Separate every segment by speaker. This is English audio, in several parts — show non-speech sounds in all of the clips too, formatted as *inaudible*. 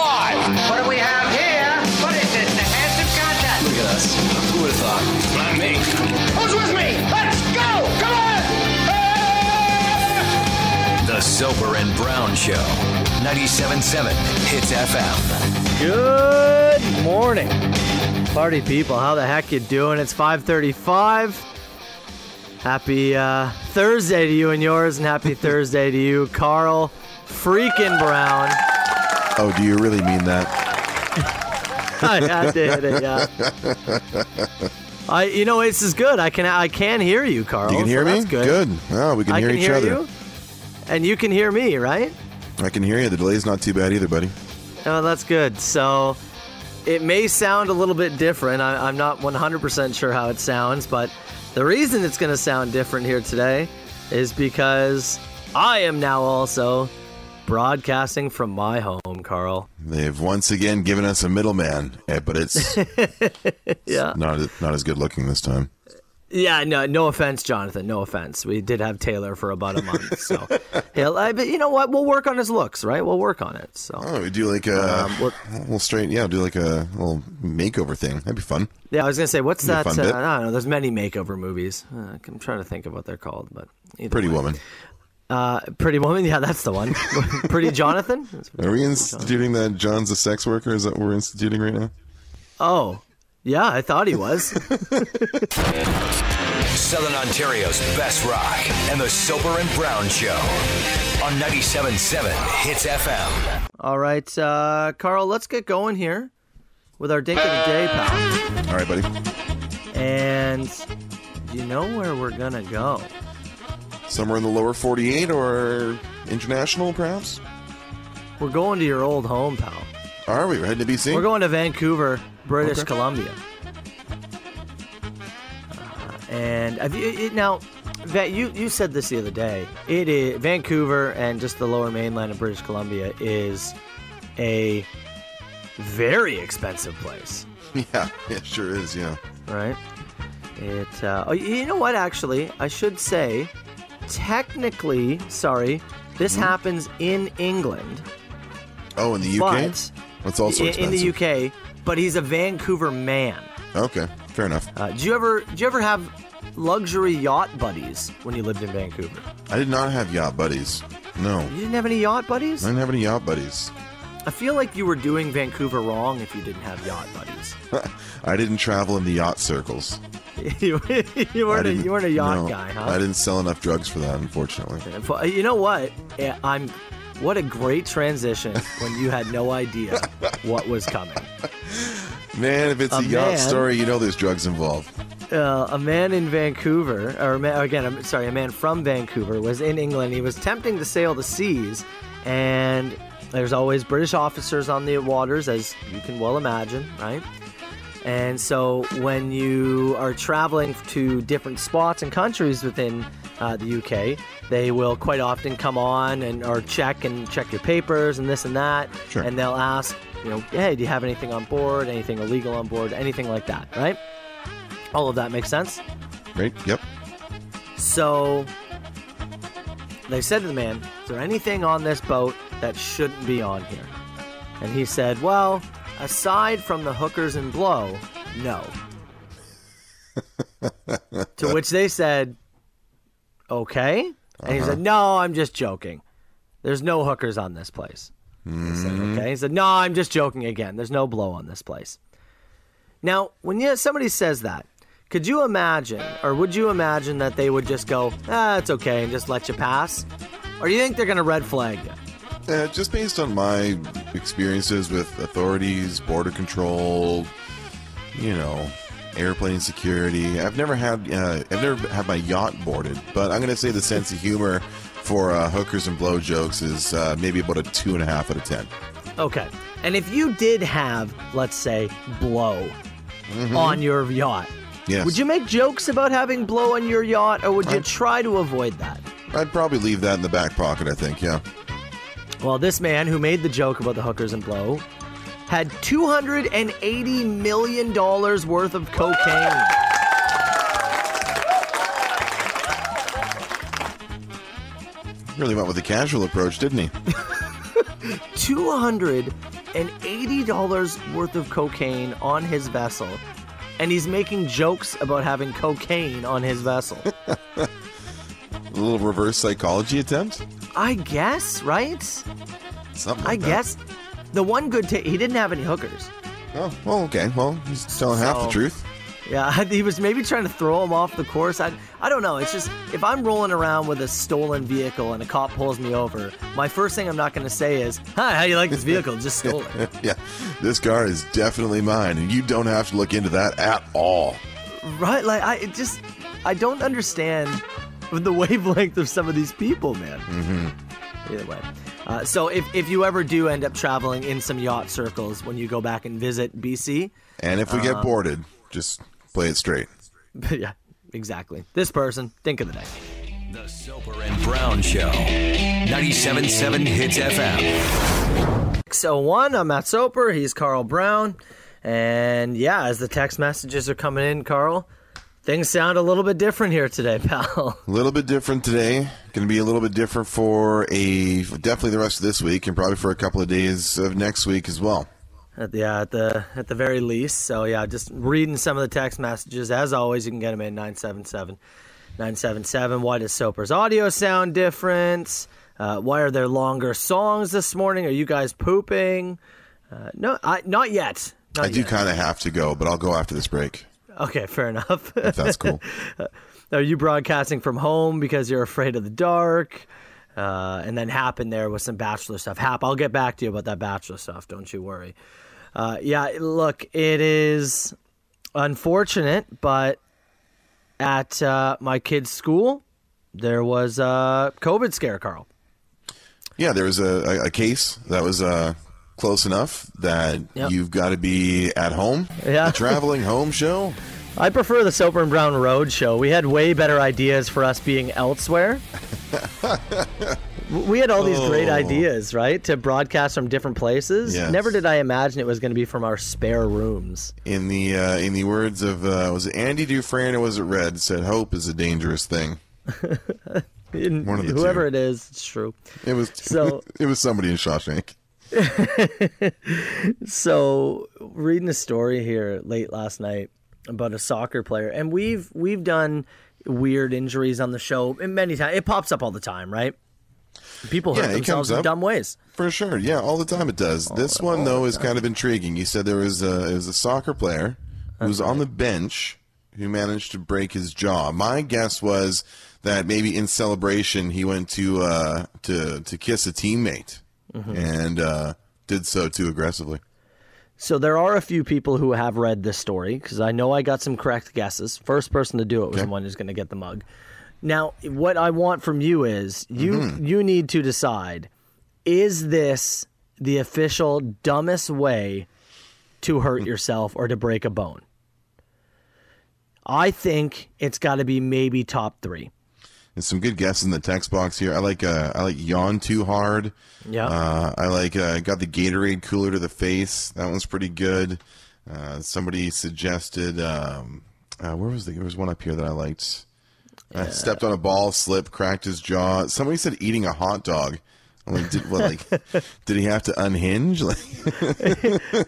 Speaker 1: uh, Zoper and Brown Show. 97.7 Hits FM.
Speaker 2: Good morning, party people. How the heck you doing? It's 5:35. Happy uh, Thursday to you and yours, and happy Thursday to you, Carl freaking Brown. *laughs*
Speaker 3: Oh, do you really mean that?
Speaker 2: I did it. Yeah. I, you know, this is good. I can, I can hear you, Carl.
Speaker 3: You can hear
Speaker 2: so
Speaker 3: me?
Speaker 2: That's good.
Speaker 3: Oh, we can
Speaker 2: I
Speaker 3: hear
Speaker 2: can
Speaker 3: each
Speaker 2: hear
Speaker 3: other.
Speaker 2: you, and you can hear me, right?
Speaker 3: I can hear you. The delay's not too bad either, buddy.
Speaker 2: Oh, that's good. So it may sound a little bit different. I, I'm not 100% sure how it sounds, but the reason it's going to sound different here today is because I am now also broadcasting from my home, Carl.
Speaker 3: They've once again given us a middleman, eh, but
Speaker 2: *laughs*
Speaker 3: it's
Speaker 2: Yeah.
Speaker 3: not not as good looking this time.
Speaker 2: Yeah, no, no offense, Jonathan. No offense. We did have Taylor for about a month,
Speaker 3: *laughs*
Speaker 2: so he'll. I, but you know what? We'll work on his looks, right? We'll work on it. So
Speaker 3: Oh, we do like a
Speaker 2: Um, what-
Speaker 3: little straight, yeah, do like a little makeover thing. That'd be fun.
Speaker 2: Yeah, I was gonna say, what's
Speaker 3: Be a
Speaker 2: that? Uh, I
Speaker 3: fun bit.
Speaker 2: don't know. There's many makeover movies. Uh, I'm trying to think of what they're called, but either
Speaker 3: Pretty
Speaker 2: way.
Speaker 3: woman.
Speaker 2: Uh, Pretty Woman. Yeah, that's the one. *laughs* Pretty Jonathan.
Speaker 3: Are we instituting that John's a sex worker? Is that what we're instituting right now?
Speaker 2: Oh, yeah, I thought he was.
Speaker 1: Southern Ontario's best rock and the Soper and Brown Show. On 97.7 Hits FM.
Speaker 2: All right, uh, Carl, let's get going here with our dink of the day, pal.
Speaker 3: All right, buddy.
Speaker 2: And you know where we're gonna go?
Speaker 3: Somewhere in the lower 48 or international, perhaps?
Speaker 2: We're going to your old home, pal.
Speaker 3: Are we? We're heading to BC?
Speaker 2: We're going to Vancouver, British
Speaker 3: Okay.
Speaker 2: Columbia. Uh, And have you, it, now, that you you said this the other day. It is Vancouver and just the Lower Mainland of British Columbia is a very expensive place,
Speaker 3: *laughs* yeah, it sure is, yeah.
Speaker 2: right? It. Uh, oh, you know what? Actually, I should say, technically, sorry, this
Speaker 3: Mm-hmm.
Speaker 2: happens in England,
Speaker 3: Oh, in the UK?
Speaker 2: but
Speaker 3: That's also
Speaker 2: in, in
Speaker 3: expensive.
Speaker 2: the UK. But he's a Vancouver man.
Speaker 3: Okay, fair enough.
Speaker 2: Uh, do you ever do you ever have luxury yacht buddies when you lived in Vancouver?
Speaker 3: I did not have yacht buddies. No, I
Speaker 2: You didn't have any yacht buddies?
Speaker 3: didn't have any yacht buddies. *laughs*
Speaker 2: I feel like you were doing Vancouver wrong if you didn't have yacht buddies. *laughs*
Speaker 3: I didn't travel in the yacht circles.
Speaker 2: you, you
Speaker 3: I
Speaker 2: weren't a,
Speaker 3: didn't-
Speaker 2: you weren't a yacht
Speaker 3: no,
Speaker 2: guy,
Speaker 3: I
Speaker 2: huh?
Speaker 3: didn't sell enough drugs for that, unfortunately.
Speaker 2: But uh, You know what? Yeah, I'm. What a great transition when you had no
Speaker 3: *laughs*
Speaker 2: idea what was coming.
Speaker 3: Man, if it's
Speaker 2: A
Speaker 3: a, yacht
Speaker 2: man-
Speaker 3: story, you know there's drugs involved.
Speaker 2: uh, a man in Vancouver, or a man, again, I'm sorry, a man from Vancouver was in England. He was attempting to sail the seas, and there's always British officers on the waters, as you can well imagine, right? And so when you are traveling to different spots and countries within uh, the UK, they will quite often come on and or check and check your papers and this and that,
Speaker 3: Sure.
Speaker 2: and they'll ask, you know, hey, do you have anything on board, anything illegal on board, anything like that, right? All of that makes sense.
Speaker 3: Right? Yep.
Speaker 2: So they said to the man, Is there anything on this boat that shouldn't be on here? And he said, Well, aside from the hookers and blow, no. to which they said, Okay. And he said, No, I'm just joking. There's no hookers on this place. They said, okay. He said, No, I'm just joking again. There's no blow on this place. Now, when you, somebody says that, could you imagine, or would you imagine that they would just go, ah, it's okay, and just let you pass? Or do you think they're going to red flag you?
Speaker 3: Uh, just based on my experiences with authorities, border control, you know, airplane security, I've never had uh, I've never had my yacht boarded. But I'm gonna say the sense of humor for uh, hookers and blow jokes is uh, maybe about a two and a half out of ten.
Speaker 2: Okay. And if you did have, let's say, blow on your yacht,
Speaker 3: Yes.
Speaker 2: would you make jokes about having blow on your yacht, or would you try to avoid that?
Speaker 3: I'd probably leave that in the back pocket. I think. Yeah.
Speaker 2: Well, this man who made the joke about the hookers and blow had $280 million worth of cocaine.
Speaker 3: Really went with a casual approach, didn't he?
Speaker 2: $280 worth of cocaine on his vessel, and he's making jokes about having cocaine on his vessel.
Speaker 3: A little reverse psychology attempt.
Speaker 2: I guess, right?
Speaker 3: Something
Speaker 2: I
Speaker 3: like that.
Speaker 2: guess the one good ta- he didn't have any hookers.
Speaker 3: Oh, well, okay. Well, he's telling half the
Speaker 2: So-
Speaker 3: truth.
Speaker 2: Yeah, *laughs* he was maybe trying to throw him off the course. I, I don't know. It's just if I'm rolling around with a stolen vehicle and a cop pulls me over, my first thing I'm not going to say is, "Hi, how you like this vehicle? Just stole it."
Speaker 3: *laughs* Yeah, this car is definitely mine, and you don't have to look into that at all.
Speaker 2: right? Like I it just I don't understand the wavelength of some of these people, man. Mm-hmm. Either way. Uh, so if, if you ever do end up traveling in some yacht circles when you go back and visit BC,
Speaker 3: And if we
Speaker 2: Uh-huh.
Speaker 3: get boarded, just play it straight.
Speaker 2: *laughs* yeah, exactly. This person, think of the day.
Speaker 1: The Soper and Brown Show. 97.7 Hits FM.
Speaker 2: 601. I'm Matt Soper. He's Carl Brown. And yeah, as the text messages are coming in, Carl, things sound a little bit different here today, *laughs* pal.
Speaker 3: A little bit different today. Going to be a little bit different for a definitely the rest of this week, and probably for a couple of days of next week as well.
Speaker 2: At the, yeah, at the at the very least. So yeah, just reading some of the text messages. As always, you can get them in 977 977. Why does Soper's audio sound different? Uh, why are there longer songs this morning? Are you guys pooping? Uh, no, I, not yet. Not
Speaker 3: I do
Speaker 2: yet.
Speaker 3: kind of have to go, but I'll go after this break.
Speaker 2: okay, fair enough. *laughs*
Speaker 3: If that's cool.
Speaker 2: Are you broadcasting from home because you're afraid of the dark? Uh, and then Hap in there with some Bachelor stuff. Hap, I'll get back to you about that Bachelor stuff. Don't you worry. Uh, yeah, look, it is unfortunate, but at uh, my kid's school, there was a COVID scare, Carl.
Speaker 3: Yeah, there was a, a, a case that was uh, close enough that
Speaker 2: Yep.
Speaker 3: you've got to be at home.
Speaker 2: Yeah.
Speaker 3: The traveling home show.
Speaker 2: I prefer the Soper and Brown Road Show. We had way better ideas for us being
Speaker 3: *laughs*
Speaker 2: elsewhere. we had all these great ideas, right? To broadcast from different places.
Speaker 3: Oh. Yes.
Speaker 2: Never did I imagine it was going to be from our spare rooms.
Speaker 3: In the uh, in the words of uh, was it Andy Dufresne or was it Red said, "Hope is a dangerous thing."
Speaker 2: In-
Speaker 3: One of the
Speaker 2: whoever
Speaker 3: two.
Speaker 2: it is, it's true.
Speaker 3: It was
Speaker 2: So-
Speaker 3: *laughs* it was somebody in Shawshank.
Speaker 2: So, reading a story here late last night about a soccer player, and we've we've done weird injuries on the show many times. It pops up all the time, right? People hurt
Speaker 3: Yeah, it
Speaker 2: themselves
Speaker 3: comes
Speaker 2: in
Speaker 3: up.
Speaker 2: dumb ways.
Speaker 3: For sure, yeah, all the time it does. this one though is kind of intriguing. You said there was a it was a soccer player who was on the bench who managed to break his jaw. My guess was that maybe in celebration he went to uh, to to kiss a teammate and uh, did so too aggressively.
Speaker 2: So there are a few people who have read this story because I know I got some correct guesses. First person to do it was the one who's going to get the mug. Now, what I want from you is you you need to decide: is this the official dumbest way to hurt yourself or to break a bone? I think it's got to be maybe top three.
Speaker 3: There's some good guesses in the text box here. I like uh, I like yawn too hard.
Speaker 2: Yeah.
Speaker 3: Uh, I like uh, got the Gatorade cooler to the face. That one's pretty good. Uh, somebody suggested um, uh, where was the, there was one up here that I liked. Uh, stepped on a ball, slipped, cracked his jaw. Somebody said eating a hot dog. I'm like, did, what,
Speaker 2: *laughs*
Speaker 3: like, did he have to unhinge? *laughs* Like,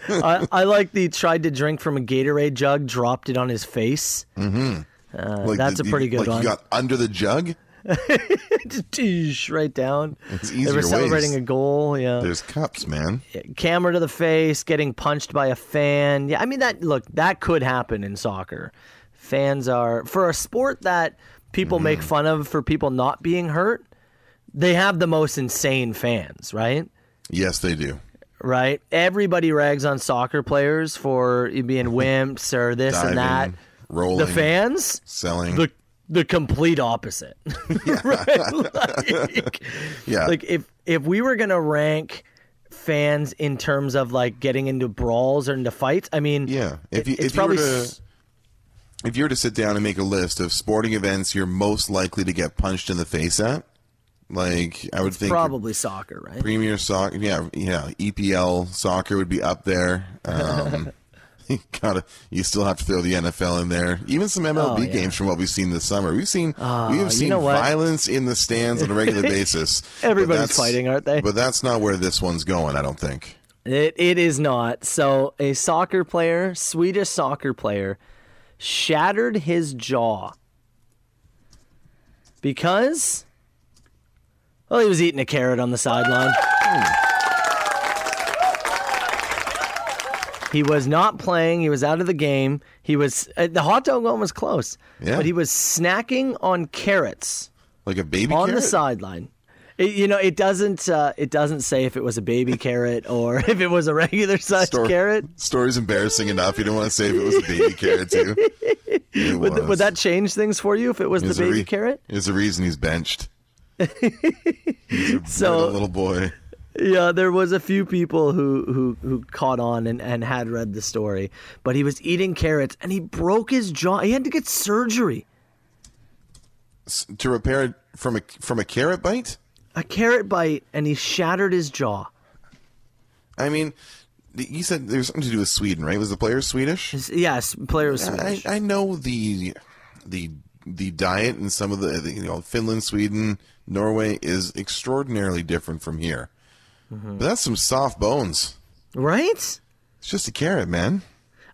Speaker 2: I, I like the tried to drink from a Gatorade jug, dropped it on his face.
Speaker 3: like
Speaker 2: Uh, that's
Speaker 3: did
Speaker 2: a
Speaker 3: you-
Speaker 2: pretty good
Speaker 3: like
Speaker 2: one.
Speaker 3: You got under the jug.
Speaker 2: *laughs* Toosh, right down.
Speaker 3: It's
Speaker 2: They
Speaker 3: easier
Speaker 2: were
Speaker 3: ways.
Speaker 2: celebrating a goal. Yeah.
Speaker 3: There's cups, man.
Speaker 2: camera to the face, getting punched by a fan. Yeah, I mean that look, that could happen in soccer. Fans are for a sport that people
Speaker 3: Mm-hmm.
Speaker 2: make fun of for people not being hurt, they have the most insane fans, right?
Speaker 3: Yes, they do.
Speaker 2: Right? Everybody rags on soccer players for
Speaker 3: *laughs*
Speaker 2: being wimps or this
Speaker 3: Diving,
Speaker 2: and that.
Speaker 3: rolling,
Speaker 2: The fans
Speaker 3: selling.
Speaker 2: the the complete opposite. *laughs* right? Like,
Speaker 3: yeah,
Speaker 2: like if if we were gonna rank fans in terms of like getting into brawls or into fights, I mean,
Speaker 3: Yeah,
Speaker 2: if
Speaker 3: if you-
Speaker 2: it's
Speaker 3: if you
Speaker 2: probably
Speaker 3: were to-
Speaker 2: s-
Speaker 3: if you were to sit down and make a list of sporting events you're most likely to get punched in the face at, like I would think
Speaker 2: probably soccer, right?
Speaker 3: Premier soccer, yeah, yeah, EPL soccer would be up there.
Speaker 2: *laughs*
Speaker 3: Um, you gotta, you still have to throw the NFL in there. Even some MLB
Speaker 2: Oh, yeah. Oh,
Speaker 3: games from what we've seen this summer. We've seen we have seen
Speaker 2: know what?
Speaker 3: violence in the stands on
Speaker 2: *laughs*
Speaker 3: a regular basis. but
Speaker 2: Everybody's
Speaker 3: that's-
Speaker 2: fighting, aren't they?
Speaker 3: But that's not where this one's going. I don't think.
Speaker 2: It it is not. So a soccer player, Swedish soccer player, shattered his jaw because Well, he was eating a carrot on the sideline. He was not playing. He was out of the game. He was uh, the hot dog one was close,
Speaker 3: Yeah.
Speaker 2: but he was snacking on carrots
Speaker 3: Like a baby
Speaker 2: on the
Speaker 3: carrot?
Speaker 2: sideline. It, you know, it doesn't uh, it doesn't say if it was a baby carrot or *laughs* if it was a regular sized
Speaker 3: Stor-
Speaker 2: carrot.
Speaker 3: Story's embarrassing enough. You didn't want to say if it was a baby
Speaker 2: *laughs*
Speaker 3: carrot too. It
Speaker 2: Would, th-
Speaker 3: was.
Speaker 2: would that change things for you if it was the
Speaker 3: There's a
Speaker 2: baby
Speaker 3: re-
Speaker 2: carrot?
Speaker 3: There's a reason he's benched.
Speaker 2: So
Speaker 3: little boy.
Speaker 2: Yeah, there was a few people who who who caught on and, and had read the story, but he was eating carrots and he broke his jaw. He had to get surgery.
Speaker 3: S- To repair it from a from a carrot bite?
Speaker 2: A carrot bite and he shattered his jaw.
Speaker 3: I mean, th- you said there was something to do with Sweden, right? Was the player Swedish?
Speaker 2: His- Yes, player was Swedish.
Speaker 3: I, I know the the the diet in some of the, the you know Finland, Sweden, Norway is extraordinarily different from here.
Speaker 2: Mm-hmm.
Speaker 3: But that's some soft bones.
Speaker 2: right?
Speaker 3: It's just a carrot, man.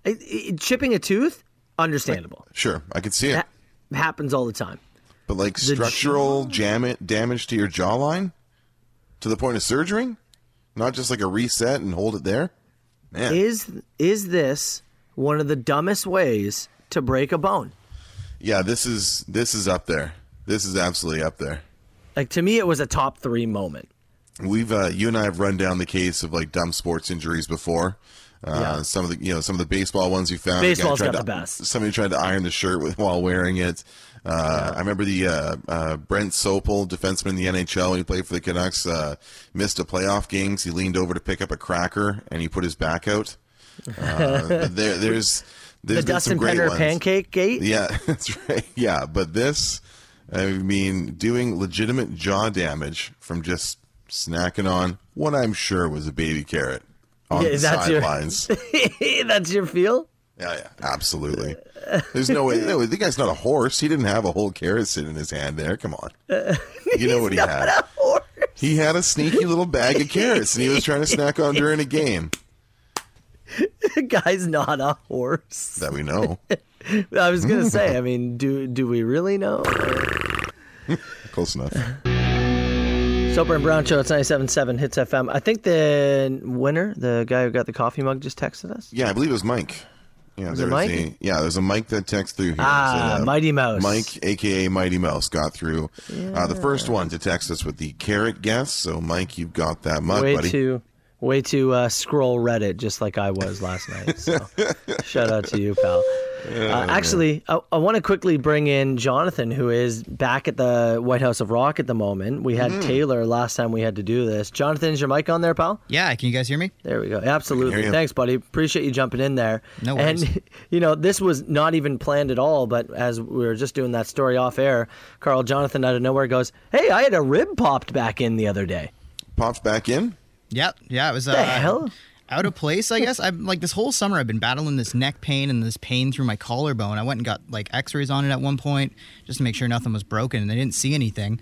Speaker 2: I, I- chipping a tooth, understandable.
Speaker 3: Sure, I could see it.
Speaker 2: That happens all the time.
Speaker 3: But like structural jam- damage to your jawline to the point of surgery, not just like a reset and hold it there. Man,
Speaker 2: Is is this one of the dumbest ways to break a bone?
Speaker 3: yeah, this is this is up there. This is absolutely up there.
Speaker 2: Like to me, it was a top three moment.
Speaker 3: We've uh, you and I have run down the case of like dumb sports injuries before. Uh,
Speaker 2: Yeah.
Speaker 3: Some of the you know some of the baseball ones you found. a guy
Speaker 2: Baseball's
Speaker 3: tried
Speaker 2: got
Speaker 3: to-
Speaker 2: the best.
Speaker 3: Somebody tried to iron the shirt with, *laughs* while wearing it. Uh, I remember the uh, uh, Brent Sopel, defenseman in the NHL. He played for the Canucks. Uh, missed a playoff game. 'cause He leaned over to pick up a cracker and he put his back out.
Speaker 2: *laughs*
Speaker 3: Uh, but there, there's
Speaker 2: The
Speaker 3: there's been
Speaker 2: Dustin
Speaker 3: some great
Speaker 2: Penner
Speaker 3: ones.
Speaker 2: pancake gate.
Speaker 3: Yeah, *laughs* that's right. Yeah, but this, I mean, doing legitimate jaw damage from just snacking on what I'm sure was a baby carrot on
Speaker 2: Yeah,
Speaker 3: the
Speaker 2: that's your- *laughs*
Speaker 3: sidelines.
Speaker 2: That's your feel.
Speaker 3: yeah, yeah, absolutely. There's no way. No, the guy's not a horse. He didn't have a whole carrot sitting in his hand there. Come
Speaker 2: *laughs*
Speaker 3: on. You know what he had. He had a sneaky little bag of carrots and he was trying to snack on during a game
Speaker 2: The guy's not a horse.
Speaker 3: that we know.
Speaker 2: I was
Speaker 3: *laughs*
Speaker 2: gonna say. I mean, do do we really know?
Speaker 3: Close enough.
Speaker 2: Soper and Brown Show. It's 97.7 Hits FM. I think the winner, the guy who got the coffee mug, just texted us.
Speaker 3: Yeah, I believe it was Mike. Yeah,
Speaker 2: it
Speaker 3: there
Speaker 2: Mike?
Speaker 3: a yeah, there's a Mike that texted through here.
Speaker 2: Ah,
Speaker 3: It said,
Speaker 2: Mighty Mouse.
Speaker 3: Mike, aka Mighty Mouse, got through uh, the first one to text us with the carrot guess. So, Mike, you've got that mug,
Speaker 2: way
Speaker 3: buddy.
Speaker 2: to way to uh, scroll Reddit just like I was last night.
Speaker 4: *laughs*
Speaker 2: So shout out to you, pal.
Speaker 4: Oh,
Speaker 2: Uh, actually, I, I want to quickly bring in Jonathan, who is back at the White House of Rock at the moment. We
Speaker 4: Mm.
Speaker 2: had Taylor last time we had to do this. Jonathan, is your mic on there, pal?
Speaker 4: Yeah, can you guys hear me?
Speaker 2: There we go. Absolutely.
Speaker 3: you.
Speaker 2: Thanks, buddy. Appreciate you jumping in there.
Speaker 4: No worries.
Speaker 2: And *laughs* you know, this was not even planned at all, but as we were just doing that story off air, Carl Jonathan out of nowhere goes, "Hey, I had a rib popped back in the other day."
Speaker 3: Popped back in.
Speaker 4: Yep. Yeah, it was uh,
Speaker 2: The hell?
Speaker 4: out of place, I guess. I'm like this whole summer I've been battling this neck pain and this pain through my collarbone. I went and got like x-rays on it at one point just to make sure nothing was broken and they didn't see anything.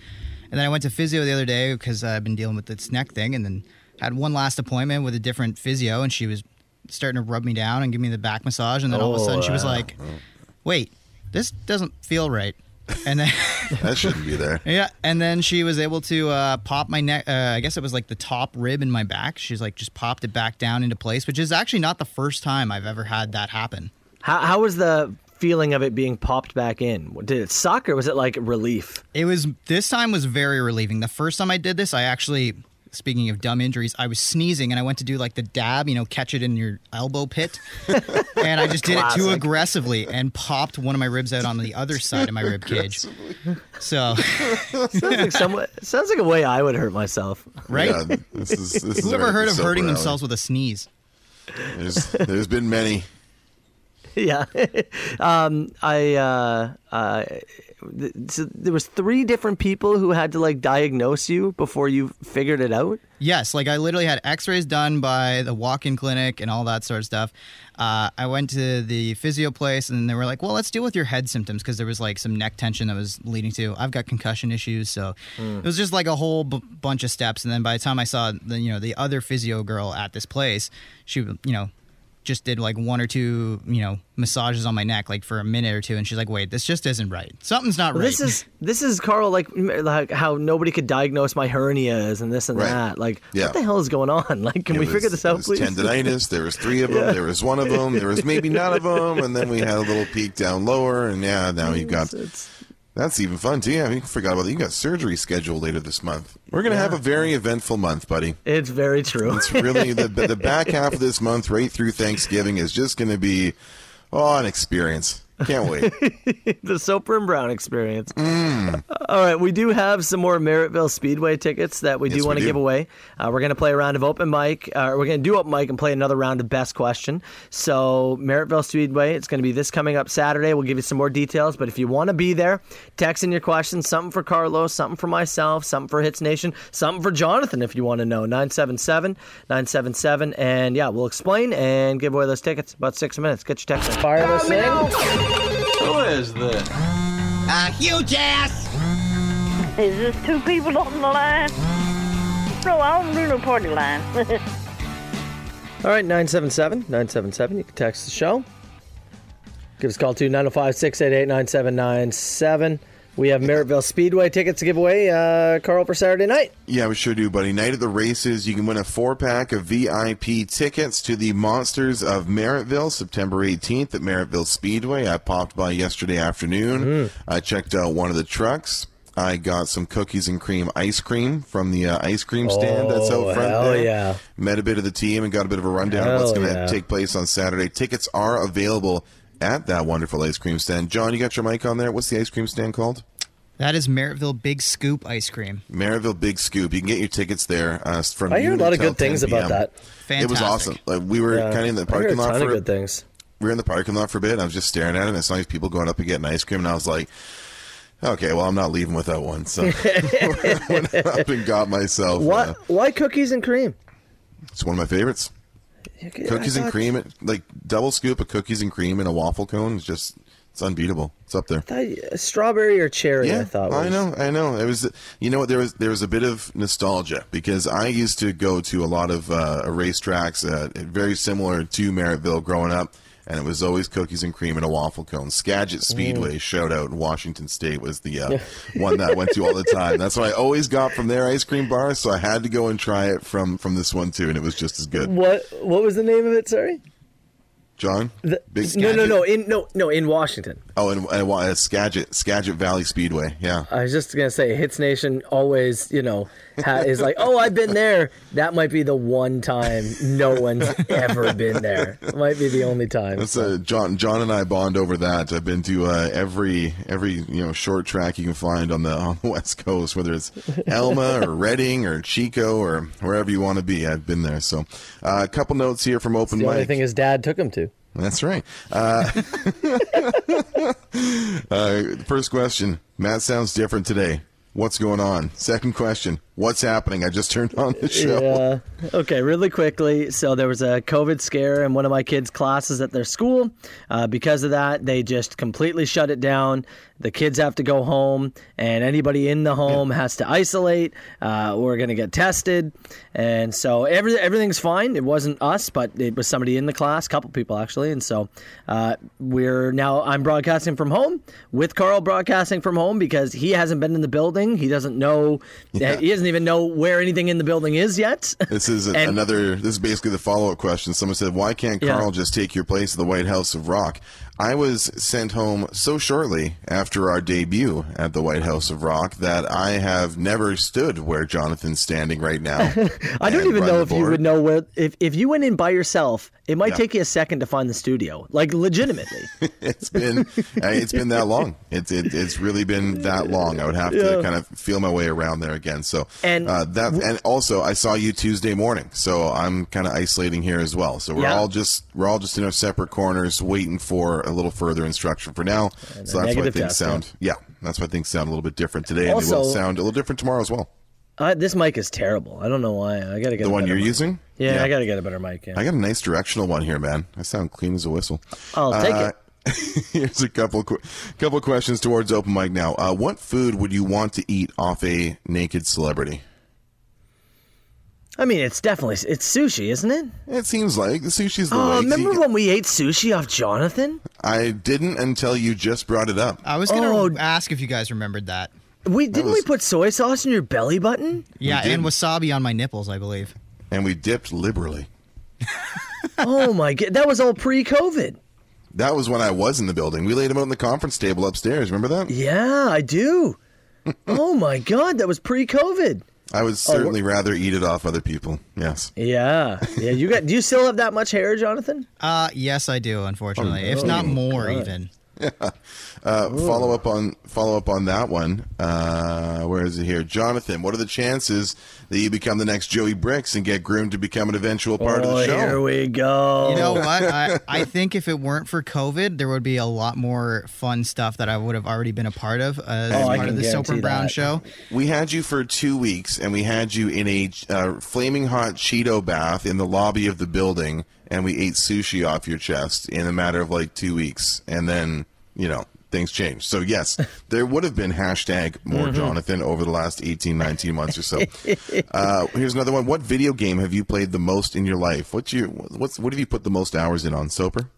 Speaker 4: And then I went to physio the other day because I've been dealing with this neck thing and then had one last appointment with a different physio and she was starting to rub me down and give me the back massage and then all of a
Speaker 2: Oh,
Speaker 4: sudden she was
Speaker 2: wow.
Speaker 4: like, "Wait, this doesn't feel right." And then *laughs*
Speaker 3: That shouldn't be there.
Speaker 4: Yeah, and then she was able to uh, pop my neck. Uh, I guess it was like the top rib in my back. She's like just popped it back down into place, which is actually not the first time I've ever had that happen.
Speaker 2: How, how was the feeling of it being popped back in? Did it suck or was it like relief?
Speaker 4: It was this time was very relieving. The first time I did this, I actually, speaking of dumb injuries, I was sneezing and I went to do like the dab, you know, catch it in your elbow pit, and I just did it too
Speaker 2: Classic.
Speaker 4: aggressively and popped one of my ribs out on the other side of my rib cage. So, *laughs*
Speaker 2: Sounds like some, *laughs* it sounds like a way I would hurt myself.
Speaker 4: *laughs*
Speaker 2: *laughs*
Speaker 4: right?
Speaker 3: Yeah, this is, this is
Speaker 4: Who ever
Speaker 3: our
Speaker 4: heard of
Speaker 3: soap
Speaker 4: hurting
Speaker 3: rally.
Speaker 4: themselves with a sneeze?
Speaker 3: There's, there's been many.
Speaker 2: yeah. *laughs* um, I uh, uh, th- so there was three different people who had to like diagnose you before you figured it out.
Speaker 4: Yes, like I literally had X-rays done by the walk-in clinic and all that sort of stuff. Uh, I went to the physio place and they were like, "Well, let's deal with your head symptoms because there was like some neck tension that was leading to I've got concussion issues." So
Speaker 2: Hmm.
Speaker 4: it was just like a whole b- bunch of steps. And then by the time I saw the you know the other physio girl at this place, she you know just did like one or two, you know, massages on my neck like for a minute or two, and she's like, "Wait, this just isn't right. Something's not right."
Speaker 2: This is this is Carl like m- like how nobody could diagnose my hernias and this and
Speaker 3: Right.
Speaker 2: that. Like
Speaker 3: Yeah.
Speaker 2: what the hell is going on? *laughs* Like can *laughs*
Speaker 3: It
Speaker 2: we
Speaker 3: was-
Speaker 2: figure this out,
Speaker 3: it was
Speaker 2: please?
Speaker 3: Tendinitis. There was three of them. There was one of them. There was maybe none of them. And then we had a little peak down lower. And yeah, now you've
Speaker 2: *laughs*
Speaker 3: got
Speaker 2: It's-
Speaker 3: that's even fun too. Yeah, you forgot about that. You got surgery scheduled later this month. We're gonna have a very eventful month, buddy.
Speaker 2: It's very true.
Speaker 3: It's really the the back half of this month, right through Thanksgiving, is just gonna be oh an experience. Can't wait.
Speaker 2: *laughs* the Soper and Brown experience. All right, we do have some more Merrittville Speedway tickets that we do
Speaker 3: Yes, we
Speaker 2: want to
Speaker 3: do.
Speaker 2: give away. Uh, we're going to play a round of open mic. Uh, we're going to do open mic and play another round of best question. So Merrittville Speedway, it's going to be this coming up Saturday. We'll give you some more details, but if you want to be there, text in your questions. Something for Carlos, something for myself, something for Hits Nation, something for Jonathan if you want to know. 977 977. And yeah, we'll explain and give away those tickets about six minutes. Get your text in. Fire this in.
Speaker 5: Who is this?
Speaker 4: a huge ass.
Speaker 6: Is this two people on the line? No, I don't do no party line. *laughs*
Speaker 2: All right, 977 977. You can text the show. Give us a call to 905 688 9797. We have Merrittville Speedway tickets to give away, uh, Carl, for Saturday night.
Speaker 3: Yeah, we sure do, buddy. Night at the races, you can win a four pack of VIP tickets to the Monsters of Merrittville, September 18th at Merrittville Speedway. I popped by yesterday afternoon.
Speaker 2: Mm.
Speaker 3: I checked out one of the trucks. I got some cookies and cream ice cream from the uh, ice cream stand that's
Speaker 2: Oh,
Speaker 3: out front
Speaker 2: hell
Speaker 3: there.
Speaker 2: yeah.
Speaker 3: Met a bit of the team and got a bit of a rundown of what's
Speaker 2: Hell
Speaker 3: going to
Speaker 2: yeah.
Speaker 3: take place on Saturday. Tickets are available at that wonderful ice cream stand. John, you got your mic on there. What's the ice cream stand called?
Speaker 4: That is Merrittville Big Scoop ice cream.
Speaker 3: Maryville Big Scoop. You can get your tickets there uh, from.
Speaker 2: I hear a
Speaker 3: noon
Speaker 2: lot of
Speaker 3: until
Speaker 2: good things
Speaker 3: 10 p.m.
Speaker 2: about that.
Speaker 4: Fantastic.
Speaker 3: It was awesome. Like we were kind of in the
Speaker 2: I hear a
Speaker 3: parking lot
Speaker 2: ton of
Speaker 3: for
Speaker 2: good things.
Speaker 3: we were in the parking lot for a bit. And I was just staring at it. and I saw these people going up and getting ice cream, and I was like, "Okay, well, I'm not leaving without one." So *laughs* I went up and got myself.
Speaker 2: What?
Speaker 3: uh,
Speaker 2: Why cookies and cream?
Speaker 3: it's one of my favorites. Cookies and cream, it- like double scoop of cookies and cream in a waffel cone is just it's unbeatable. It's up there.
Speaker 2: I, uh, strawberry or cherry, I thought. Was.
Speaker 3: know, I know. It was, you know, what there was there was a bit of nostalgia because I used to go to a lot of uh, racetracks uh, very similar to Merrittville growing up, and it was always cookies and cream and a waffle cone. Skagit
Speaker 2: Mm.
Speaker 3: Speedway, shout out in Washington State was the uh, one that I went to all the
Speaker 2: *laughs*
Speaker 3: time. That's what I always got from their ice cream bar, so I had to go and try it from from this one too, and it was just as good.
Speaker 2: What? What was the name of it? Sorry.
Speaker 3: John,
Speaker 2: The-
Speaker 3: big
Speaker 2: no, no,
Speaker 3: Skagit-
Speaker 2: no. In no, no. In Washington,
Speaker 3: Oh, and, and uh, Skagit Skagit Valley Speedway, yeah.
Speaker 2: I was just gonna say, Hits Nation always, you know, ha- is like, oh, I've been there. That might be the one time no one's ever been there. Might be the only time.
Speaker 3: That's uh, John. John and I bond over that. I've been to uh, every every you know short track you can find on the *laughs* on the West Coast, whether it's Elma
Speaker 2: *laughs*
Speaker 3: or Reading or Chico or wherever you want to be. I've been there. So, uh, a couple notes here from open
Speaker 2: The only
Speaker 3: mic.
Speaker 2: thing his dad took him to.
Speaker 3: That's right. Uh, *laughs* uh, first question: Matt sounds different today. What's going on? Second question: What's happening? I just turned on the show.
Speaker 2: Yeah. Okay, really quickly. So there was a COVID scare in one of my kids' classes at their school. Uh, because of that, they just completely shut it down. The kids have to go home, and anybody in the home has to isolate. Uh, we're going to get tested, and so every, everything's fine. It wasn't us, but it was somebody in the class, a couple people actually, and so uh, we're now. I'm broadcasting from home with Carl broadcasting from home because he hasn't been in the building. He doesn't know. He doesn't even know where anything in the building is yet. *laughs*
Speaker 3: This is a,
Speaker 2: And-
Speaker 3: another. This is basically the follow-up question. Someone said, "Why can't
Speaker 2: Yeah.
Speaker 3: Carl just take your place at the White House of Rock?" I was sent home so shortly after our debut at the White House of Rock that I have never stood where Jonathan's standing right now.
Speaker 2: *laughs* I don't
Speaker 3: and
Speaker 2: even
Speaker 3: run
Speaker 2: know
Speaker 3: the
Speaker 2: if you
Speaker 3: board.
Speaker 2: would know where if, if you went in by yourself, it might
Speaker 3: Yeah.
Speaker 2: take you a second to find the studio. Like legitimately.
Speaker 3: *laughs* It's been uh, it's been that long. It's it, it's really been that long. I would have to kind of feel my way around there again. So
Speaker 2: And-
Speaker 3: uh, that and also I saw you Tuesday morning, so I'm kind of isolating here as well. So we're
Speaker 2: Yeah.
Speaker 3: all just we're all just in our separate corners, waiting for a little further instruction for now. so that's why
Speaker 2: negative
Speaker 3: things
Speaker 2: test,
Speaker 3: sound yeah. That's why things sound a little bit different today, and they will
Speaker 2: Also-
Speaker 3: sound a little different tomorrow as well.
Speaker 2: I, this mic is terrible. I don't know why. I gotta get
Speaker 3: The
Speaker 2: a
Speaker 3: one
Speaker 2: better
Speaker 3: you're
Speaker 2: mic.
Speaker 3: using,
Speaker 2: Yeah, I gotta get a better mic. Yeah.
Speaker 3: I got a nice directional one here, man. I sound clean as a whistle.
Speaker 2: I'll take
Speaker 3: uh,
Speaker 2: it.
Speaker 3: *laughs* Here's a couple qu- couple questions towards open mic now. Uh, what food would you want to eat off a naked celebrity?
Speaker 2: I mean, it's definitely it's sushi, isn't it?
Speaker 3: It seems like the sushi's the
Speaker 2: Oh,
Speaker 3: way.
Speaker 2: remember when we ate sushi off Jonathan?
Speaker 3: I didn't until you just brought it up.
Speaker 4: I was gonna
Speaker 2: Oh.
Speaker 4: ask if you guys remembered that.
Speaker 2: We didn't we
Speaker 3: was-
Speaker 2: put soy sauce in your belly button?
Speaker 4: Yeah,
Speaker 3: did.
Speaker 4: and wasabi on my nipples, I believe.
Speaker 3: And we dipped liberally.
Speaker 2: oh my god, that was all pre-COVID.
Speaker 3: That was when I was in the building. We laid him out on the conference table upstairs. Remember that?
Speaker 2: Yeah, I
Speaker 3: *laughs*
Speaker 2: do. oh my god, that was pre-COVID.
Speaker 3: I
Speaker 2: Oh,
Speaker 3: would certainly rather eat it off other people. Yes.
Speaker 2: Yeah, yeah. You got? Do you still have that much hair, Jonathan?
Speaker 4: Uh, yes, I do. Unfortunately, if
Speaker 2: Oh,
Speaker 4: not more, even.
Speaker 3: Uh, follow up on follow up on that one. Uh, where is it here, Jonathan? What are the chances that you become the next Joey Bricks and get groomed to become an eventual part of
Speaker 2: oh,
Speaker 3: the show?
Speaker 2: here we go.
Speaker 4: You know what? I, I think if it weren't for COVID, there would be a lot more fun stuff that I would have already been a part of uh, as
Speaker 2: Oh, I
Speaker 4: part
Speaker 2: can
Speaker 4: of the Soap
Speaker 2: guarantee
Speaker 4: and Brown
Speaker 2: that.
Speaker 4: show.
Speaker 3: We had you for two weeks, and we had you in a uh, flaming hot Cheeto bath in the lobby of the building, and we ate sushi off your chest in a matter of like two weeks, and then you know things changed. So yes, there would have been hashtag more Jonathan over the last 18, 19 months or so. uh, here's another one. What video game have you played the most in your life? What's your what's what have you put the most hours in on Soper?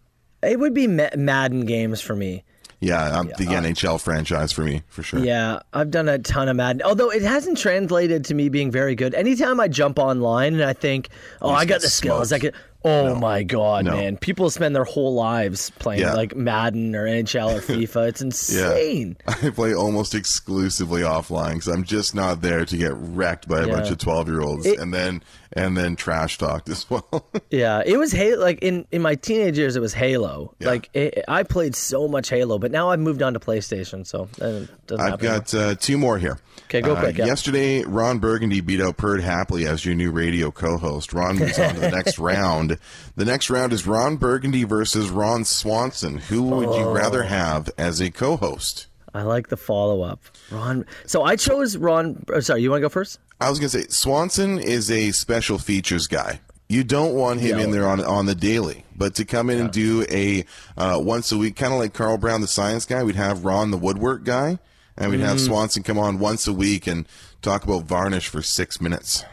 Speaker 2: It would be Ma- Madden games for me.
Speaker 3: Yeah, um, the NHL franchise for me for sure.
Speaker 2: Yeah, I've done a ton of Madden. Although it hasn't translated to me being very good. Anytime I jump online and I think, "Oh, I got
Speaker 3: get
Speaker 2: the skills," I
Speaker 3: smoked.
Speaker 2: could. Oh my god,
Speaker 3: No.
Speaker 2: man! People spend their whole lives playing
Speaker 3: Yeah.
Speaker 2: like Madden or
Speaker 3: *laughs*
Speaker 2: NHL or FIFA. It's insane.
Speaker 3: I play almost exclusively offline because I'm just not there to get wrecked by a bunch
Speaker 2: Yeah.
Speaker 3: of 12 year olds
Speaker 2: It-
Speaker 3: and then and then trash talked as well. *laughs*
Speaker 2: Yeah, it was Halo. Like in in my teenage years, it was Halo. Like it, I played so much Halo, but now I've moved on to PlayStation, so uh, it doesn't
Speaker 3: I've
Speaker 2: happen anymore.
Speaker 3: got uh, two more here.
Speaker 2: 'Kay, go
Speaker 3: Uh,
Speaker 2: quick, yeah.
Speaker 3: Yesterday, Ron Burgundy beat out Perd Hapley as your new radio co-host. Ron moves on to
Speaker 2: *laughs*
Speaker 3: the next round. The next round is Ron Burgundy versus Ron Swanson. Who would
Speaker 2: Oh.
Speaker 3: you rather have as a co-host?
Speaker 2: I like the follow up, Ron. So I chose Ron. oh, sorry, you want to go first?
Speaker 3: I was gonna say Swanson is a special features guy. You don't want him in there on on the daily, but to come in and do a uh, once a week, kind of like Carl Brown, the science guy. We'd have Ron, the woodwork guy, and we'd have Swanson come on once a week and talk about varnish for six minutes.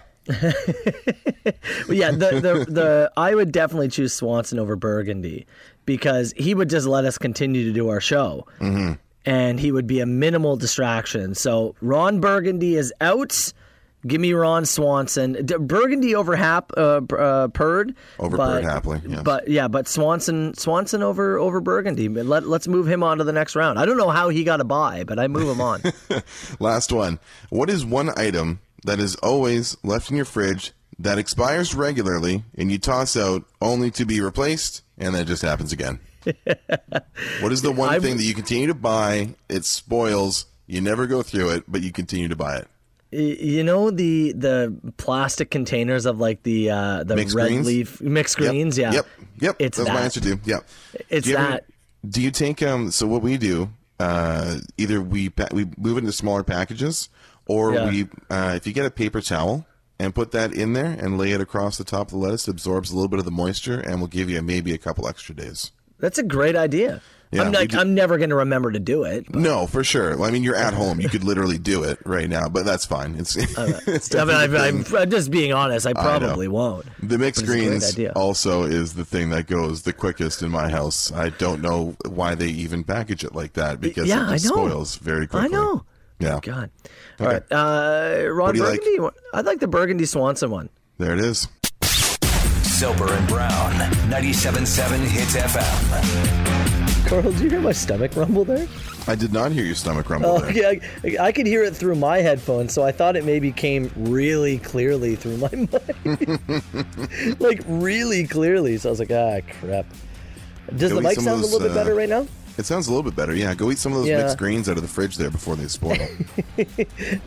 Speaker 2: But yeah, the, the *laughs* the I would definitely choose Swanson over Burgundy because he would just let us continue to do our show,
Speaker 3: Mm-hmm.
Speaker 2: and he would be a minimal distraction. So Ron Burgundy is out. Give me Ron Swanson. D- Burgundy over Hap uh, P- uh, Perd.
Speaker 3: Over
Speaker 2: but-
Speaker 3: Perd Hapley, yes.
Speaker 2: But yeah, but Swanson Swanson over over Burgundy. But Let let's move him on to the next round. I don't know how he got a buy, but I move him on.
Speaker 3: Last one. What is one item that is always left in your fridge that expires regularly and you toss out only to be replaced and then it just happens again? what is the one
Speaker 2: I-
Speaker 3: thing that you continue to buy? It spoils. You never go through it, but you continue to buy it.
Speaker 2: Y- You know the the plastic containers of like the uh, the
Speaker 3: Mixed
Speaker 2: red
Speaker 3: greens?
Speaker 2: leaf mixed
Speaker 3: Yep,
Speaker 2: greens. Yeah.
Speaker 3: Yep. Yep.
Speaker 2: It's
Speaker 3: That's
Speaker 2: that.
Speaker 3: my answer too. Yep.
Speaker 2: It's
Speaker 3: Do you ever-
Speaker 2: that.
Speaker 3: do you take um? So what we do, uh, either we pa- we move into smaller packages, or
Speaker 2: Yeah.
Speaker 3: we uh, if you get a paper towel and put that in there and lay it across the top of the lettuce, it absorbs a little bit of the moisture and will give you maybe a couple extra days.
Speaker 2: That's a great idea.
Speaker 3: Yeah,
Speaker 2: I'm
Speaker 3: we
Speaker 2: like
Speaker 3: do-
Speaker 2: I'm never going to remember to do it. but
Speaker 3: No, for sure. Well, I mean,
Speaker 2: *laughs*
Speaker 3: you're at home. You could literally do it right now, but that's fine. It's, *laughs* it's
Speaker 2: Uh, I mean,
Speaker 3: definitely
Speaker 2: I'm,
Speaker 3: the
Speaker 2: I'm,
Speaker 3: thing.
Speaker 2: I'm just being honest. I probably won't.
Speaker 3: The
Speaker 2: But it's
Speaker 3: mixed
Speaker 2: a great
Speaker 3: greens
Speaker 2: idea.
Speaker 3: also is the thing that goes the quickest in my house. I don't know why they even package it like that because
Speaker 2: yeah,
Speaker 3: it
Speaker 2: I
Speaker 3: just
Speaker 2: know.
Speaker 3: spoils very
Speaker 2: I
Speaker 3: quickly.
Speaker 2: know.
Speaker 3: Yeah.
Speaker 2: God. All right. Uh, Ron
Speaker 3: do you like?
Speaker 2: Burgundy. I'd like the Burgundy Swanson one.
Speaker 3: There it is.
Speaker 1: Soper and Brown, 97.7 Hits FM.
Speaker 2: Carl, did you hear my stomach rumble there?
Speaker 3: I did not hear your stomach rumble
Speaker 2: Oh,
Speaker 3: there.
Speaker 2: *laughs* yeah, I, I could hear it through my headphones, so I thought it maybe came really clearly through my *laughs* mic.
Speaker 3: *laughs*
Speaker 2: like, really clearly. So I was like, ah, crap. Does the
Speaker 3: Go eat
Speaker 2: mic
Speaker 3: some of
Speaker 2: sound a
Speaker 3: those,
Speaker 2: little bit
Speaker 3: uh,
Speaker 2: better right now?
Speaker 3: It sounds a little bit better. Yeah, go eat some of those
Speaker 2: Yeah.
Speaker 3: mixed greens out of the fridge there before
Speaker 2: *laughs*
Speaker 3: they spoil.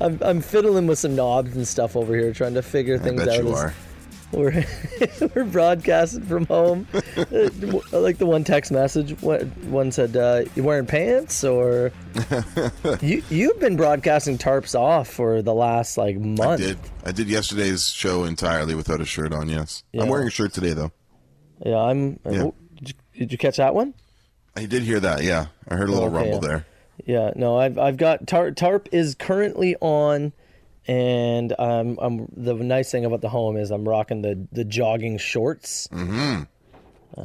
Speaker 2: I'm, I'm fiddling with some knobs and stuff over here, trying to figure
Speaker 3: I
Speaker 2: things
Speaker 3: bet
Speaker 2: out.
Speaker 3: you
Speaker 2: as
Speaker 3: are.
Speaker 2: *laughs* We're, we're broadcasting from
Speaker 3: *laughs*
Speaker 2: home. Uh, I like the one text message. One one said, uh, "You wearing pants?"
Speaker 3: *laughs*
Speaker 2: Or you you've been broadcasting tarps off for the last like month.
Speaker 3: Did I did yesterday's show entirely without a shirt on? Yes,
Speaker 2: Yeah.
Speaker 3: I'm wearing a shirt today though.
Speaker 2: Yeah, I'm.
Speaker 3: Yeah.
Speaker 2: oh, did, you, did you catch that one?
Speaker 3: I did hear that. Yeah, I heard a little
Speaker 2: Okay,
Speaker 3: rumble
Speaker 2: yeah.
Speaker 3: there.
Speaker 2: Yeah. No, I've I've got tarp. Tarp is currently on and um, I'm the nice thing about the home is I'm rocking the the jogging shorts.
Speaker 3: Mm-hmm.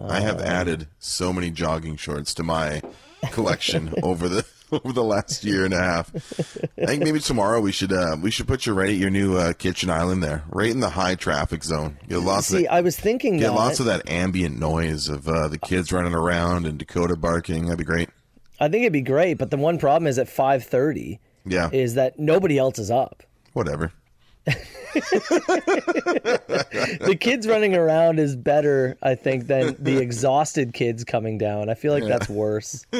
Speaker 3: I have added so many jogging shorts to my
Speaker 2: *laughs*
Speaker 3: collection over the *laughs* over the last year and a half. I think maybe tomorrow we should uh, we should put you right at your new uh, kitchen island there, right in the high traffic zone. Get lots of
Speaker 2: See,
Speaker 3: that,
Speaker 2: I was thinking
Speaker 3: get
Speaker 2: that
Speaker 3: lots of that ambient noise of uh, the kids running around and Dakota barking. That'd be great.
Speaker 2: I think it'd be great, but the one problem is at 5:30
Speaker 3: Yeah,
Speaker 2: is that nobody else is up.
Speaker 3: whatever. *laughs*
Speaker 2: The kids running around is better, I think, than the exhausted kids coming down. I feel like that's
Speaker 3: *laughs*
Speaker 2: worse. we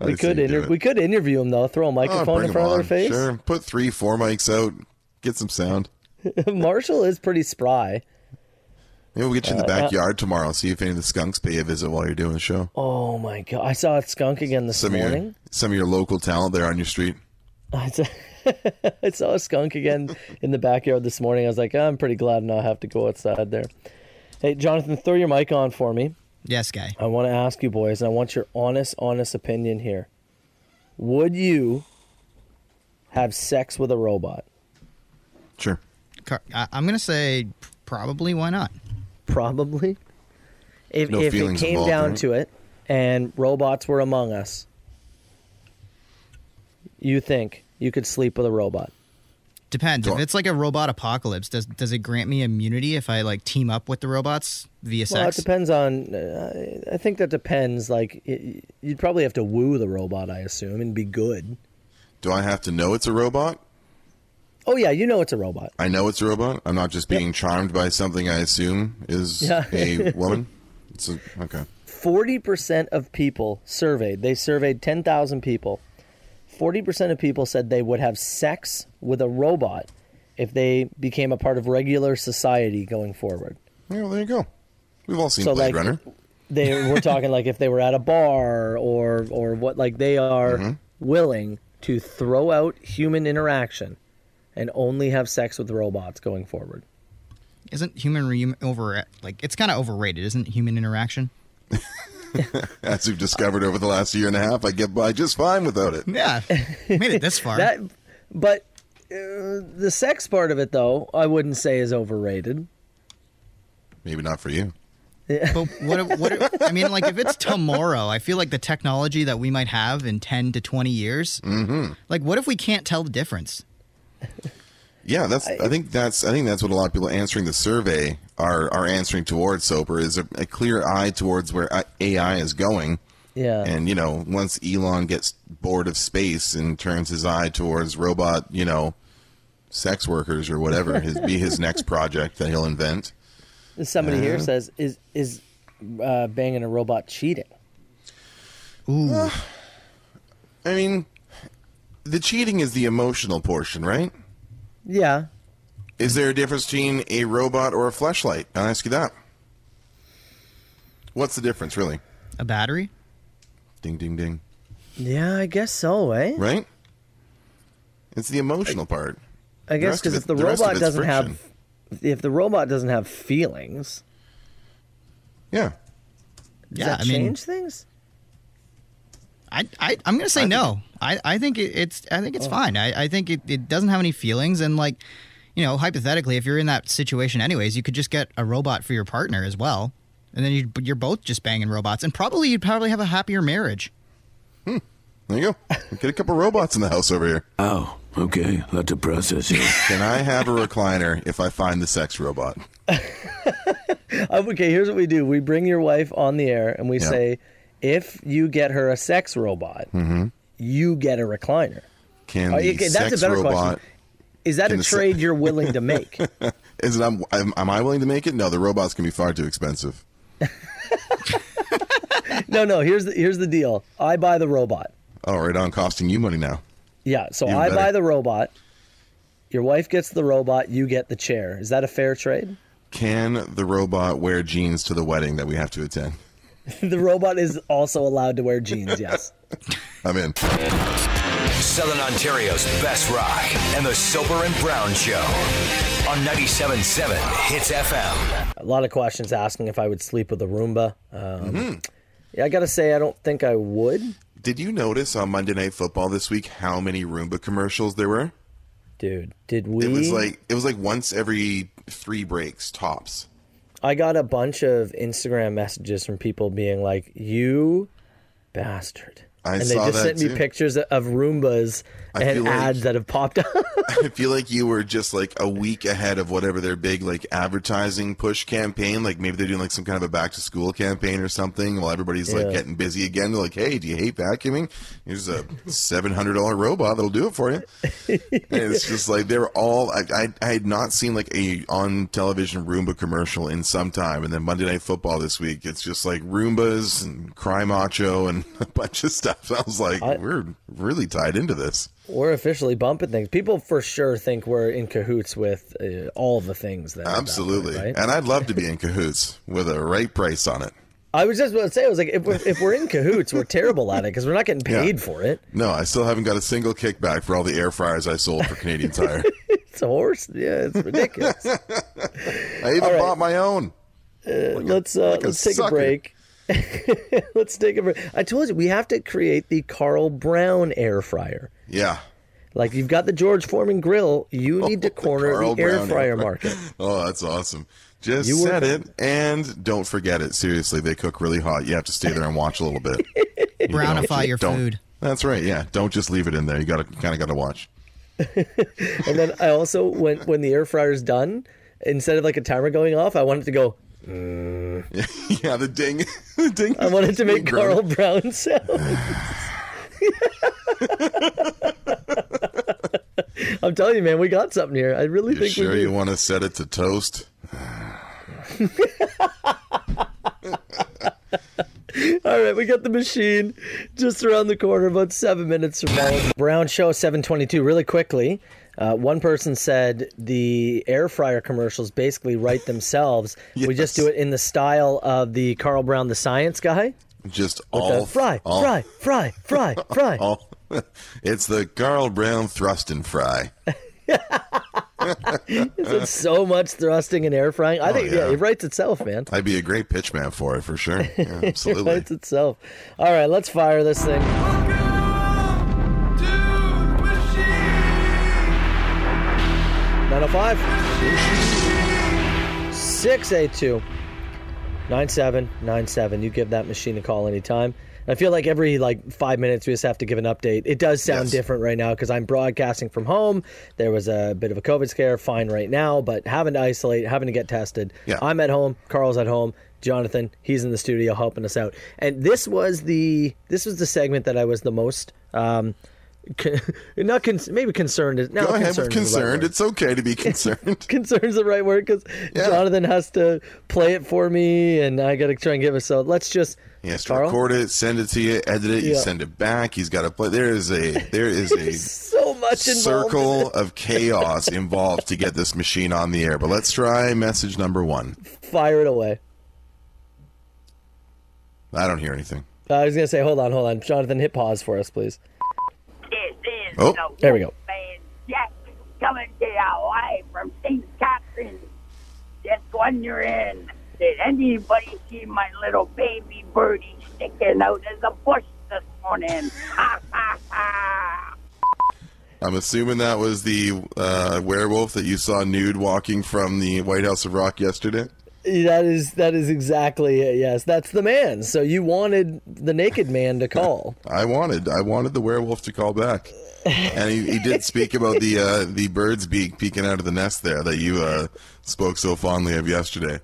Speaker 3: I'd
Speaker 2: could
Speaker 3: say do
Speaker 2: inter-
Speaker 3: it.
Speaker 2: we could interview them though. Throw a
Speaker 3: Oh,
Speaker 2: microphone in
Speaker 3: bring 'em
Speaker 2: front of their
Speaker 3: on.
Speaker 2: face.
Speaker 3: Sure, put three, four mics out, get some sound.
Speaker 2: *laughs* Marshall is pretty spry.
Speaker 3: Maybe we'll get you in the
Speaker 2: Uh,
Speaker 3: backyard tomorrow. See if any of the skunks pay a visit while you're doing the show.
Speaker 2: Oh my god! I saw a skunk again this
Speaker 3: some of your
Speaker 2: morning. *laughs*
Speaker 3: some of your local talent there on your street.
Speaker 2: I saw, I saw a skunk again in the backyard this morning. I was like, I'm pretty glad now I have to go outside there. Hey, Jonathan, throw your mic on for me.
Speaker 4: Yes, guy.
Speaker 2: I want to ask you boys, and I want your honest, honest opinion here. Would you have sex with a robot?
Speaker 3: Sure.
Speaker 4: Car- I- I'm gonna say p- probably. Why not?
Speaker 2: Probably. If,
Speaker 3: No
Speaker 2: if it
Speaker 3: feelings
Speaker 2: came
Speaker 3: involved,
Speaker 2: down
Speaker 3: right?
Speaker 2: to it and robots were among us, you think you could sleep with a robot?
Speaker 4: Depends.
Speaker 3: Sure.
Speaker 4: If it's like a robot apocalypse, does does it grant me immunity if I like team up with the robots via
Speaker 2: Well, it
Speaker 4: sex?
Speaker 2: depends on. Uh, I think that depends. Like, y you'd probably have to woo the robot, I assume, and be good.
Speaker 3: Do I have to know it's a robot?
Speaker 2: Oh yeah, you know it's a robot.
Speaker 3: I know it's a robot. I'm not just being charmed by something I assume is
Speaker 2: Yeah. *laughs*
Speaker 3: a woman. It's a, okay.
Speaker 2: Forty percent of people surveyed. They surveyed ten thousand people. Forty percent of people said they would have sex with a robot if they became a part of regular society going forward.
Speaker 3: Yeah, well, there you go. We've all seen
Speaker 2: So,
Speaker 3: Blade
Speaker 2: like,
Speaker 3: Runner. *laughs*
Speaker 2: They we're talking like if they were at a bar or or what. Like they are
Speaker 3: Mm-hmm.
Speaker 2: willing to throw out human interaction and only have sex with robots going forward.
Speaker 4: Isn't human re- over like it's kind of overrated, isn't human interaction?
Speaker 3: As we've discovered over the last year and a half, I get by just fine without it.
Speaker 4: Yeah, made it this far.
Speaker 2: *laughs* That, but uh, the sex part of it, though, I wouldn't say is overrated.
Speaker 3: Maybe not for you.
Speaker 4: But what? if- What? if- I mean, like if it's tomorrow, I feel like the technology that we might have in ten to twenty years.
Speaker 3: Mm-hmm.
Speaker 4: Like, what if we can't tell the difference?
Speaker 3: Yeah, that's. I, think that's. I think that's what a lot of people answering the survey are are answering towards. Soper is a, a clear eye towards where I- AI is going.
Speaker 2: Yeah.
Speaker 3: And you know, once Elon gets bored of space and turns his eye towards robot, you know, sex workers or whatever, his be his next project that he'll invent.
Speaker 2: Somebody
Speaker 3: uh,
Speaker 2: here says, "Is is uh, banging a robot cheating?"
Speaker 3: I mean, the cheating is the emotional portion, right?
Speaker 2: Yeah.
Speaker 3: Is there a difference between a robot or a fleshlight? I'll ask you that. What's the difference, really?
Speaker 4: A battery?
Speaker 3: Ding, ding, ding.
Speaker 2: Yeah, I guess so, eh?
Speaker 3: Right? It's the emotional part.
Speaker 2: I guess
Speaker 3: rest of
Speaker 2: because if
Speaker 3: it-
Speaker 2: the,
Speaker 3: the rest of
Speaker 2: robot
Speaker 3: it's
Speaker 2: doesn't have,
Speaker 3: friction.
Speaker 2: if the robot doesn't have feelings,
Speaker 3: Yeah.
Speaker 2: does
Speaker 4: Yeah,
Speaker 2: that
Speaker 4: I mean-
Speaker 2: change things?
Speaker 4: I, I I'm gonna say no. I, I think it, it's I think
Speaker 2: Oh.
Speaker 4: it's fine. I, I think it, it doesn't have any feelings and like, you know, hypothetically, if you're in that situation anyways, you could just get a robot for your partner as well, and then you you're both just banging robots, and probably you'd probably have a happier
Speaker 3: *laughs*
Speaker 4: marriage.
Speaker 3: There you go. Get a couple robots in the house over here.
Speaker 7: Oh, okay. That depresses you.
Speaker 3: Can I have a recliner if I find the sex robot?
Speaker 2: Uh, Okay, here's what we do: we bring your wife on the air and we
Speaker 3: Yeah.
Speaker 2: say, "If you get her a sex robot,
Speaker 3: Mm-hmm.
Speaker 2: you get a recliner."
Speaker 3: Can
Speaker 2: Oh,
Speaker 3: the
Speaker 2: okay, that's a
Speaker 3: sex
Speaker 2: better question.
Speaker 3: robot?
Speaker 2: Is that
Speaker 3: Can
Speaker 2: a
Speaker 3: the se-
Speaker 2: trade you're willing to
Speaker 3: *laughs*
Speaker 2: make?
Speaker 3: Is it? I'm, am, am I willing to make it? No, the robots can be far too expensive.
Speaker 2: No, no. Here's the here's the deal. I buy the robot.
Speaker 3: Oh, right on, costing you money now.
Speaker 2: Yeah. So
Speaker 3: Even
Speaker 2: I
Speaker 3: better.
Speaker 2: buy the robot. Your wife gets the robot. You get the chair. Is that a fair trade? *laughs*
Speaker 3: Can the robot wear jeans to the wedding that we have to attend?
Speaker 2: the robot is also allowed to wear jeans. Yes.
Speaker 3: I'm in.
Speaker 1: Southern Ontario's best rock and the Soper and Brown Show on 97.7 Hits FM.
Speaker 2: a lot of questions asking if I would sleep with a Roomba. Um,
Speaker 3: Mm-hmm.
Speaker 2: Yeah, I gotta say I don't think I would.
Speaker 3: Did you notice on Monday Night Football this week how many Roomba commercials there were?
Speaker 2: Dude, did we?
Speaker 3: It was like it was like once every three breaks tops.
Speaker 2: I got a bunch of Instagram messages from people being like, "You bastard."
Speaker 3: I
Speaker 2: and they
Speaker 3: saw
Speaker 2: just sent
Speaker 3: that
Speaker 2: me
Speaker 3: too.
Speaker 2: pictures of Roombas
Speaker 3: I
Speaker 2: and
Speaker 3: feel like-
Speaker 2: ads that have popped up. *laughs*
Speaker 3: I feel like you were just like a week ahead of whatever their big like advertising push campaign. Like maybe they're doing like some kind of a back to school campaign or something. While everybody's like
Speaker 2: Yeah.
Speaker 3: getting busy again, they're like, "Hey, do you hate vacuuming? Here's a seven hundred dollar robot that'll do it for you." And it's just like they were all. I, I I had not seen like a on television Roomba commercial in some time, and then Monday Night Football this week. It's just like Roombas and Cry Macho and *laughs* a bunch of stuff. I was like, we're really tied into this.
Speaker 2: we're officially bumping things. People for sure think we're in cahoots with uh, all the things that are out there,
Speaker 3: Absolutely.
Speaker 2: right?
Speaker 3: And I'd love to be in cahoots with a right price on it.
Speaker 2: I was just about to say, I was like, if we're, if we're in cahoots, we're terrible at it because we're not getting
Speaker 3: *laughs* Yeah.
Speaker 2: paid for it.
Speaker 3: No, I still haven't got a single kickback for all the air fryers I sold for Canadian
Speaker 2: *laughs*
Speaker 3: Tire.
Speaker 2: It's a horse. Yeah, it's
Speaker 3: *laughs*
Speaker 2: ridiculous.
Speaker 3: I even bought my own.
Speaker 2: let's uh,
Speaker 3: a
Speaker 2: let's take a
Speaker 3: sucker.
Speaker 2: break. *laughs* let's take a break. I told you we have to create the Carl Brown air fryer.
Speaker 3: Yeah.
Speaker 2: Like you've got the George Foreman grill, you need to
Speaker 3: Oh, The
Speaker 2: corner the,
Speaker 3: Carl
Speaker 2: air
Speaker 3: Brown air
Speaker 2: fryer
Speaker 3: *laughs* fryer.
Speaker 2: market.
Speaker 3: Oh, that's awesome. Just
Speaker 2: You were-
Speaker 3: said it and don't forget it. Seriously, they cook really hot. You have to stay there and watch a
Speaker 2: *laughs*
Speaker 3: little bit. You don't
Speaker 4: Brownify
Speaker 3: ju-
Speaker 4: your
Speaker 3: don't-
Speaker 4: food.
Speaker 3: That's right. Yeah. Don't just leave it in there. You got to kind of got to watch. *laughs*
Speaker 2: And then I also when when the air fryer's done, instead of like a timer going off, I want it to go.
Speaker 3: yeah, the ding. *laughs* the ding.
Speaker 2: I want it to make
Speaker 3: Grown-
Speaker 2: Carl
Speaker 3: *sighs*
Speaker 2: Brown sound. *laughs* I'm telling you, man, we got something here. I really
Speaker 3: You
Speaker 2: think we
Speaker 3: sure
Speaker 2: do.
Speaker 3: you want to set it to toast?
Speaker 2: All right, we got the machine just around the corner, about seven minutes from now. Brown Show 722. Really quickly, uh, one person said the air fryer commercials basically write themselves. We just do
Speaker 3: Yes.
Speaker 2: it in the style of the Carl Brown, the science guy.
Speaker 3: Just
Speaker 2: The
Speaker 3: all
Speaker 2: fry,
Speaker 3: all-
Speaker 2: fry, fry, fry, fry.
Speaker 3: *laughs* all it's the Carl Brown thrust and fry.
Speaker 2: It's so much thrusting and air frying. I think, yeah.
Speaker 3: yeah.
Speaker 2: it writes itself, man.
Speaker 3: I'd be a great pitch man for it
Speaker 2: *laughs*
Speaker 3: for sure. Yeah,
Speaker 2: It writes
Speaker 3: absolutely.
Speaker 2: itself. All right, let's fire this thing. Nine oh five. Six eight two. Nine seven nine seven. You give that machine a call anytime. And I feel like every like five minutes we just have to give an update. It does sound
Speaker 3: Yes.
Speaker 2: different right now because I'm broadcasting from home. There was a bit of a COVID scare, fine right now, but having to isolate, having to get tested.
Speaker 3: Yeah.
Speaker 2: I'm at home. Carl's at home. Jonathan, he's in the studio helping us out. And this was the this was the segment that I was the most um, con- *laughs* not con- maybe concerned. is- No,
Speaker 3: Go ahead with
Speaker 2: concerned. is the right
Speaker 3: concerned.
Speaker 2: word
Speaker 3: It's okay
Speaker 2: *laughs*
Speaker 3: to be concerned.
Speaker 2: concern's the right word because
Speaker 3: Yeah.
Speaker 2: Jonathan has to play it for me, and I got to try and give it. So let's just
Speaker 3: He has to
Speaker 2: Carl?
Speaker 3: record it, send it to you, edit it, you
Speaker 2: Yeah.
Speaker 3: send it back. He's got to play. There is a there is a
Speaker 2: so much involved.
Speaker 3: circle of chaos involved to get this machine on the air. But let's try message number one.
Speaker 2: Fire it away.
Speaker 3: I don't hear anything.
Speaker 2: Uh, I was gonna say, hold on, hold on, Jonathan, hit pause for us, please.
Speaker 8: This is
Speaker 3: Oh.
Speaker 8: the
Speaker 2: There we go.
Speaker 8: Wolfman Jack coming to you live from St. Catharines. Just wondering, did anybody see my little baby birdie sticking out of the bush this morning? Ha ha ha!
Speaker 3: I'm assuming that was the uh, werewolf that you saw nude walking from the White House of Rock yesterday.
Speaker 2: That is that is exactly it. Yes, that's the man. So you wanted the naked man to call.
Speaker 3: I wanted I wanted the werewolf to call back, and he, he did speak about the uh, the bird's beak peeking out of the nest there that you uh, spoke so fondly of yesterday.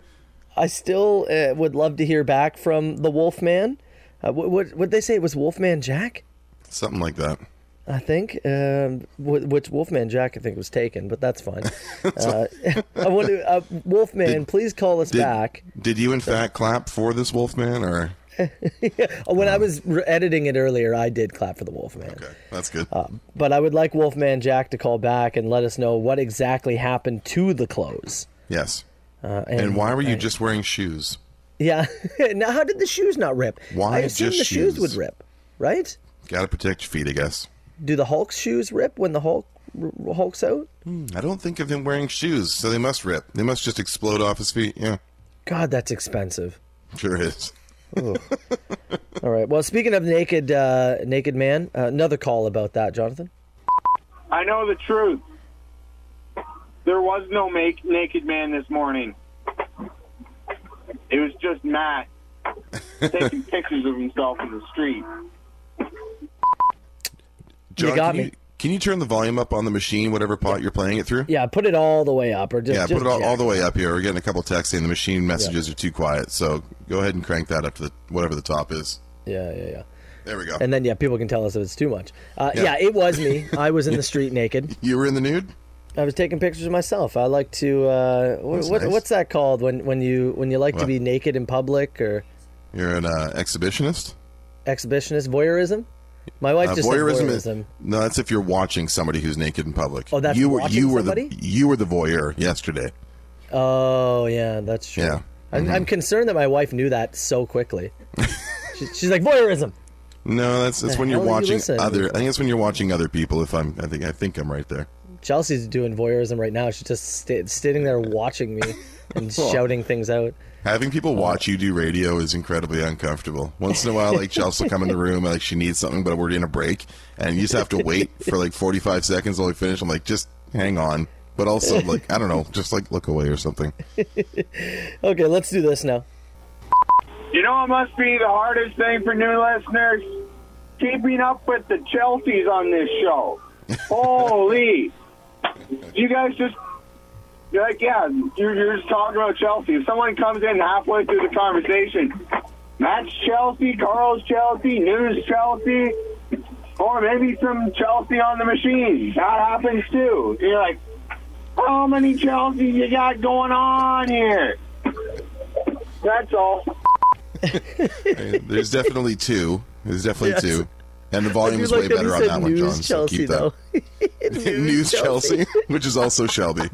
Speaker 2: I still uh, would love to hear back from the Wolfman. Uh, what what would they say? It was Wolfman Jack.
Speaker 3: Something like that.
Speaker 2: I think, um, wh- which Wolfman Jack I think was taken, but that's
Speaker 3: *laughs*
Speaker 2: fine. uh, *laughs* I want to, uh, Wolfman, please call us
Speaker 3: Did,
Speaker 2: back.
Speaker 3: did you in fact clap for this wolfman or?
Speaker 2: Oh, When I was re- editing it earlier, I did clap for the Wolfman,
Speaker 3: uh-huh. Okay, that's good.
Speaker 2: but I would like Wolfman Jack to call back and let us know what exactly happened to the clothes.
Speaker 3: yes.
Speaker 2: Uh,
Speaker 3: And why were you just wearing shoes?
Speaker 2: *laughs* Yeah. *laughs* now, how did the shoes not rip?
Speaker 3: Why
Speaker 2: I assume
Speaker 3: just
Speaker 2: the shoes would
Speaker 3: shoes?
Speaker 2: rip, right?
Speaker 3: Got to protect your feet, I guess.
Speaker 2: Do the Hulk's shoes rip when the Hulk r- Hulk's out?
Speaker 3: I don't think of him wearing shoes, so they must rip. They must just explode off his feet. Yeah,
Speaker 2: God, that's expensive.
Speaker 3: sure is.
Speaker 2: All right. Well, speaking of naked, uh, naked man, uh, another call about that, Jonathan.
Speaker 9: I know the truth.
Speaker 10: There was no make, naked man this morning. It was just Matt taking pictures of himself in the street.
Speaker 3: John,
Speaker 2: got
Speaker 3: can
Speaker 2: me.
Speaker 3: You, can you turn the volume up on the machine, whatever pot you're playing it through?
Speaker 2: Yeah, put it all the way up, or just
Speaker 3: yeah,
Speaker 2: just
Speaker 3: put it all, all
Speaker 2: jack.
Speaker 3: the way up here. We're getting a couple texts saying the machine messages are too quiet, so go ahead and crank that up to the, whatever the top is.
Speaker 2: Yeah, yeah, yeah.
Speaker 3: There we go.
Speaker 2: And then yeah, people can tell us if it's too much. Uh,
Speaker 3: Yeah.
Speaker 2: yeah. it was me. I was in
Speaker 3: *laughs*
Speaker 2: the street naked.
Speaker 3: you were in the nude?
Speaker 2: I was taking pictures of myself. I like to. Uh, wh-
Speaker 3: That's
Speaker 2: what,
Speaker 3: nice.
Speaker 2: What's that called when when you when you like to
Speaker 3: What?
Speaker 2: be naked in public or
Speaker 3: You're an uh, exhibitionist?
Speaker 2: exhibitionist voyeurism? My wife
Speaker 3: Uh,
Speaker 2: just
Speaker 3: voyeurism
Speaker 2: said
Speaker 3: is
Speaker 2: voyeurism.
Speaker 3: no. That's if you're watching somebody who's naked in public.
Speaker 2: Oh, that's
Speaker 3: you were
Speaker 2: watching
Speaker 3: you were
Speaker 2: somebody?
Speaker 3: the you were the voyeur yesterday.
Speaker 2: Oh yeah, that's true.
Speaker 3: Yeah.
Speaker 2: I'm, I'm concerned that my wife knew that so
Speaker 3: *laughs*
Speaker 2: quickly. she, she's like voyeurism.
Speaker 3: No, that's that's
Speaker 2: The
Speaker 3: when you're
Speaker 2: hell are you
Speaker 3: watching
Speaker 2: listening
Speaker 3: other.
Speaker 2: to?
Speaker 3: I think that's when you're watching other people. If I'm, I think I think I'm right there.
Speaker 2: Chelsea's doing voyeurism right now. She's just sta sitting there watching me
Speaker 3: *laughs*
Speaker 2: and shouting things out.
Speaker 3: Having people watch you do radio is incredibly uncomfortable. Once in a while, like Chelsea will come in the room, like she needs something, but we're in a break, and you just have to wait for like 45 seconds while we finish. I'm like, just hang on, but also like I don't know, just like look away or something.
Speaker 2: Okay, let's do this now.
Speaker 10: You know, it must be the hardest thing for new listeners keeping up with the Chelseas on this show. Holy! You guys just you're like, yeah, you're, you're just talking about Chelsea. If someone comes in halfway through the conversation, Matt's Chelsea, Carl's Chelsea, News Chelsea, or maybe some Chelsea on the machine. That happens too. You're like, how many Chelseas you got going on here? That's all.
Speaker 3: There's *laughs* definitely two. There's definitely
Speaker 2: Yes.
Speaker 3: two, and the volume is way better on that one, John. so keep that.
Speaker 2: *laughs*
Speaker 3: *laughs* News Chelsea, which is also Shelby.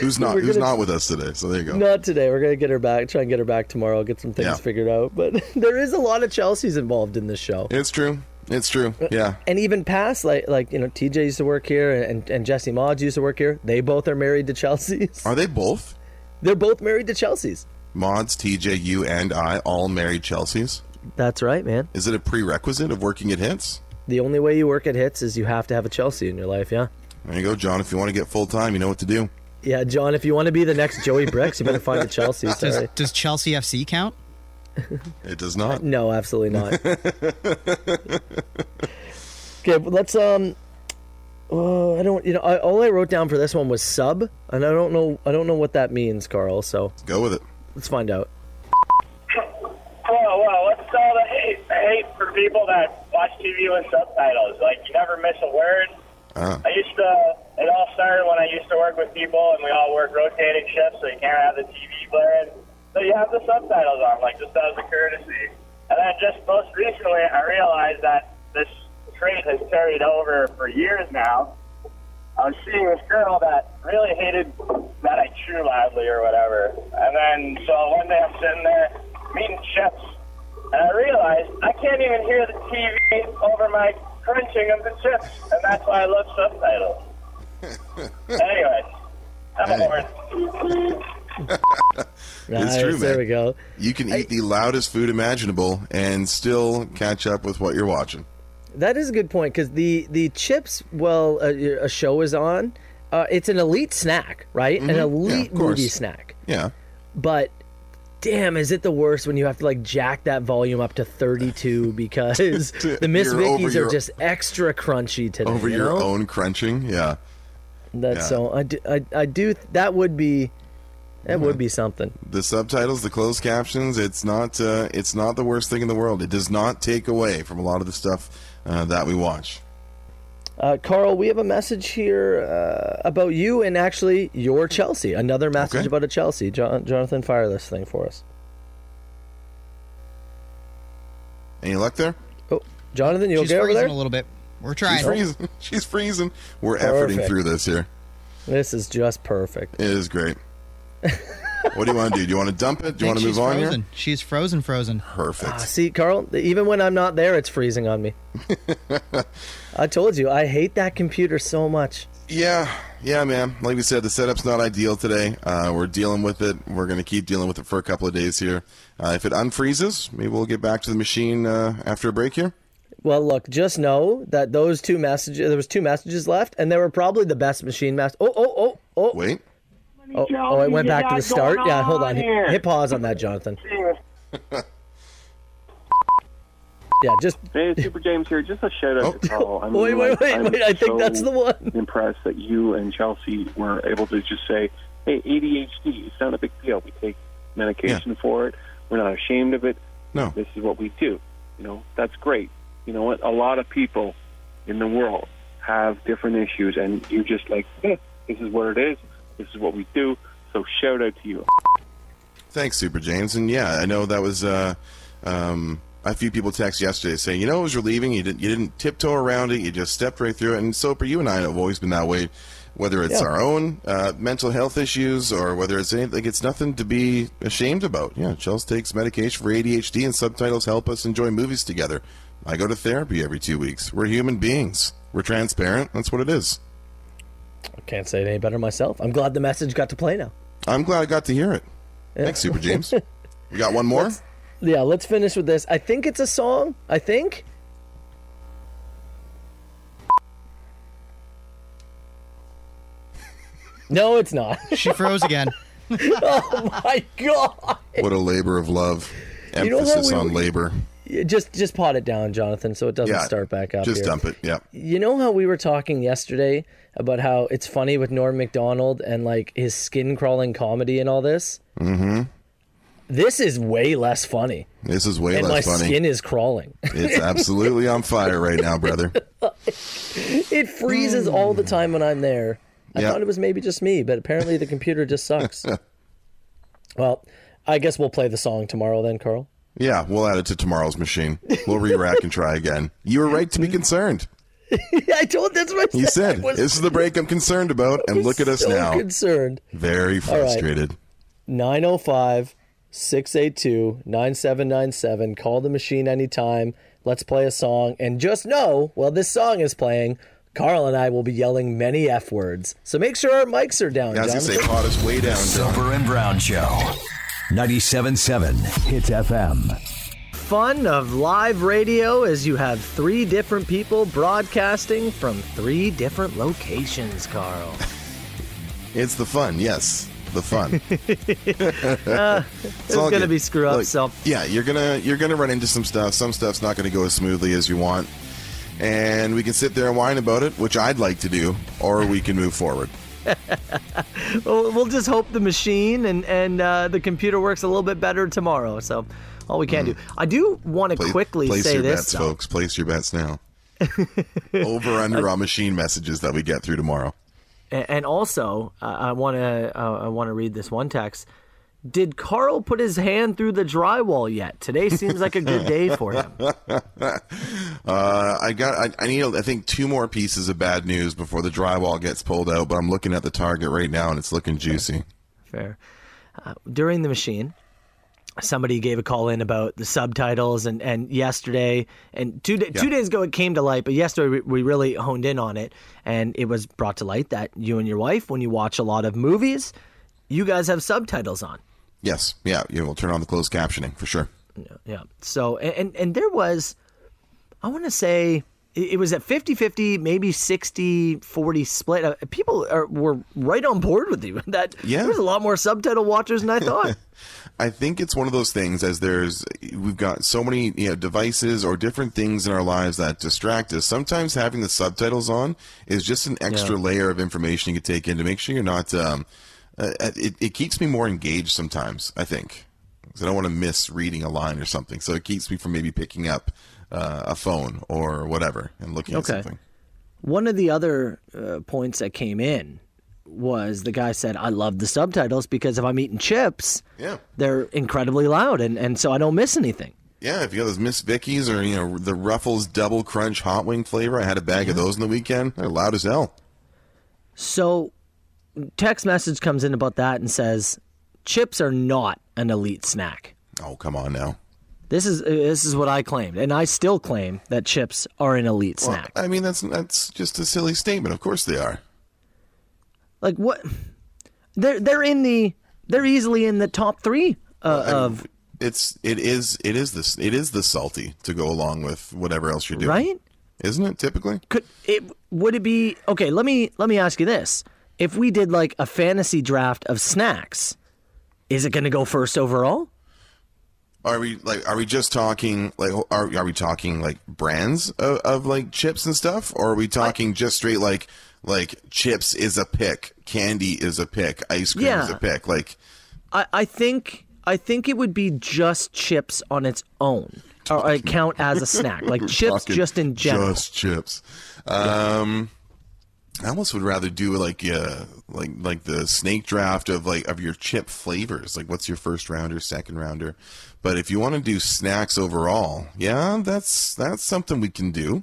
Speaker 3: Who's not
Speaker 2: We're
Speaker 3: who's
Speaker 2: gonna-
Speaker 3: not with us today, so there you go.
Speaker 2: Not today. We're gonna get her back. Try and get her back tomorrow. Get some things
Speaker 3: Yeah.
Speaker 2: figured out. But *laughs* there is a lot of Chelsea's involved in this show,
Speaker 3: It's true. It's true. Yeah.
Speaker 2: and even past like like you know TJ used to work here, and and Jesse Mods used to work here. They both are married to Chelsea's.
Speaker 3: Are they both?
Speaker 2: They're both married to Chelsea's.
Speaker 3: Mods, TJ, you and I all married Chelsea's?
Speaker 2: That's right, man.
Speaker 3: Is it a prerequisite of working at hits?
Speaker 2: The only way you work at hits is you have to have a Chelsea in your life. Yeah.
Speaker 3: There you go, John. If you want to get full time, you know what to do.
Speaker 2: Yeah, John, if you want to be the next Joey Bricks, you better find a
Speaker 3: *laughs*
Speaker 2: Chelsea.
Speaker 4: Does,
Speaker 2: Sorry.
Speaker 4: does Chelsea FC count?
Speaker 3: It does not.
Speaker 2: No, absolutely not.
Speaker 3: *laughs*
Speaker 2: okay, but let's um. Oh, I don't. You know, I, all I wrote down for this one was sub, and I don't know. I don't know what that means, Carl. So
Speaker 3: Go with it.
Speaker 2: let's find out.
Speaker 9: Whoa, whoa, what's all the hate, the hate for people that watch TV with subtitles? Like, you never miss a word.
Speaker 3: Ah.
Speaker 9: I used to, it all started when I used to work with people, and we all work rotating shifts, so you can't have the TV blaring. So you have the subtitles on, like, just as a courtesy. And then just most recently, I realized that this trait has carried over for years now. I was seeing this girl that really hated that I chew loudly or whatever. And then, so one day I'm sitting there meeting chefs, and I realized I can't even hear the TV over my crunching of the chips, and that's why I love subtitles. Anyways, I'm
Speaker 3: Hey.
Speaker 9: bored.
Speaker 3: It's true,
Speaker 2: there
Speaker 3: man.
Speaker 2: we go.
Speaker 3: You can eat the loudest food imaginable and still catch up with what you're watching.
Speaker 2: That is a good point because the the chips. Well, a, a show is on. Uh, it's an elite snack, right? An elite
Speaker 3: Mm-hmm. course.
Speaker 2: movie snack.
Speaker 3: Yeah.
Speaker 2: But damn, is it the worst when you have to like jack that volume up to thirty
Speaker 3: *laughs*
Speaker 2: two because the Miss
Speaker 3: You're over
Speaker 2: Vickies
Speaker 3: your-
Speaker 2: are just extra crunchy today.
Speaker 3: Over
Speaker 2: you
Speaker 3: your
Speaker 2: know?
Speaker 3: own crunching. Yeah.
Speaker 2: That's
Speaker 3: Yeah.
Speaker 2: so I do, I, I do that would be that would be something.
Speaker 3: the subtitles, the closed captions. It's not uh, it's not the worst thing in the world. It does not take away from a lot of the stuff uh, that we watch.
Speaker 2: Uh, Carl, we have a message here uh, about you and actually your Chelsea. Another message
Speaker 3: Okay.
Speaker 2: about a Chelsea. John, Jonathan, fire this thing for us.
Speaker 3: Any luck there?
Speaker 2: Oh, Jonathan, you
Speaker 4: She's
Speaker 2: okay over
Speaker 4: freezing
Speaker 2: there?
Speaker 4: a little bit. We're
Speaker 3: She's
Speaker 4: trying.
Speaker 3: freezing. *laughs* She's freezing. We're efforting
Speaker 2: Perfect.
Speaker 3: through this here.
Speaker 2: This is just perfect.
Speaker 3: It is great. what do you want to do? Do you want to dump it? Do you
Speaker 4: I
Speaker 3: want
Speaker 4: think
Speaker 3: to move
Speaker 4: she's
Speaker 3: on
Speaker 4: frozen.
Speaker 3: here?
Speaker 4: She's frozen, frozen.
Speaker 3: Perfect.
Speaker 2: See, Carl, even when I'm not there, it's freezing on me. I told you, I hate that computer so much.
Speaker 3: Yeah, yeah, man. Like we said, the setup's not ideal today. Uh, we're dealing with it. We're going to keep dealing with it for a couple of days here. Uh, if it unfreezes, maybe we'll get back to the machine uh, after a break here.
Speaker 2: Well, look, just know that those two messages, there was two messages left, and they were probably the best machine master. Oh, oh, oh, oh.
Speaker 3: Wait.
Speaker 2: Oh, oh, it went back to the start. Yeah, hold on. Hit, hit pause on that, Jonathan. Yeah, just
Speaker 11: Hey, it's Super James here. Just a shout out to
Speaker 2: *laughs*
Speaker 11: Carl. I mean,
Speaker 2: Oh. Wait, wait,
Speaker 11: like,
Speaker 2: wait,
Speaker 11: I'm
Speaker 2: wait, I think
Speaker 11: so
Speaker 2: that's the one. *laughs*
Speaker 11: Impressed that you and Chelsea were able to just say, "Hey, ADHD. It's not a big deal. We take medication for it. We're not ashamed of it.
Speaker 3: No.
Speaker 11: This is what we do. You know, that's great. You know what? A lot of people in the world have different issues, and you're just like, eh, this is what it is. This is what we do. So shout out to you.
Speaker 3: Thanks, Super James. And yeah, I know that was uh, um, a few people text yesterday saying, you know, as you're leaving, you didn't you didn't tiptoe around it, you just stepped right through it. And Soper, you and I have always been that way, whether it's
Speaker 2: Yeah.
Speaker 3: our own uh, mental health issues or whether it's anything, like it's nothing to be ashamed about. Yeah, Chels takes medication for ADHD, and subtitles help us enjoy movies together. I go to therapy every two weeks. We're human beings. We're transparent. That's what it is.
Speaker 2: I can't say it any better myself. I'm glad the message got to play now.
Speaker 3: I'm glad I got to hear it. Thanks, Super James. we got one more.
Speaker 2: Yeah, let's finish with this. I think it's a song. I think. *laughs* No, it's not. *laughs*
Speaker 3: *laughs*
Speaker 4: She froze again.
Speaker 2: oh my god!
Speaker 3: What a labor of love.
Speaker 2: know how
Speaker 3: Emphasis
Speaker 2: we-
Speaker 3: on labor.
Speaker 2: Yeah, Just just pot it down, Jonathan, so it doesn't
Speaker 3: Yeah,
Speaker 2: start back up.
Speaker 3: Just
Speaker 2: here.
Speaker 3: dump it. Yeah.
Speaker 2: You know how we were talking yesterday about how it's funny with Norm Macdonald and like his skin crawling comedy and all this.
Speaker 3: Mm-hmm.
Speaker 2: This is way less funny,
Speaker 3: This is way
Speaker 2: and my
Speaker 3: less funny.
Speaker 2: skin is crawling.
Speaker 3: It's absolutely on fire right
Speaker 2: *laughs*
Speaker 3: now, brother.
Speaker 2: it freezes all the time when I'm there. I
Speaker 3: Hmm. Yeah.
Speaker 2: thought it was maybe just me, but apparently the computer just
Speaker 3: *laughs*
Speaker 2: sucks. well, I guess we'll play the song tomorrow then, Carl. *laughs*
Speaker 3: Yeah, we'll add it to tomorrow's machine. We'll re-rack and try again. You were right to be concerned.
Speaker 2: I told that's what *laughs* I
Speaker 3: You
Speaker 2: said.
Speaker 3: said
Speaker 2: I was
Speaker 3: this is the break I'm concerned about,
Speaker 2: *laughs*
Speaker 3: and look at us
Speaker 2: so
Speaker 3: now.
Speaker 2: concerned. oh
Speaker 3: Very
Speaker 2: right.
Speaker 3: frustrated.
Speaker 2: 905 682 9797. Call the machine anytime. Let's play a song. And just know while this song is playing, Carl and I will be yelling many F words. So make sure our mics are down,
Speaker 3: Yeah, I was gonna say
Speaker 2: Jonathan.
Speaker 3: pot is way down. John.
Speaker 1: Soper and Brown Show. 97.7 Hits FM.
Speaker 2: Fun of live radio is you have three different people broadcasting from three different locations, Carl.
Speaker 3: It's the fun, yes.
Speaker 2: *laughs*
Speaker 3: The fun.
Speaker 2: There's
Speaker 3: all
Speaker 2: going to
Speaker 3: good.
Speaker 2: be screw ups.
Speaker 3: Look,
Speaker 2: so
Speaker 3: yeah, you're gonna you're gonna run into some stuff. Some stuff's not gonna go as smoothly as you want, and we can sit there and whine about it, which I'd like to do, or we can move forward.
Speaker 2: *laughs* we'll we'll just hope the machine and and uh, the computer works a little bit better tomorrow. So all we can do. I do want
Speaker 3: Pla-
Speaker 2: to quickly
Speaker 3: place
Speaker 2: say
Speaker 3: your
Speaker 2: this,
Speaker 3: bets,
Speaker 2: though.
Speaker 3: folks. Place your
Speaker 2: *laughs*
Speaker 3: bets now. Over under on machine messages that we get through tomorrow.
Speaker 2: A- and also uh, I want to uh, I want to read this one text. Did Carl put his hand through the drywall yet? Today seems like a good day *laughs* for him.
Speaker 3: Uh, I got. I, I need. I think two more pieces of bad news before the drywall gets pulled out. But I'm looking at the target right now, and it's looking juicy.
Speaker 2: Fair. Uh, during the machine, somebody gave a call in about the subtitles, and, and yesterday, and two, da- two days ago it came to light, but yesterday we, we really honed in on it, and it was brought to light that you and your wife, when you watch a lot of movies, you guys have subtitles on.
Speaker 3: Yes. Yeah. Yeah. We'll turn on the closed captioning for sure.
Speaker 2: Yeah. So and and, and there was I want to say it it was at 50-50, maybe 60-40 split. Uh, People are, were right on board with you. *laughs* That
Speaker 3: Yeah.
Speaker 2: there was a lot more subtitle watchers than I thought.
Speaker 3: I think it's one of those things as there's we've got so many you know devices or different things in our lives that distract us. Sometimes having the subtitles on is just an extra layer of information you can take in to make sure you're not. Um, uh, it, it keeps me more engaged sometimes. I think 'Cause I don't want to miss reading a line or something, so it keeps me from maybe picking up uh, a phone or whatever and looking
Speaker 2: Okay.
Speaker 3: at something.
Speaker 2: One of the other uh, points that came in was the guy said, "I love the subtitles because if I'm eating chips,
Speaker 3: Yeah.
Speaker 2: they're incredibly loud, and, and so I don't miss anything."
Speaker 3: Yeah, if you got those Miss Vickies or you know the Ruffles Double Crunch Hot Wing flavor, I had a bag of those in the weekend. They're loud as hell.
Speaker 2: So, text message comes in about that and says, "Chips are not an elite snack."
Speaker 3: Oh come on now.
Speaker 2: This is uh, this is what I claimed, and I still claim that chips are an elite
Speaker 3: Well,
Speaker 2: snack.
Speaker 3: I mean, that's that's just a silly statement. Of course they are.
Speaker 2: like what? They're they're in the they're easily in the top three uh, of
Speaker 3: it's it is it is this it is the salty to go along with whatever else you're doing,
Speaker 2: right?
Speaker 3: Isn't it typically?
Speaker 2: Could it would it be okay? Let me let me ask you this: If we did like a fantasy draft of snacks, is it going to go first overall?
Speaker 3: Are we like are we just talking like are are we talking like brands of, of like chips and stuff, or are we talking I, just straight like like chips is a pick, candy is a pick, ice cream yeah. is a pick, like?
Speaker 2: I I think I think it would be just chips on its own. Or, or count as a snack, like chips just in general.
Speaker 3: Just chips. Um, I almost would rather do like uh, like like the snake draft of like of your chip flavors. Like, what's your first rounder, second rounder? But if you want to do snacks overall, yeah, that's that's something we can do.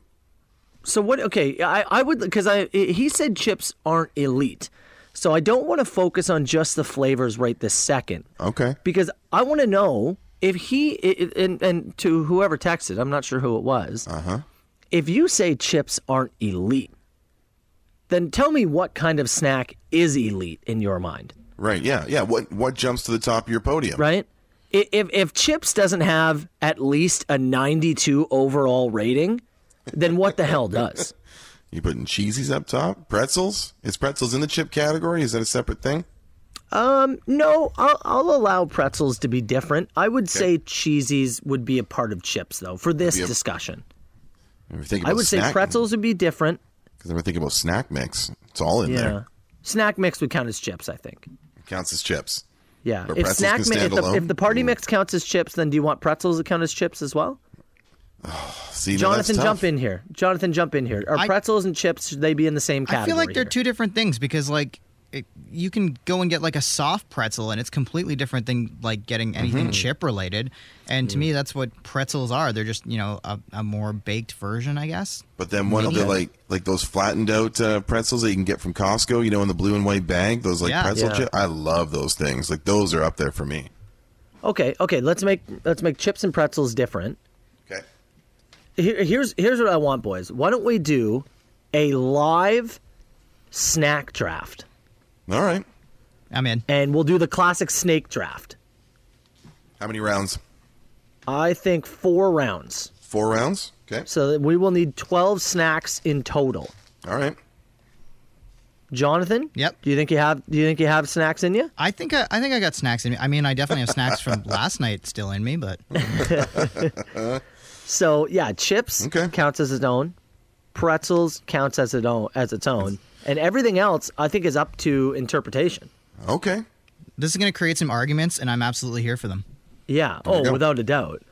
Speaker 2: So what? Okay, I I would because I he said chips aren't elite. So I don't want to focus on just the flavors right this second.
Speaker 3: Okay.
Speaker 2: Because I want to know if he and and to whoever texted, I'm not sure who it was.
Speaker 3: Uh-huh.
Speaker 2: If you say chips aren't elite, then tell me what kind of snack is elite in your mind.
Speaker 3: Right. Yeah. Yeah. What what jumps to the top of your podium?
Speaker 2: Right. If if chips doesn't have at least a 92 overall rating, then what the hell *laughs* does?
Speaker 3: You putting cheesies up top? Pretzels? Is pretzels in the chip category? Is that a separate thing?
Speaker 2: Um, no, I'll, I'll allow pretzels to be different. I would okay. say cheesies would be a part of chips, though, for this a, discussion. I would say pretzels would be different.
Speaker 3: Because I'm thinking about snack mix. It's all in yeah. there.
Speaker 2: Snack mix would count as chips, I think.
Speaker 3: It counts as chips.
Speaker 2: Yeah. But if snack mix, if, if the,
Speaker 3: Mm.
Speaker 2: party Ooh. mix counts as chips, then do you want pretzels to count as chips as well?
Speaker 3: Oh, see,
Speaker 2: Jonathan,
Speaker 3: no,
Speaker 2: jump in here. Jonathan, jump in here. Are pretzels I, and chips should they be in the same category?
Speaker 4: I feel like they're
Speaker 2: here?
Speaker 4: two different things because like it, you can go and get like a soft pretzel and it's completely different than like getting anything mm-hmm. chip related. And mm. to me, that's what pretzels are. They're just you know a, a more baked version, I guess.
Speaker 3: But then one Maybe. of the like like those flattened out uh, pretzels that you can get from Costco, you know, in the blue and white bag, those like yeah. pretzel yeah. chip. I love those things. Like those are up there for me.
Speaker 2: Okay, okay. Let's make let's make chips and pretzels different.
Speaker 3: Okay
Speaker 2: here's here's what I want, boys. Why don't we do a live snack draft?
Speaker 3: All right,
Speaker 4: I'm in.
Speaker 2: And we'll do the classic snake draft.
Speaker 3: How many rounds?
Speaker 2: I think four rounds.
Speaker 3: Four rounds. Okay.
Speaker 2: So we will need twelve snacks in total.
Speaker 3: All right.
Speaker 2: Jonathan.
Speaker 4: Yep.
Speaker 2: Do you think you have Do you think you have snacks in you?
Speaker 4: I think I, I think I got snacks in me. I mean, I definitely have
Speaker 3: *laughs*
Speaker 4: snacks from last night still in me, but.
Speaker 3: Mm.
Speaker 2: So yeah, chips okay. counts as its own. Pretzels counts as its own as its own. And everything else I think is up to interpretation.
Speaker 3: Okay.
Speaker 4: This is gonna create some arguments and I'm absolutely here for them.
Speaker 2: Yeah. There oh, without a doubt.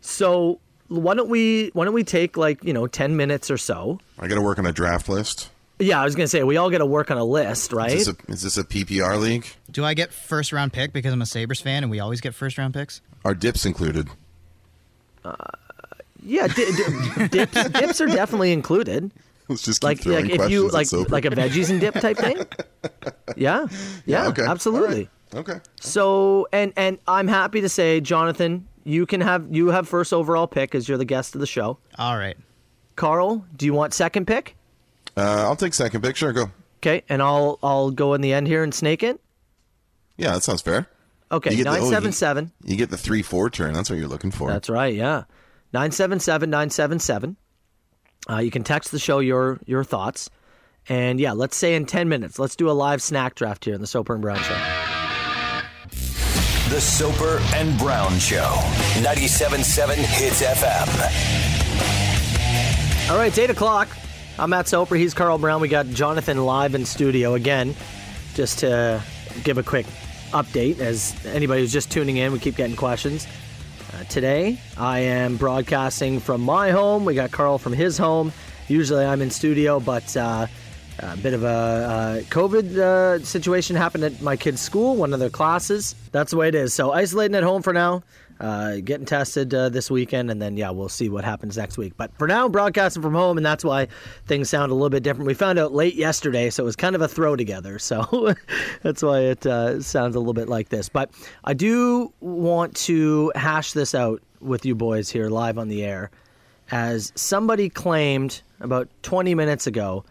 Speaker 2: So why don't we why don't we take like, you know, ten minutes or so?
Speaker 3: I gotta work on a draft list.
Speaker 2: Yeah, I was gonna say we all gotta work on a list, right?
Speaker 3: Is this a, is this a PPR league?
Speaker 4: Do I get first round pick because I'm a Sabres fan and we always get first round picks?
Speaker 3: Are dips included? *laughs*
Speaker 2: Uh, yeah, di- di- dips, dips are definitely included.
Speaker 3: Let's just
Speaker 2: like
Speaker 3: like
Speaker 2: if you like
Speaker 3: over.
Speaker 2: like a veggies and dip type thing. Yeah, yeah, yeah okay. absolutely.
Speaker 3: Right. Okay.
Speaker 2: So and and I'm happy to say, Jonathan, you can have you have first overall pick as you're the guest of the show.
Speaker 4: All right.
Speaker 2: Carl, do you want second pick?
Speaker 3: Uh, I'll take second pick. Sure, go.
Speaker 2: Okay, and I'll I'll go in the end here and snake it.
Speaker 3: Yeah, that sounds fair.
Speaker 2: Okay, nine the, seven oh, seven.
Speaker 3: You, you get the three four turn. That's what you're looking for.
Speaker 2: That's right. Yeah. 977 977. Uh, you can text the show your your thoughts. And yeah, let's say in 10 minutes, let's do a live snack draft here in the Soper and Brown Show.
Speaker 1: The Soper and Brown Show, 977 Hits FM.
Speaker 2: All right, it's 8 o'clock. I'm Matt Soper. He's Carl Brown. We got Jonathan live in studio again, just to give a quick update. As anybody who's just tuning in, we keep getting questions. Uh, today, I am broadcasting from my home. We got Carl from his home. Usually, I'm in studio, but uh, a bit of a uh, COVID situation happened at my kid's school, one of their classes. That's the way it is. So, isolating at home for now, Uh, getting tested this weekend, and then, yeah, we'll see what happens next week. But for now, broadcasting from home, and that's why things sound a little bit different. We found out late yesterday, so it was kind of a throw together. *laughs* So, that's why it uh, sounds a little bit like this. But I do want to hash this out with you boys here live on the air as somebody claimed about 20 minutes ago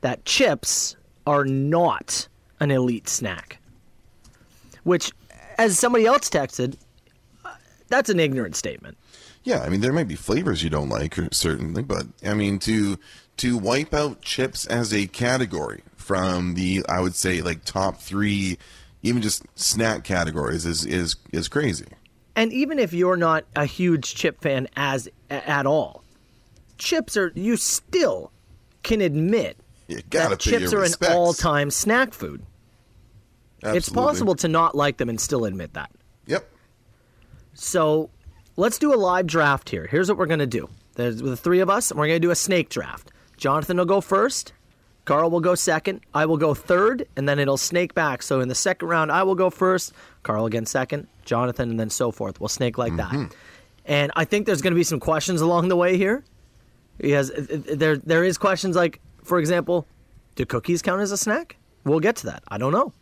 Speaker 2: that chips are not an elite snack. Which, as somebody else texted, uh, that's an ignorant statement.
Speaker 3: Yeah, I mean there might be flavors you don't like or certainly, but I mean to to wipe out chips as a category from the I would say like top 3 even just snack categories is is is crazy.
Speaker 2: And even if you're not a huge chip fan as at all, chips are you still can admit
Speaker 3: You gotta
Speaker 2: that
Speaker 3: pay
Speaker 2: chips
Speaker 3: your
Speaker 2: are
Speaker 3: respects.
Speaker 2: an all-time snack food. It's
Speaker 3: Absolutely.
Speaker 2: possible to not like them and still admit that.
Speaker 3: Yep.
Speaker 2: So let's do a live draft here. Here's what we're going to do. There's the three of us, and we're going to do a snake draft. Jonathan will go first. Carl will go second. I will go third, and then it'll snake back. So in the second round, I will go first. Carl again second. Jonathan, and then so forth. We'll snake like that. And I think there's going to be some questions along the way here. Because uh, uh, there, there is questions like, for example, do cookies count as a snack? We'll get to that. I don't know.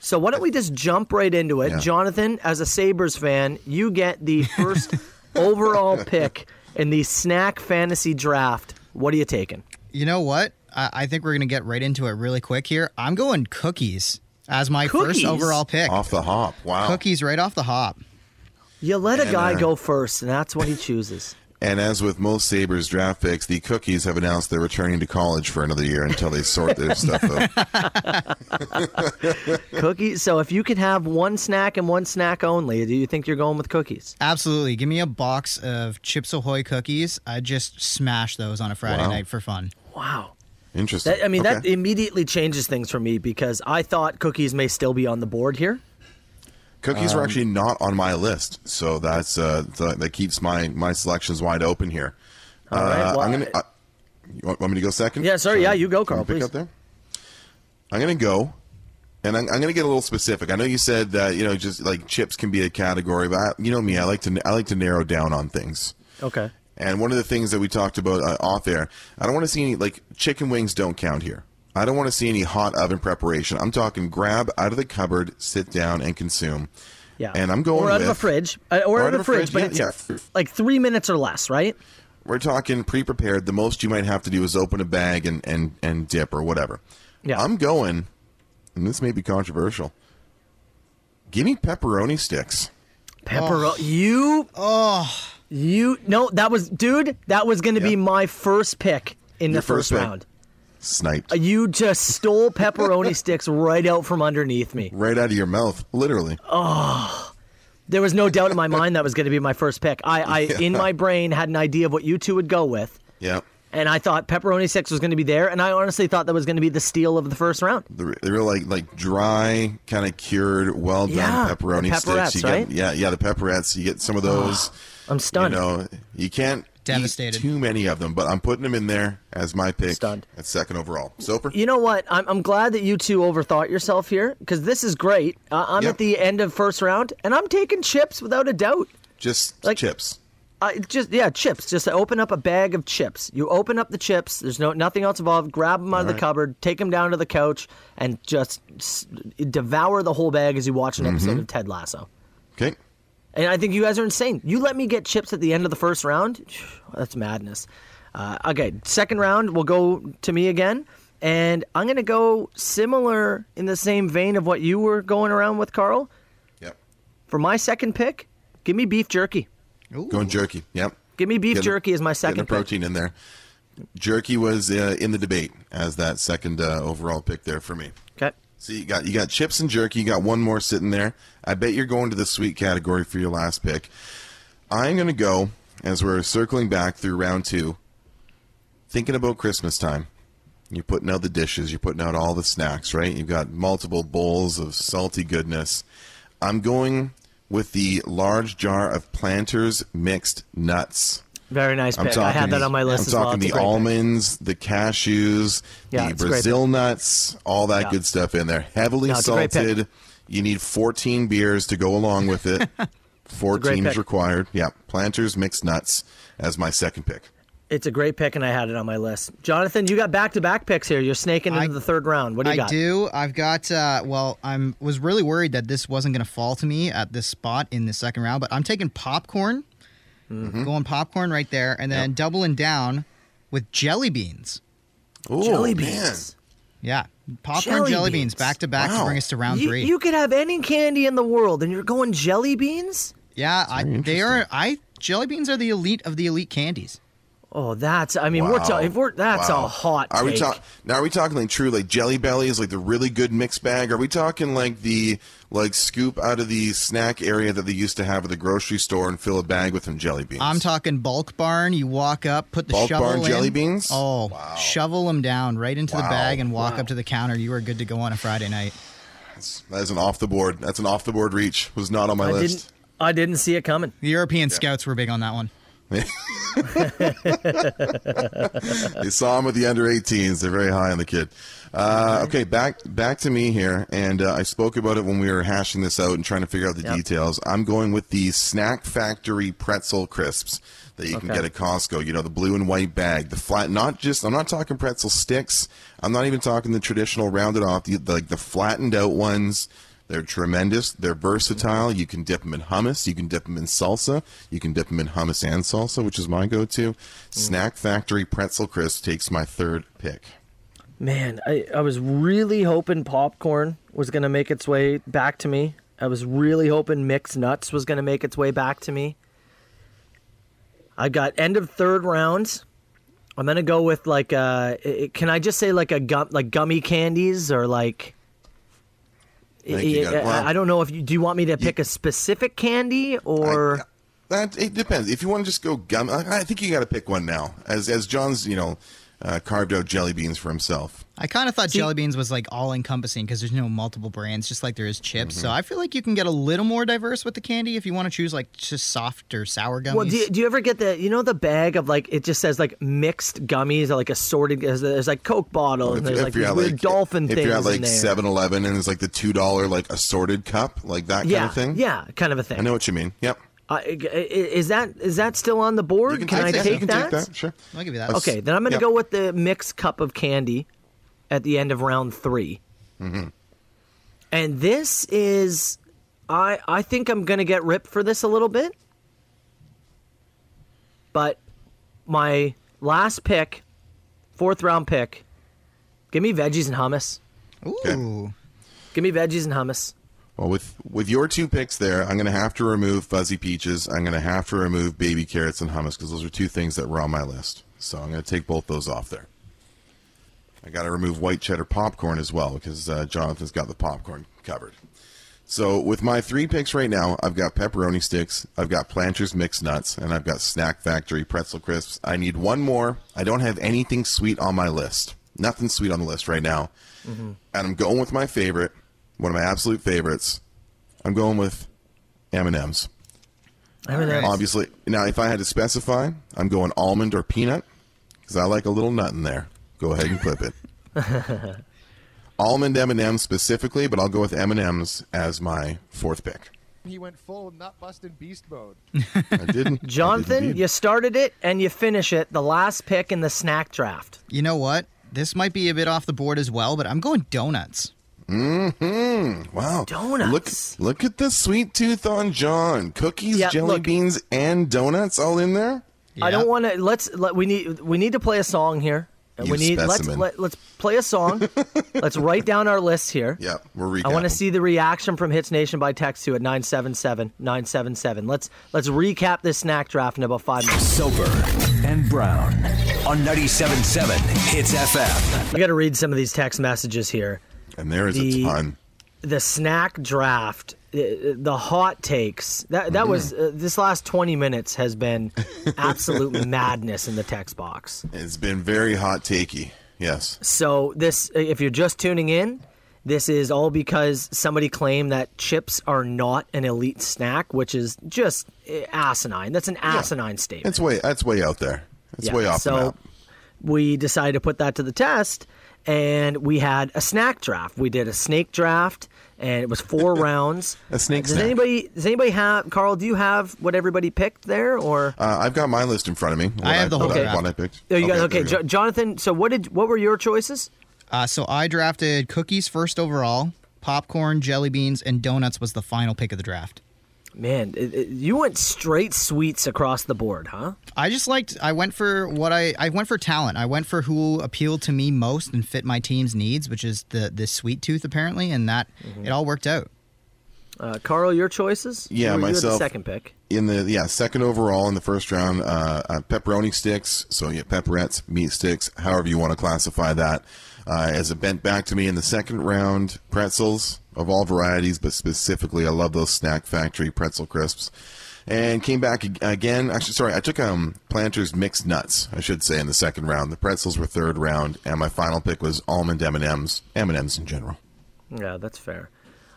Speaker 2: So why don't we just jump right into it?
Speaker 3: Yeah.
Speaker 2: Jonathan, as a Sabres fan, you get the first overall pick in the snack fantasy draft. What are you taking?
Speaker 4: You know what? I, I think we're going to get right into it really quick here. I'm going cookies as my
Speaker 2: Cookies?
Speaker 4: first overall pick.
Speaker 3: Off the hop. Wow.
Speaker 4: Cookies right off the hop.
Speaker 2: You let a guy
Speaker 3: uh,
Speaker 2: go first, and that's what he
Speaker 3: *laughs*
Speaker 2: chooses.
Speaker 3: And as with most Sabres draft picks, the cookies have announced they're returning to college for another year until they
Speaker 2: *laughs*
Speaker 3: sort their stuff out.
Speaker 2: cookies. So if you could have one snack and one snack only, do you think you're going with cookies?
Speaker 4: Absolutely. Give me a box of Chips Ahoy cookies. I just smash those on a Friday
Speaker 3: Wow.
Speaker 4: night for fun.
Speaker 2: Wow.
Speaker 3: Interesting.
Speaker 2: That, I mean, that
Speaker 3: Okay.
Speaker 2: immediately changes things for me because I thought cookies may still be on the board here.
Speaker 3: cookies
Speaker 2: Um,
Speaker 3: were actually not on my list, so that's uh, th- that keeps my my selections wide open here.
Speaker 2: All right,
Speaker 3: uh,
Speaker 2: well,
Speaker 3: I'm gonna. Uh, you want, want me to go second?
Speaker 2: Yeah, sorry,
Speaker 3: Sorry.
Speaker 2: yeah, you go,
Speaker 3: Can
Speaker 2: Carl,
Speaker 3: you Pick
Speaker 2: please.
Speaker 3: up there. I'm gonna go, and I'm, I'm gonna get a little specific. I know you said that you know just like chips can be a category, but I, you know me, I like to I like to narrow down on things.
Speaker 2: Okay.
Speaker 3: And one of the things that we talked about uh, off air, I don't want to see any like chicken wings don't count here. I don't want to see any hot oven preparation. I'm talking grab out of the cupboard, sit down and consume.
Speaker 2: Yeah.
Speaker 3: And I'm going
Speaker 2: Or out of a
Speaker 3: with-
Speaker 2: fridge. Uh, or, out of a fridge, but
Speaker 3: yeah,
Speaker 2: it's
Speaker 3: yeah.
Speaker 2: like three minutes or less, right?
Speaker 3: We're talking pre-prepared. The most you might have to do is open a bag and and and dip or whatever.
Speaker 2: Yeah.
Speaker 3: I'm going, and this may be controversial. Give me pepperoni sticks.
Speaker 2: Pepperoni. You. Oh. You. No, that was, dude. That was going to be
Speaker 3: Yeah.
Speaker 2: my first pick in
Speaker 3: Your
Speaker 2: the first,
Speaker 3: first pick.
Speaker 2: round.
Speaker 3: Sniped
Speaker 2: Uh, You just stole pepperoni sticks right out from underneath me.
Speaker 3: right out of your mouth, literally.
Speaker 2: Oh. There was no doubt in my mind that was going to be my first pick. I,
Speaker 3: *laughs*
Speaker 2: I in my brain, had an idea of what you two would go with.
Speaker 3: Yeah.
Speaker 2: And I thought pepperoni sticks was going to be there, and I honestly thought that was going to be the steal of the first round.
Speaker 3: The, re- the real like like dry, kind of cured, well done
Speaker 2: Yeah,
Speaker 3: pepperoni
Speaker 2: the
Speaker 3: sticks.
Speaker 2: pepperettes,
Speaker 3: You get
Speaker 2: right? Ah,
Speaker 3: yeah yeah the pepperettes. You get some of those.
Speaker 2: I'm
Speaker 3: you
Speaker 2: stunned.
Speaker 3: know you can't eat
Speaker 4: Devastated.
Speaker 3: too many of them, but I'm putting them in there as my pick
Speaker 2: Stunned.
Speaker 3: at second overall. Soper.
Speaker 2: You know what? I'm, I'm glad that you two overthought yourself here because this is great. Uh, I'm
Speaker 3: Yep.
Speaker 2: at the end of first round, and I'm taking chips without a doubt.
Speaker 3: just
Speaker 2: Like-
Speaker 3: chips.
Speaker 2: I just yeah, chips. Just open up a bag of chips. You open up the chips. There's no nothing else involved. Grab them out of the
Speaker 3: right.
Speaker 2: cupboard, take them down to the couch, and just s- devour the whole bag as you watch
Speaker 3: Mm-hmm.
Speaker 2: an episode of Ted Lasso.
Speaker 3: Okay.
Speaker 2: And I think you guys are insane. You let me get chips at the end of the first round. *sighs* That's madness. Uh, okay, second round will go to me again. And I'm going to go similar in the same vein of what you were going around with, Carl.
Speaker 3: Yep.
Speaker 2: For my second pick, give me beef jerky.
Speaker 3: Going jerky. Yep.
Speaker 2: Give me beef
Speaker 3: Getting-
Speaker 2: jerky as my
Speaker 3: Getting a
Speaker 2: second pick.
Speaker 3: protein in there. Jerky was uh, in the debate as that second uh, overall pick there for me.
Speaker 2: Okay.
Speaker 3: So you got you got chips and jerky. You got one more sitting there. I bet you're going to the sweet category for your last pick. I'm going to go as we're circling back through round two. Thinking about Christmas time. You're putting out the dishes. You're putting out all the snacks, right? You've got multiple bowls of salty goodness. I'm going with the large jar of Planters mixed nuts.
Speaker 2: Very nice pick. I had that
Speaker 3: the-
Speaker 2: on my list
Speaker 3: I'm
Speaker 2: as well.
Speaker 3: talking
Speaker 2: It's a
Speaker 3: the
Speaker 2: great pick.
Speaker 3: almonds, the cashews,
Speaker 2: Yeah,
Speaker 3: the
Speaker 2: it's a great
Speaker 3: Brazil nuts, all that
Speaker 2: Yeah.
Speaker 3: good stuff in there. Heavily
Speaker 2: No, it's a great pick.
Speaker 3: salted. You need 14 beers to go along
Speaker 2: *laughs*
Speaker 3: with it. 14 is
Speaker 2: pick.
Speaker 3: required. Yeah, Planters mixed nuts as my second pick.
Speaker 2: It's a great pick, and I had it on my list. Jonathan, you got back to back picks here. You're snaking into
Speaker 4: I-
Speaker 2: the third round. What do you
Speaker 4: I
Speaker 2: got?
Speaker 4: do. I've got. Uh, well, I'm was really worried that this wasn't going to fall to me at this spot in the second round, but I'm taking popcorn.
Speaker 3: Mm-hmm.
Speaker 4: Going popcorn right there, and then doubling down with jelly beans.
Speaker 3: Ooh,
Speaker 2: Jelly
Speaker 3: man.
Speaker 2: beans.
Speaker 4: Yeah, popcorn
Speaker 2: Jelly
Speaker 4: jelly, beans
Speaker 2: beans.
Speaker 4: back to back to
Speaker 3: Wow.
Speaker 4: bring us to round
Speaker 2: You,
Speaker 4: three.
Speaker 2: you could have any candy in the world, and you're going jelly beans?
Speaker 4: Yeah, I, they are. I jelly beans are the elite of the elite candies.
Speaker 2: Oh, that's. I mean, we're
Speaker 3: Wow.
Speaker 2: talking. We're that's
Speaker 3: Wow.
Speaker 2: a hot.
Speaker 3: Are we
Speaker 2: take.
Speaker 3: talking? Now, are we talking like true, like Jelly Bellies, like the really good mixed bag? Are we talking like the like scoop out of the snack area that they used to have at the grocery store and fill a bag with some jelly beans?
Speaker 4: I'm talking bulk barn. You walk up, put the
Speaker 3: Bulk
Speaker 4: shovel
Speaker 3: barn
Speaker 4: in.
Speaker 3: jelly beans?
Speaker 4: Oh, shovel them down right into the
Speaker 3: Wow.
Speaker 4: bag and walk
Speaker 3: Wow.
Speaker 4: up to the counter. You are good to go on a Friday night.
Speaker 3: that is an off the board. That's an off the board reach. Was not on my
Speaker 2: I
Speaker 3: list.
Speaker 2: didn't. I didn't see it coming.
Speaker 4: The European scouts were big on that one.
Speaker 2: uh,
Speaker 3: they saw him with the under 18s. They're very high on the kid. Uh, okay, back back to me here, and uh, I spoke about it when we were hashing this out and trying to figure out the details. I'm going with the Snack Factory pretzel crisps that you can
Speaker 2: Okay.
Speaker 3: get at Costco. You know, the blue and white bag, the flat. Not just. I'm not talking pretzel sticks. I'm not even talking the traditional rounded off. The, like the flattened out ones. They're tremendous. They're versatile. You can dip them in hummus. You can dip them in salsa. You can dip them in hummus and salsa, which is my go-to. Snack Factory Pretzel Crisp takes my third pick.
Speaker 2: Man, I, I was really hoping popcorn was going to make its way back to me. I was really hoping mixed nuts was going to make its way back to me. I got end of third rounds. I'm going to go with like uh i- can I just say like a gum like gummy candies or like
Speaker 3: I think you got
Speaker 2: I-
Speaker 3: it. Well-
Speaker 2: I, I don't know if you do you want me to pick a specific candy or
Speaker 3: uh, That it depends. If you want to just go gum, I, I think you got to pick one now. As as John's, you know, uh, carved out jelly beans for himself.
Speaker 4: I kind of thought jelly beans was like all encompassing because there's no multiple brands, just like there is chips.
Speaker 3: Mm-hmm.
Speaker 4: So I feel like you can get a little more diverse with the candy if you want to choose like just soft or sour gummies.
Speaker 2: Well, do you, do you ever get the you know the bag of like it just says like mixed gummies or like assorted? There's, there's like Coke bottle and there's like these
Speaker 3: at,
Speaker 2: weird dolphin
Speaker 3: if
Speaker 2: things
Speaker 3: you're at
Speaker 2: in
Speaker 3: like
Speaker 2: there.
Speaker 3: 7-Eleven and it's like the two dollar like assorted cup, like that
Speaker 2: yeah,
Speaker 3: kind of thing.
Speaker 2: yeah, kind of a thing.
Speaker 3: I know what you mean. Yep.
Speaker 2: Uh, i- i- is that is that still on the board?
Speaker 3: You
Speaker 2: can I
Speaker 3: that.
Speaker 2: take,
Speaker 3: you can
Speaker 2: that?
Speaker 3: take that. Sure.
Speaker 4: I'll give you that.
Speaker 2: Okay, then I'm gonna
Speaker 3: Yep.
Speaker 2: go with the mixed cup of candy at the end of round 3 And this is, I I think I'm gonna get ripped for this a little bit, but my last pick, fourth round pick, give me veggies and hummus.
Speaker 4: Ooh.
Speaker 2: Give me veggies and hummus.
Speaker 3: Well, with with your two picks there, I'm going to have to remove fuzzy peaches. I'm going to have to remove baby carrots and hummus because those are two things that were on my list. So I'm going to take both those off there. I got to remove white cheddar popcorn as well because uh, Jonathan's got the popcorn covered. So with my three picks right now, I've got pepperoni sticks, I've got Planters mixed nuts, and I've got Snack Factory pretzel crisps. I need one more. I don't have anything sweet on my list. Nothing sweet on the list right now. And I'm going with my favorite, one of my absolute favorites. I'm going with M&Ms.
Speaker 2: M&Ms.
Speaker 3: Obviously, now if I had to specify, I'm going almond or peanut because I like a little nut in there. Go ahead and clip it. *laughs* almond M&Ms specifically, but I'll go with M&Ms as my fourth pick.
Speaker 12: He went full nut busting beast mode.
Speaker 3: *laughs* I didn't.
Speaker 2: Jonathan, you started it and you finish it. The last pick in the snack draft.
Speaker 4: You know what? This might be a bit off the board as well, but I'm going donuts.
Speaker 3: Mm-hmm. Wow.
Speaker 2: Donuts.
Speaker 3: Look, look at the sweet tooth on John. Cookies,
Speaker 2: Yeah,
Speaker 3: jelly
Speaker 2: look.
Speaker 3: beans, and donuts all in there.
Speaker 2: I don't want to. Let's. Let, we need. We need to play a song here. And
Speaker 3: You
Speaker 2: we need.
Speaker 3: specimen.
Speaker 2: Let's. Let, let's play a
Speaker 3: *laughs*
Speaker 2: song. let's write down our list here.
Speaker 3: Yep, we're
Speaker 2: I want to
Speaker 3: recapping.
Speaker 2: see the reaction from Hits Nation by text to at 977-977. Let's let's recap this snack draft in about five minutes.
Speaker 1: Soper and Brown on 97.7 Hits FM.
Speaker 2: I got to read some of these text messages here.
Speaker 3: And there is
Speaker 2: The-
Speaker 3: a ton.
Speaker 2: the snack draft the the hot takes that that was uh, this last 20 minutes has
Speaker 3: *laughs*
Speaker 2: been absolute madness in the text box
Speaker 3: It's been very hot takey. Yes.
Speaker 2: so this if you're just tuning in this is all because somebody claimed that chips are not an elite snack which is just uh, asinine that's an asinine statement
Speaker 3: It's way that's way out there. It's
Speaker 2: Yeah,
Speaker 3: way off
Speaker 2: So
Speaker 3: the map.
Speaker 2: we decided to put that to the test, and we had a snack draft. We did a snake draft, and it was
Speaker 3: *laughs*
Speaker 2: four rounds.
Speaker 3: A snake
Speaker 2: Does
Speaker 3: snack.
Speaker 2: anybody? Does anybody have? Carl, do you have what everybody picked there, or?
Speaker 3: Uh, I've got my list in front of me. What
Speaker 4: have the whole
Speaker 3: what
Speaker 4: draft.
Speaker 3: what I picked.
Speaker 2: Oh, you guys,
Speaker 3: there
Speaker 2: okay,
Speaker 3: we
Speaker 2: Jo- Jonathan. So what did? What were your choices?
Speaker 4: Uh, so I drafted cookies first overall. Popcorn, jelly beans, and donuts was the final pick of the draft.
Speaker 2: Man, it, it- you went straight sweets across the board, huh?
Speaker 4: I just liked. I went for what I. I went for talent. I went for who appealed to me most
Speaker 3: Mm-hmm.
Speaker 4: and fit my team's needs, which is the the sweet tooth apparently, and that it all worked out.
Speaker 2: Uh, Carl, your choices? you
Speaker 3: Yeah,
Speaker 2: were,
Speaker 3: myself.
Speaker 2: You had the second pick.
Speaker 3: In the yeah second overall in the first round, uh, uh, pepperoni sticks. So yeah, pepperettes, meat sticks, however you want to classify that. Uh, as it bent back to me in the second round, pretzels of all varieties, but specifically, I love those Snack Factory pretzel crisps. And came back ag- again. Actually, sorry, I took um Planters mixed nuts. I should say in the second round. The pretzels were third round, and my final pick was almond M and M's, M and M's in general.
Speaker 2: Yeah, that's fair.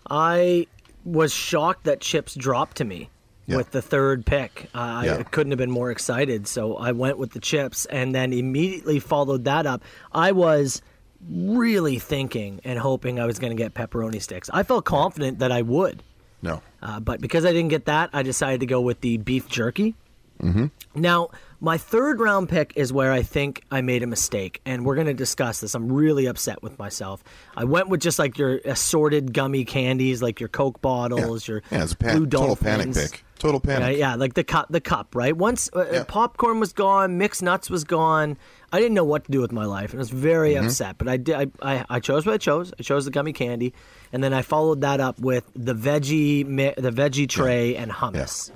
Speaker 2: I was shocked that chips dropped to me
Speaker 3: Yeah.
Speaker 2: with the third pick. Uh,
Speaker 3: Yeah.
Speaker 2: I couldn't have been more excited, so I went with the chips and then immediately followed that up. I was really thinking and hoping I was going to get pepperoni sticks. I felt confident that I would,
Speaker 3: No.
Speaker 2: uh, but because I didn't get that, I decided to go with the beef jerky.
Speaker 3: Mm-hmm.
Speaker 2: Now, my third round pick is where I think I made a mistake, and we're going to discuss this. I'm really upset with myself. I went with just like your assorted gummy candies, like your Coke bottles, your
Speaker 3: Yeah, it's a pan-
Speaker 2: blue
Speaker 3: total
Speaker 2: dolphins.
Speaker 3: panic pick. Total panic.
Speaker 2: Uh, Yeah, yeah, like the cup, the cup, right? Once uh, uh popcorn was gone, mixed nuts was gone. I didn't know what to do with my life, and I was very
Speaker 3: Mm-hmm.
Speaker 13: Mhm.
Speaker 2: upset. But I did. I, I, I chose what I chose. I chose the gummy candy, and then I followed that up with the veggie, mi- the veggie tray, and hummus.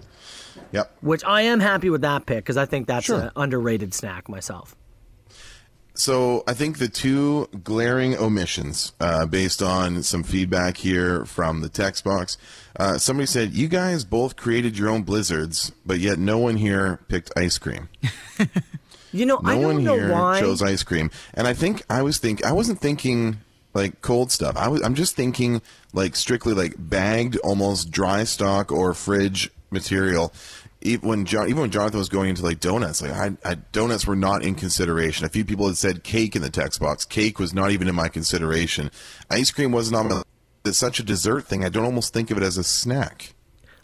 Speaker 3: Yep.
Speaker 2: Which I am happy with that pick because I think that's
Speaker 3: Sure.
Speaker 2: an underrated snack myself.
Speaker 3: So I think the two glaring omissions, uh, based on some feedback here from the text box, uh, somebody said you guys both created your own blizzards, but yet no one here picked ice cream.
Speaker 2: You know,
Speaker 3: No
Speaker 2: I
Speaker 3: one
Speaker 2: don't know
Speaker 3: here
Speaker 2: why.
Speaker 3: chose ice cream, and I think I was think I wasn't thinking like cold stuff. I was I'm just thinking like strictly like bagged, almost dry stock or fridge material. Even when John, even when Jonathan was going into like donuts, like I, I donuts were not in consideration. A few people had said cake in the text box. Cake was not even in my consideration. Ice cream wasn't on my. It's such a dessert thing. I don't almost think of it as a snack.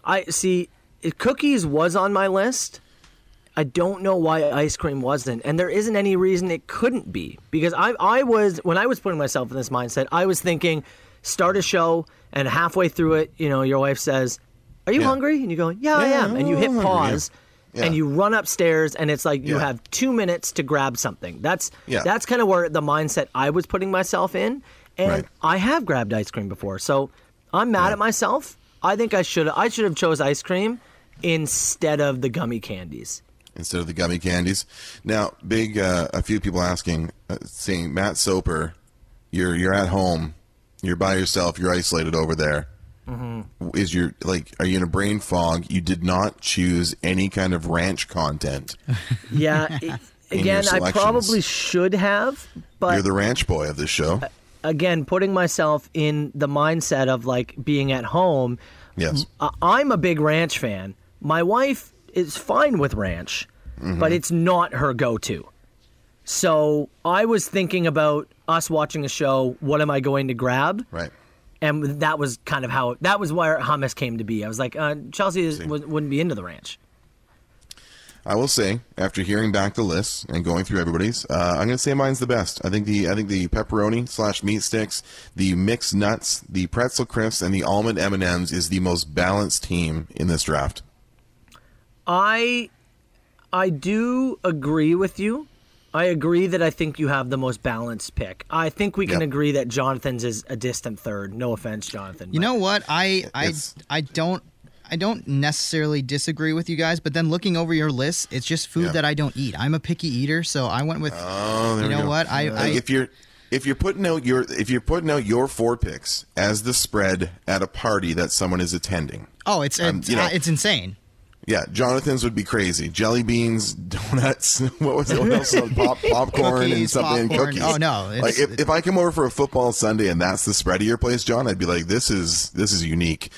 Speaker 2: I see. it- Cookies was on my list. I don't know why ice cream wasn't, and there isn't any reason it couldn't be. Because I, I was when I was putting myself in this mindset, I was thinking, start a show, and halfway through it, you know, your wife says, "Are you
Speaker 13: Yeah.
Speaker 2: hungry?" And you go, "Yeah, I
Speaker 13: Yeah,
Speaker 2: am," and you
Speaker 13: I'm
Speaker 2: hit
Speaker 13: hungry, yeah.
Speaker 2: pause,
Speaker 13: Yeah.
Speaker 2: and you run upstairs, and it's like you
Speaker 13: Yeah.
Speaker 2: have two minutes to grab something. That's
Speaker 13: Yeah.
Speaker 2: that's kind of where the mindset I was putting myself in, and
Speaker 13: Right.
Speaker 2: I have grabbed ice cream before, so I'm mad at myself. I think I should I should have chose ice cream instead of the gummy candies.
Speaker 3: instead of the gummy candies. Now, big uh, a few people asking, uh, saying Matt Soper, you're you're at home, you're by yourself, you're isolated over there.
Speaker 13: Mm-hmm.
Speaker 3: Is your like are you in a brain fog? You did not choose any kind of ranch content. *laughs*
Speaker 2: Yeah, it-
Speaker 3: In your
Speaker 2: again, I
Speaker 3: selections.
Speaker 2: probably should have,
Speaker 3: you're
Speaker 2: but
Speaker 3: the ranch boy of this show.
Speaker 2: again, putting myself in the mindset of like being at home.
Speaker 3: Yes.
Speaker 2: I- I'm a big ranch fan. My wife is fine with ranch,
Speaker 3: Mm-hmm.
Speaker 2: but it's not her go-to. So I was thinking about us watching a show. What am I going to grab?
Speaker 3: Right.
Speaker 2: And that was kind of how that was where hummus came to be. I was like, uh, Chelsea is, w- wouldn't be into the ranch.
Speaker 3: I will say, after hearing back the list and going through everybody's, uh, I'm going to say mine's the best. I think the I think the pepperoni slash meat sticks, the mixed nuts, the pretzel crisps, and the almond M and M's is the most balanced team in this draft.
Speaker 2: I I do agree with you. I agree that I think you have the most balanced pick. I think we can
Speaker 4: Yep.
Speaker 2: agree that Jonathan's is a distant third. No offense, Jonathan.
Speaker 4: You know what? I I I don't I don't necessarily disagree with you guys, but then looking over your list, it's just food
Speaker 3: Yeah.
Speaker 4: that I don't eat. I'm a picky eater, so I went with
Speaker 3: Oh, there
Speaker 4: You
Speaker 3: we
Speaker 4: know
Speaker 3: go.
Speaker 4: what? I- I-
Speaker 3: if you're if you're putting out your if you're putting out your four picks as the spread at a party that someone is attending.
Speaker 4: Oh, it's
Speaker 3: Um,
Speaker 4: it's,
Speaker 3: you know-
Speaker 4: uh, it's insane.
Speaker 3: Yeah, Jonathan's would be crazy. Jelly beans, *laughs* donuts. What was it? What else? Pop, popcorn and
Speaker 4: *laughs* Cookies,
Speaker 3: something.
Speaker 4: popcorn.
Speaker 3: Cookies.
Speaker 4: Oh, no, it's-
Speaker 3: Like if, if I come over for a football Sunday and that's the spread of your place, John, I'd be like, this is this is unique.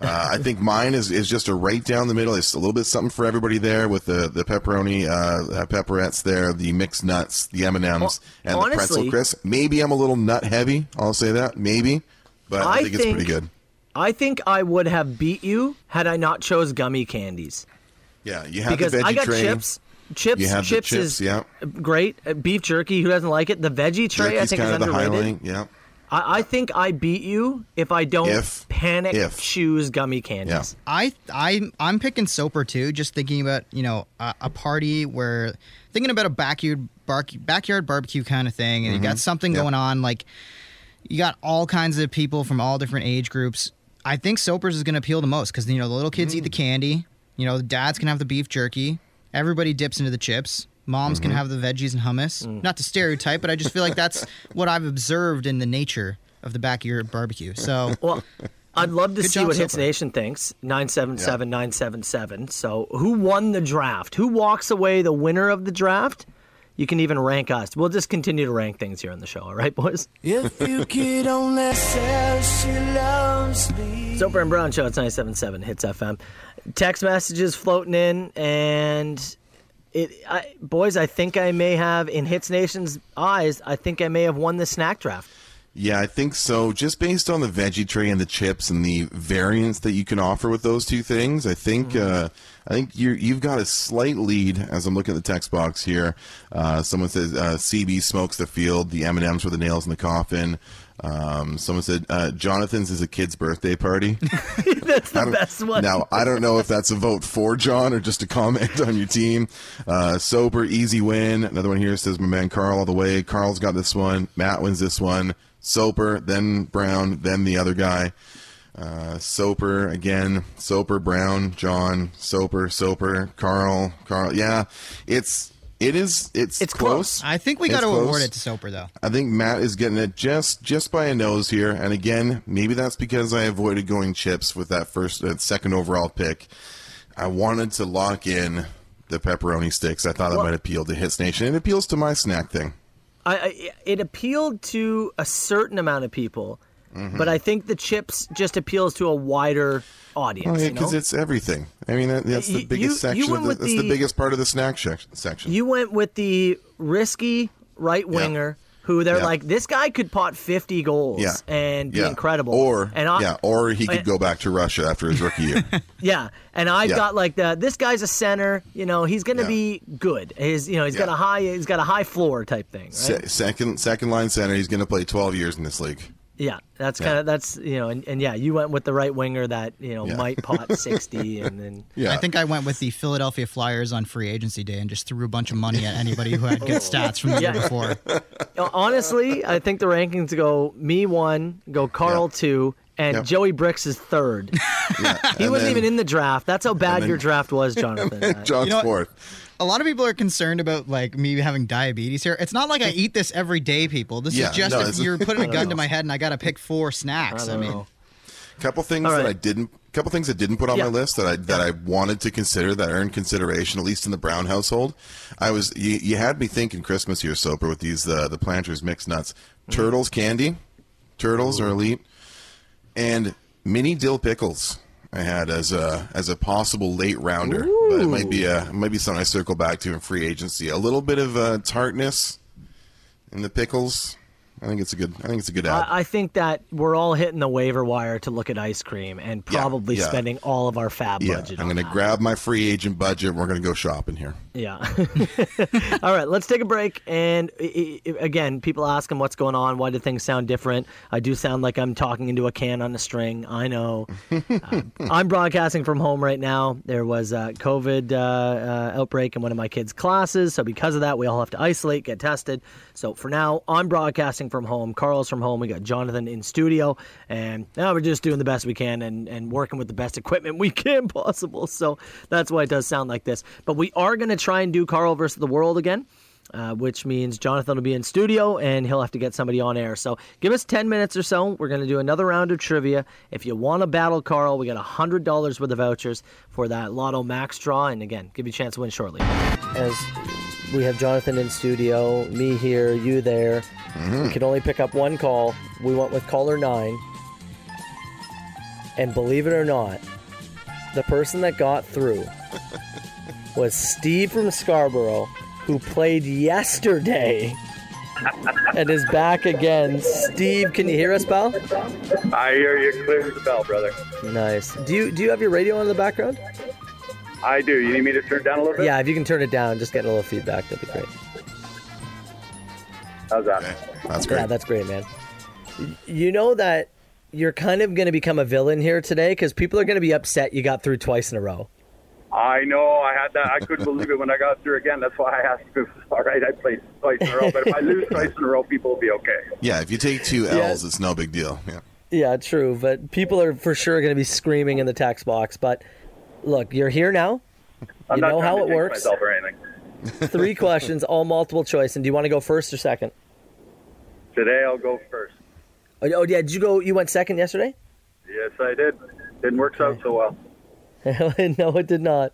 Speaker 3: Uh, I
Speaker 4: *laughs*
Speaker 3: think mine is, is just a right down the middle. It's a little bit something for everybody there with the the pepperoni, uh, uh, pepperettes there, the mixed nuts, the M and M's, and the pretzel
Speaker 2: honestly-
Speaker 3: crisp. Maybe I'm a little nut heavy. I'll say that. Maybe, but I,
Speaker 2: I
Speaker 3: think, it's
Speaker 2: think-
Speaker 3: pretty good.
Speaker 2: I think I would have beat you had I not chose gummy candies.
Speaker 3: Yeah, you have
Speaker 2: because
Speaker 3: the veggie
Speaker 2: I got
Speaker 3: tray.
Speaker 2: chips. Chips,
Speaker 3: You have the
Speaker 2: chips,
Speaker 3: chips,
Speaker 2: is
Speaker 3: yeah.
Speaker 2: great. Uh, Beef jerky, who doesn't like it? The veggie tray, I
Speaker 3: Jerky's
Speaker 2: think, is
Speaker 3: kind of the
Speaker 2: underrated.
Speaker 3: highlight. Yeah.
Speaker 2: I, I think I beat you if I don't
Speaker 3: If-
Speaker 2: panic
Speaker 3: if.
Speaker 2: choose gummy candies.
Speaker 4: I I I'm picking Soper too. Just thinking about you know a, a party where thinking about a backyard bar, backyard barbecue kind of thing, and you
Speaker 13: Mhm.
Speaker 4: got something
Speaker 13: Yep.
Speaker 4: going on. Like you got all kinds of people from all different age groups. I think Soapers is going to appeal the most because you know the little kids
Speaker 2: Mm.
Speaker 4: eat the candy. You know the dads can have the beef jerky. Everybody dips into the chips. Moms can
Speaker 2: Mhm.
Speaker 4: have the veggies and hummus. Not to stereotype, but I just feel like that's what I've observed in the nature of the backyard barbecue. So
Speaker 2: well, I'd love to
Speaker 4: Good
Speaker 2: see
Speaker 4: job
Speaker 2: what
Speaker 4: so
Speaker 2: Hits Nation thinks. 977 977. So, who won the draft? Who walks away the winner of the draft? You can even rank us. We'll just continue to rank things here on the show, all right, boys?
Speaker 14: If you could only say she loves me.
Speaker 2: Soper and Brown Show, it's 977 Hits FM. Text messages floating in, and it, I, boys, I think I may have, in Hits Nation's eyes, I think I may have won the snack draft.
Speaker 3: Yeah, I think so. Just based on the veggie tray and the chips and the variants that you can offer with those two things, I think uh, I think you you've got a slight lead. As I'm looking at the text box here, uh, someone says uh, CB smokes the field. The M and M's were the nails in the coffin. Um, someone said uh, Jonathan's is a kid's birthday party.
Speaker 2: That's
Speaker 3: the best one. Now I don't know if that's a vote for John or just a comment on your team. Uh, sober, easy win. Another one here says my man Carl all the way. Carl's got this one. Matt wins this one. Soper, then Brown, then the other guy. Uh, Soper again. Soper, Brown, John, Soper, Soper, Carl, Carl. Yeah, it's it is it's it's close.
Speaker 4: I think we
Speaker 3: It's
Speaker 4: got to award
Speaker 3: close.
Speaker 4: it to Soper though.
Speaker 3: I think Matt is getting it just just by a nose here, and again, maybe that's because I avoided going chips with that first uh, second overall pick. I wanted to lock in the pepperoni sticks. I thought that might appeal to Hits Nation. It appeals to my snack thing.
Speaker 2: I, I it appealed to a certain amount of people,
Speaker 3: Mm-hmm.
Speaker 2: but I think the chips just appeals to a wider audience.
Speaker 3: Because
Speaker 2: you know?
Speaker 3: it's everything. I mean, that, that's the
Speaker 2: You-
Speaker 3: biggest
Speaker 2: you
Speaker 3: section.
Speaker 2: went
Speaker 3: of the,
Speaker 2: with
Speaker 3: that's the,
Speaker 2: the-
Speaker 3: biggest part of the snack sec- section.
Speaker 2: You went with the risky right winger who they're
Speaker 3: Yeah.
Speaker 2: like, this guy could pot 50 goals
Speaker 3: yeah,
Speaker 2: and be
Speaker 3: Yeah.
Speaker 2: incredible.
Speaker 3: Or
Speaker 2: and I,
Speaker 3: yeah, or he could
Speaker 2: I-
Speaker 3: go back to Russia after his
Speaker 2: *laughs*
Speaker 3: rookie year.
Speaker 2: Yeah, and I
Speaker 3: Yeah.
Speaker 2: got like the this guy's a center. You know, he's going to
Speaker 3: Yeah.
Speaker 2: be good. His you know he's got
Speaker 3: Yeah.
Speaker 2: a high he's got a high floor type thing. Right?
Speaker 3: Se- second second line center. He's going to play twelve years in this league.
Speaker 2: Yeah, that's
Speaker 3: Yeah.
Speaker 2: kind of that's you know, and, and yeah, you went with the right winger that you know
Speaker 3: Yeah. *laughs*
Speaker 2: might pot sixty, and then
Speaker 4: I think I went with the Philadelphia Flyers on free agency day and just threw a bunch of money at anybody who had good stats from the
Speaker 2: Yeah.
Speaker 4: year before.
Speaker 2: honestly,
Speaker 3: *laughs*
Speaker 2: I think the rankings go me one, go Carl two, and
Speaker 4: Yeah.
Speaker 2: Joey Bricks is
Speaker 3: *laughs*
Speaker 2: third. He wasn't even in the draft. That's how bad your draft
Speaker 3: *laughs*
Speaker 2: was, Jonathan.
Speaker 4: You know, A lot of people are concerned about like me having diabetes here. It's not like I eat this every day, people. This
Speaker 3: Yeah,
Speaker 4: is just
Speaker 3: no,
Speaker 4: if
Speaker 3: it's-
Speaker 4: you're
Speaker 3: *laughs*
Speaker 4: putting
Speaker 3: I
Speaker 4: a
Speaker 3: don't
Speaker 4: gun
Speaker 3: know.
Speaker 4: to my head and I got to pick four snacks. I, mean,
Speaker 3: Couple things
Speaker 4: All
Speaker 3: that
Speaker 4: right.
Speaker 3: I didn't. Couple things I didn't put on
Speaker 4: Yeah.
Speaker 3: my list that I that I wanted to consider that earned consideration at least in the Brown household. I was you, you had me thinking Christmas here, Soper, with these uh, the planters mixed nuts,
Speaker 4: Mm-hmm.
Speaker 3: turtles candy, turtles are elite, and mini dill pickles. I had as a as a possible late rounder, but it might be a it might be something I circle back to in free agency. A little bit of uh, tartness in the pickles. I think it's a good. I think it's a good ad.
Speaker 2: I, I think that we're all hitting the waiver wire to look at ice cream and probably
Speaker 3: yeah.
Speaker 2: spending all of our fab
Speaker 3: Yeah,
Speaker 2: budget.
Speaker 3: I'm going to grab my free agent budget. and We're going to go shopping here.
Speaker 2: Yeah. *laughs* All right, let's take a break. And i- i- again, people ask him what's going on. Why do things sound different? I do sound like I'm talking into a can on a string. I know. Uh, I'm broadcasting from home right now. There was a COVID uh, uh, outbreak in one of my kids' classes. So because of that, we all have to isolate, get tested. So for now, I'm broadcasting from home. Carl's from home. We got Jonathan in studio. And now we're just doing the best we can and, and working with the best equipment we *laughs* can possible. So that's why it does sound like this. But we are going to try and do Carl versus the world again uh, which means Jonathan will be in studio and he'll have to get somebody on air. So give us 10 minutes or so. We're going to do another round of trivia. If you want to battle Carl, we got $100 worth of vouchers for that Lotto Max draw. And again, give you a chance to win shortly. As we have Jonathan in studio, me here, you there. We can only pick up one call. We went with caller nine. And believe it or not, the person that got through was Steve from Scarborough, who played yesterday and is back again. Steve, can you hear us, pal?
Speaker 15: I hear you clear as the bell, brother.
Speaker 2: Nice. Do you do you have your radio on in the background?
Speaker 15: I do. You need me to turn it down a little bit?
Speaker 2: Yeah, if you can turn it down, just getting a little feedback, that'd be great.
Speaker 15: How's that?
Speaker 3: That's
Speaker 2: Yeah, that's great, man. Y- You know that you're kind of going to become a villain here today because people are going to be upset you got through twice in a row.
Speaker 15: I know. I had that. I couldn't believe it when I got through again. That's why I asked if, *laughs* all right, I played
Speaker 2: *laughs*
Speaker 15: twice in a row. But if I lose twice in a row, people will be okay.
Speaker 3: Yeah, if you take two
Speaker 2: Yeah.
Speaker 3: L's, it's no big deal. Yeah.
Speaker 2: Yeah, true. But people are for sure going to be screaming in the text box. But look, you're here now.
Speaker 15: I'm
Speaker 2: you
Speaker 15: not
Speaker 2: know
Speaker 15: trying
Speaker 2: how
Speaker 15: to
Speaker 2: it
Speaker 15: jinx
Speaker 2: works.
Speaker 15: myself or anything. *laughs*
Speaker 2: *laughs* Three questions, all multiple choice. And do you want to go first or second?
Speaker 15: Today I'll go first.
Speaker 2: Oh, oh, yeah. Did you go? You went second yesterday?
Speaker 15: Yes, I did. Didn't work out so well.
Speaker 2: *laughs* no, it did not.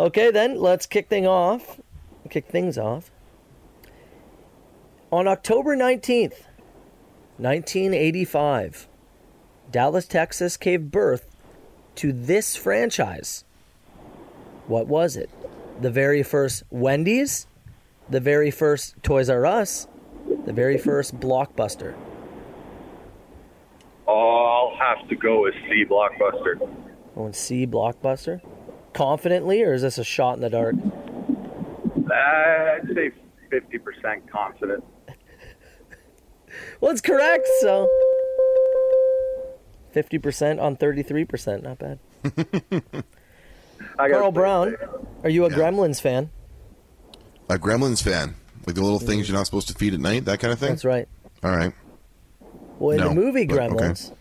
Speaker 2: Okay, then let's kick thing off. Kick things off. On October 19th, 1985, Dallas, Texas gave birth to this franchise. What was it? The very first Wendy's, the very first Toys R Us, the very first Blockbuster.
Speaker 15: Oh, I'll have to go with C Blockbuster.
Speaker 2: Going C Blockbuster? Confidently, or is this a shot in the dark?
Speaker 15: I'd say 50% confident.
Speaker 2: Well, it's correct, so. 50% on 33%. Not bad.
Speaker 15: *laughs* I got
Speaker 2: Carl Brown, are you a Gremlins fan?
Speaker 3: A Gremlins fan, like the little things you're not supposed to feed at night, that kind of thing.
Speaker 2: Mm. That's right.
Speaker 3: All right.
Speaker 2: Well, in
Speaker 3: No,
Speaker 2: the movie
Speaker 3: but okay.
Speaker 2: Gremlins,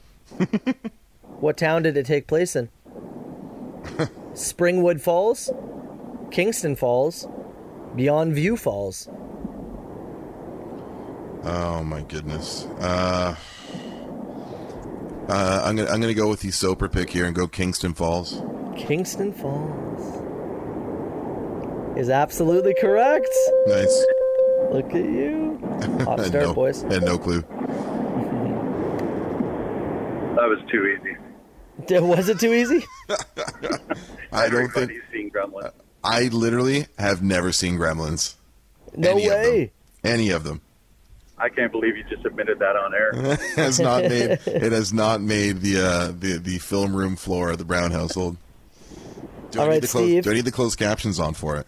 Speaker 3: *laughs*
Speaker 2: what town did it take place in? Springwood Falls, Kingston Falls, Beyond View Falls.
Speaker 3: Oh my goodness. Uh, uh, I'm gonna I'm gonna go with the Soper pick here and go Kingston Falls.
Speaker 2: Kingston Falls is absolutely correct.
Speaker 3: Nice.
Speaker 2: Look at
Speaker 3: *laughs*
Speaker 2: you. Hot
Speaker 3: Had
Speaker 2: start,
Speaker 3: no,
Speaker 2: boys.
Speaker 3: Had no clue.
Speaker 15: That was too easy.
Speaker 2: Was it too
Speaker 3: *laughs*
Speaker 2: easy?
Speaker 3: I don't think
Speaker 15: He's seen Gremlins.
Speaker 3: I literally have never seen Gremlins.
Speaker 2: No
Speaker 3: Any of them.
Speaker 2: way.
Speaker 3: Any of them.
Speaker 15: I can't believe you just admitted that on air.
Speaker 3: It *laughs* has
Speaker 2: *laughs*
Speaker 3: not made it has not made the uh, the the film room floor of the Brown household. Do
Speaker 2: All
Speaker 3: I
Speaker 2: right,
Speaker 3: need the close,
Speaker 2: Steve.
Speaker 3: do I need the closed captions on for it?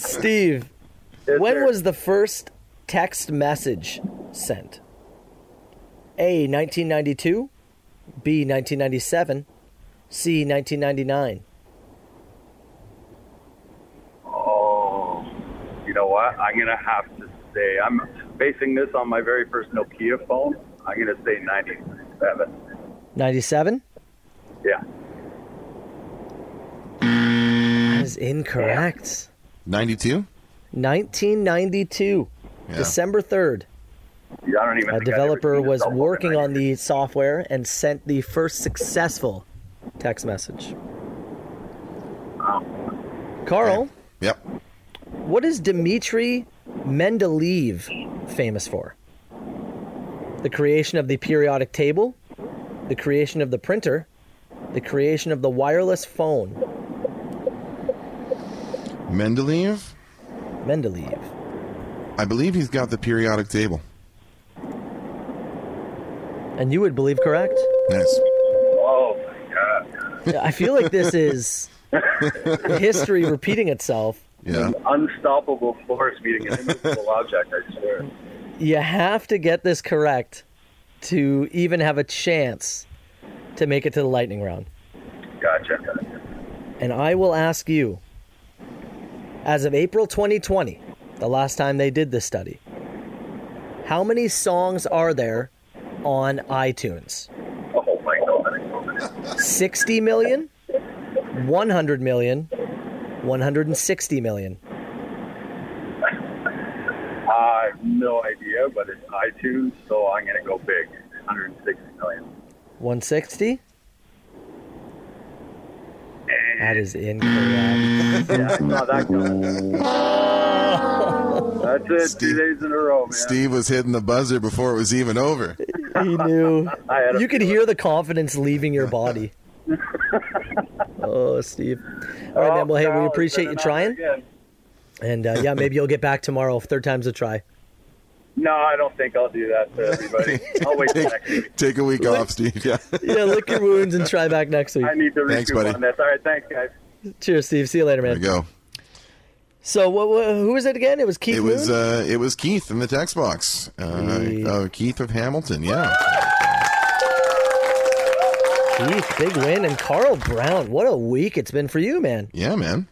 Speaker 2: Steve, when was the first text message sent? A 1992, B 1997, C 1999.
Speaker 15: Oh, you know what? I'm gonna have to say I'm basing this on my very first Nokia phone. I'm gonna say 97.
Speaker 2: 97?
Speaker 15: Yeah.
Speaker 2: That is incorrect.
Speaker 3: Ninety two?
Speaker 2: 1992,
Speaker 3: Yeah.
Speaker 2: December 3rd.
Speaker 15: Yeah, I don't even.
Speaker 2: A
Speaker 15: think I
Speaker 2: developer
Speaker 15: ever seen
Speaker 2: was
Speaker 15: cell phone in
Speaker 2: working on the software and sent the first successful text message. Carl,
Speaker 3: Yep.
Speaker 2: what is Dmitri Mendeleev famous for? The creation of the periodic table, the creation of the printer, the creation of the wireless phone.
Speaker 3: Mendeleev?
Speaker 2: Mendeleev.
Speaker 3: I believe he's got the periodic table.
Speaker 2: And you would believe correct?
Speaker 3: Nice.
Speaker 15: Oh my god!
Speaker 2: Yeah, I feel like this is history repeating itself.
Speaker 3: Yeah.
Speaker 15: Unstoppable force meeting an
Speaker 2: *laughs*
Speaker 15: invisible object. I swear.
Speaker 2: You have to get this correct to even have a chance to make it to the lightning round.
Speaker 15: Gotcha.
Speaker 2: And I will ask you as of April 2020, the last time they did this study, how many songs are there on iTunes?
Speaker 15: Oh my god!
Speaker 2: 60 million, 100 million, 160 million.
Speaker 15: I have no idea, but it's iTunes, so I'm gonna go big. 160 million.
Speaker 2: 160? That is incorrect.
Speaker 15: Yeah, I saw that coming. That's it. Two days in a row, man.
Speaker 3: Steve was hitting the buzzer before it was even over.
Speaker 2: he knew.
Speaker 15: I had a
Speaker 2: You could hear the confidence leaving
Speaker 15: *laughs*
Speaker 2: your body. oh, Steve. All right,
Speaker 15: Oh,
Speaker 2: man. Well, hey,
Speaker 15: Carl,
Speaker 2: we
Speaker 15: it's been
Speaker 2: appreciate you
Speaker 15: an honor
Speaker 2: trying.
Speaker 15: again.
Speaker 2: And uh, yeah, maybe you'll get back tomorrow. Third time's a try.
Speaker 15: No, I don't think I'll do that
Speaker 3: *laughs*
Speaker 15: to everybody. I'll wait till next week.
Speaker 3: Take a week off, Steve. *laughs* Yeah.
Speaker 2: Yeah, lick your wounds and try back next week.
Speaker 15: I need to
Speaker 3: Thanks,
Speaker 15: recoup
Speaker 3: buddy.
Speaker 15: on this. All right, thanks, guys.
Speaker 2: Cheers, Steve. See you later,
Speaker 3: There we
Speaker 2: man.
Speaker 3: go.
Speaker 2: So, what, what, who was it again? It was Keith
Speaker 3: It was
Speaker 2: Moon?
Speaker 3: uh, it was Keith in the text box. Uh, uh, Keith of Hamilton. Yeah. uh,
Speaker 2: Keith, big win. And Carl Brown, what a week it's been for you, man.
Speaker 3: Yeah, man.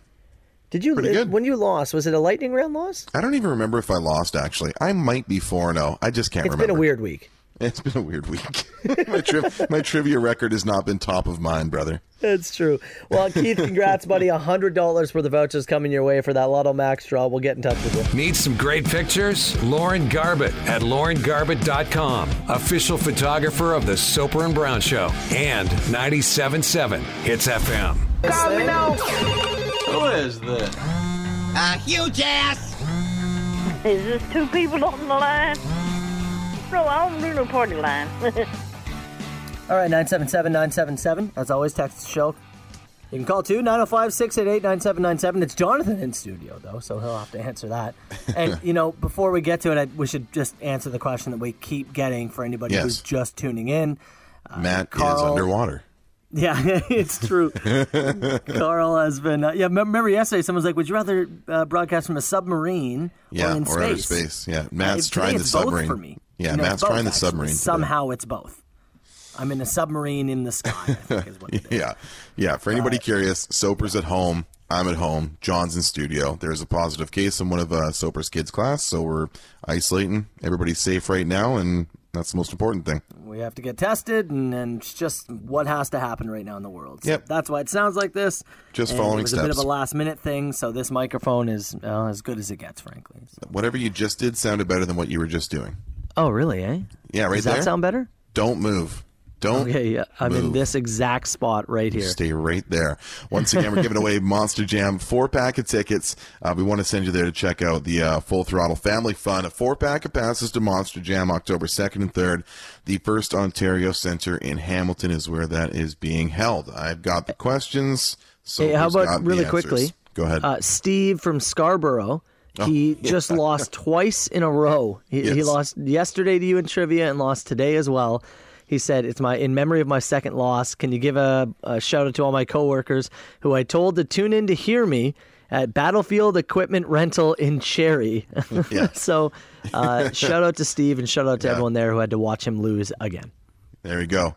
Speaker 2: Did you,
Speaker 3: Pretty good.
Speaker 2: when you lost, was it a lightning round loss?
Speaker 3: I don't even remember if I lost. Actually, I might be four four zero. I just can't
Speaker 2: It's
Speaker 3: remember.
Speaker 2: been a weird week.
Speaker 3: It's been a weird week. *laughs* my, tri- my trivia record has not been top of mind, brother.
Speaker 2: That's true. Well, *laughs* Keith, congrats, buddy. $100 worth of vouchers coming your way for that Lotto Max draw. We'll get in touch with you.
Speaker 1: Need some great pictures? Lauren Garbett at laurengarbutt.com, official photographer of the Soper and Brown Show and 97.7 Hits FM.
Speaker 16: Who is this?
Speaker 4: A huge ass!
Speaker 6: Is this two people on the line? No, I don't do no party line. *laughs*
Speaker 2: All right, 977 977. As always, text the show. You can call too, 905 688 9797. It's Jonathan in studio, though, so he'll have to answer that.
Speaker 3: *laughs*
Speaker 2: And, you know, before we get to it, I, we should just answer the question that we keep getting for anybody
Speaker 3: Yes.
Speaker 2: who's just tuning in. *laughs* Uh,
Speaker 3: Matt is
Speaker 2: Carl-
Speaker 3: underwater.
Speaker 2: Yeah, *laughs* it's
Speaker 3: *laughs*
Speaker 2: true. Carl has been. Uh, yeah, mem- remember yesterday, someone's like, "Would you rather uh, broadcast from a submarine
Speaker 3: Yeah,
Speaker 2: or in
Speaker 3: or
Speaker 2: space?"
Speaker 3: out of space. Yeah,
Speaker 2: Uh,
Speaker 3: Matt's
Speaker 2: to
Speaker 3: trying
Speaker 2: me,
Speaker 3: the
Speaker 2: it's
Speaker 3: submarine.
Speaker 2: Both for me.
Speaker 3: Yeah,
Speaker 2: You know,
Speaker 3: Matt's
Speaker 2: both,
Speaker 3: trying the
Speaker 2: actually.
Speaker 3: submarine. today.
Speaker 2: Somehow it's both. I'm in a submarine in the sky. I think is what it is.
Speaker 3: *laughs* *laughs* yeah, yeah. For
Speaker 2: Uh,
Speaker 3: anybody curious, Soper's at home. I'm at home. John's in studio. There's a positive case in one of uh, Soper's kids' class, so we're isolating. Everybody's safe right now, and that's the most important thing.
Speaker 2: We have to get tested, and, and it's just what has to happen right now in the world. So
Speaker 3: Yep.
Speaker 2: That's why it sounds like this.
Speaker 3: Just
Speaker 2: And
Speaker 3: following
Speaker 2: It was a bit of
Speaker 3: steps.
Speaker 2: a last minute thing, so this microphone is uh, as good as it gets, frankly.
Speaker 3: Whatever you just did sounded better than what you were just doing.
Speaker 2: Oh, really? Eh?
Speaker 3: Yeah, right
Speaker 2: Does that
Speaker 3: there.
Speaker 2: sound better?
Speaker 3: Don't move. Don't
Speaker 2: Okay, yeah. I'm in
Speaker 3: Move.
Speaker 2: this exact spot right here.
Speaker 3: Stay right there. Once again, we're
Speaker 2: *laughs*
Speaker 3: giving away Monster Jam four pack of tickets. Uh, we want to send you there to check out the uh, Full Throttle Family Fun. A four pack of passes to Monster Jam October 2nd and 3rd. The First Ontario Center in Hamilton is where that is being held. I've got the questions. So
Speaker 2: Hey, how
Speaker 3: who's got
Speaker 2: about
Speaker 3: the
Speaker 2: really
Speaker 3: answers?
Speaker 2: quickly?
Speaker 3: Go ahead. Oh,
Speaker 2: Uh, Steve from Scarborough. He just
Speaker 3: *laughs*
Speaker 2: lost twice in a row. He, he
Speaker 3: Yes.
Speaker 2: lost yesterday to you in trivia and lost today as well. He said, "It's my in memory of my second loss. Can you give a, a shout out to all my coworkers who I told to tune in to hear me at Battlefield Equipment Rental in Cherry?"
Speaker 3: *laughs* Yeah.
Speaker 2: *laughs* so,
Speaker 3: *laughs*
Speaker 2: uh, shout out to Steve and shout out to everyone there who had to watch him lose again.
Speaker 3: there we go.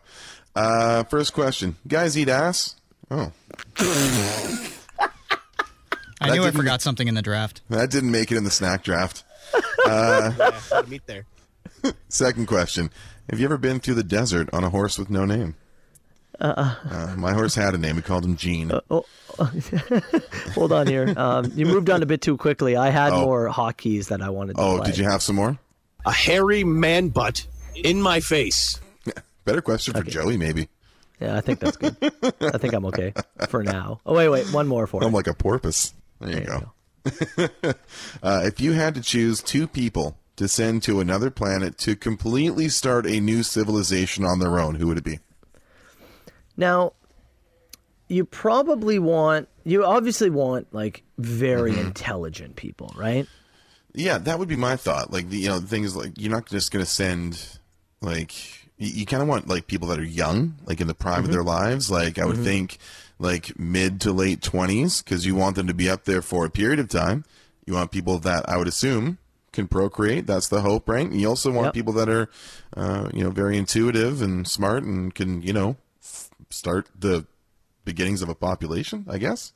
Speaker 3: Uh, first question Guys eat ass? Oh.
Speaker 17: I knew
Speaker 3: That
Speaker 17: I
Speaker 3: didn't-
Speaker 17: forgot something in the draft.
Speaker 3: That didn't make it in the snack draft. Uh,
Speaker 18: meet there.
Speaker 3: *laughs* Second question: Have you ever been through the desert on a horse with no name? Uh, my horse had a name. We called him Gene.
Speaker 2: Oh, *laughs* hold on here. Um, you moved on a bit too quickly. I had
Speaker 3: Oh.
Speaker 2: more hotkeys that I wanted to
Speaker 3: oh,
Speaker 2: play.
Speaker 3: did you have some more?
Speaker 18: A hairy man butt in my face.
Speaker 3: Better question for Joey, maybe.
Speaker 2: Yeah, I think that's good. I think I'm okay for now. Oh, wait, wait. One more for
Speaker 3: I'm
Speaker 2: you.
Speaker 3: like a porpoise. There you go. *laughs* uh, if you had to choose two people to send to another planet to completely start a new civilization on their own, who would it be?
Speaker 2: Now, you probably want, you obviously want like very
Speaker 3: Mm-hmm.
Speaker 2: intelligent people, right?
Speaker 3: Yeah, that would be my thought. Like the you know the thing is like you're not just gonna send like you, you kind of want like people that are young, like in the prime of their lives. Like I would think like mid to late twenties because you want them to be up there for a period of time. You want people that I would assume can procreate. That's the hope, right? And you also want
Speaker 2: Yep.
Speaker 3: people that are uh, you know very intuitive and smart and can you know f- start the beginnings of a population. I guess.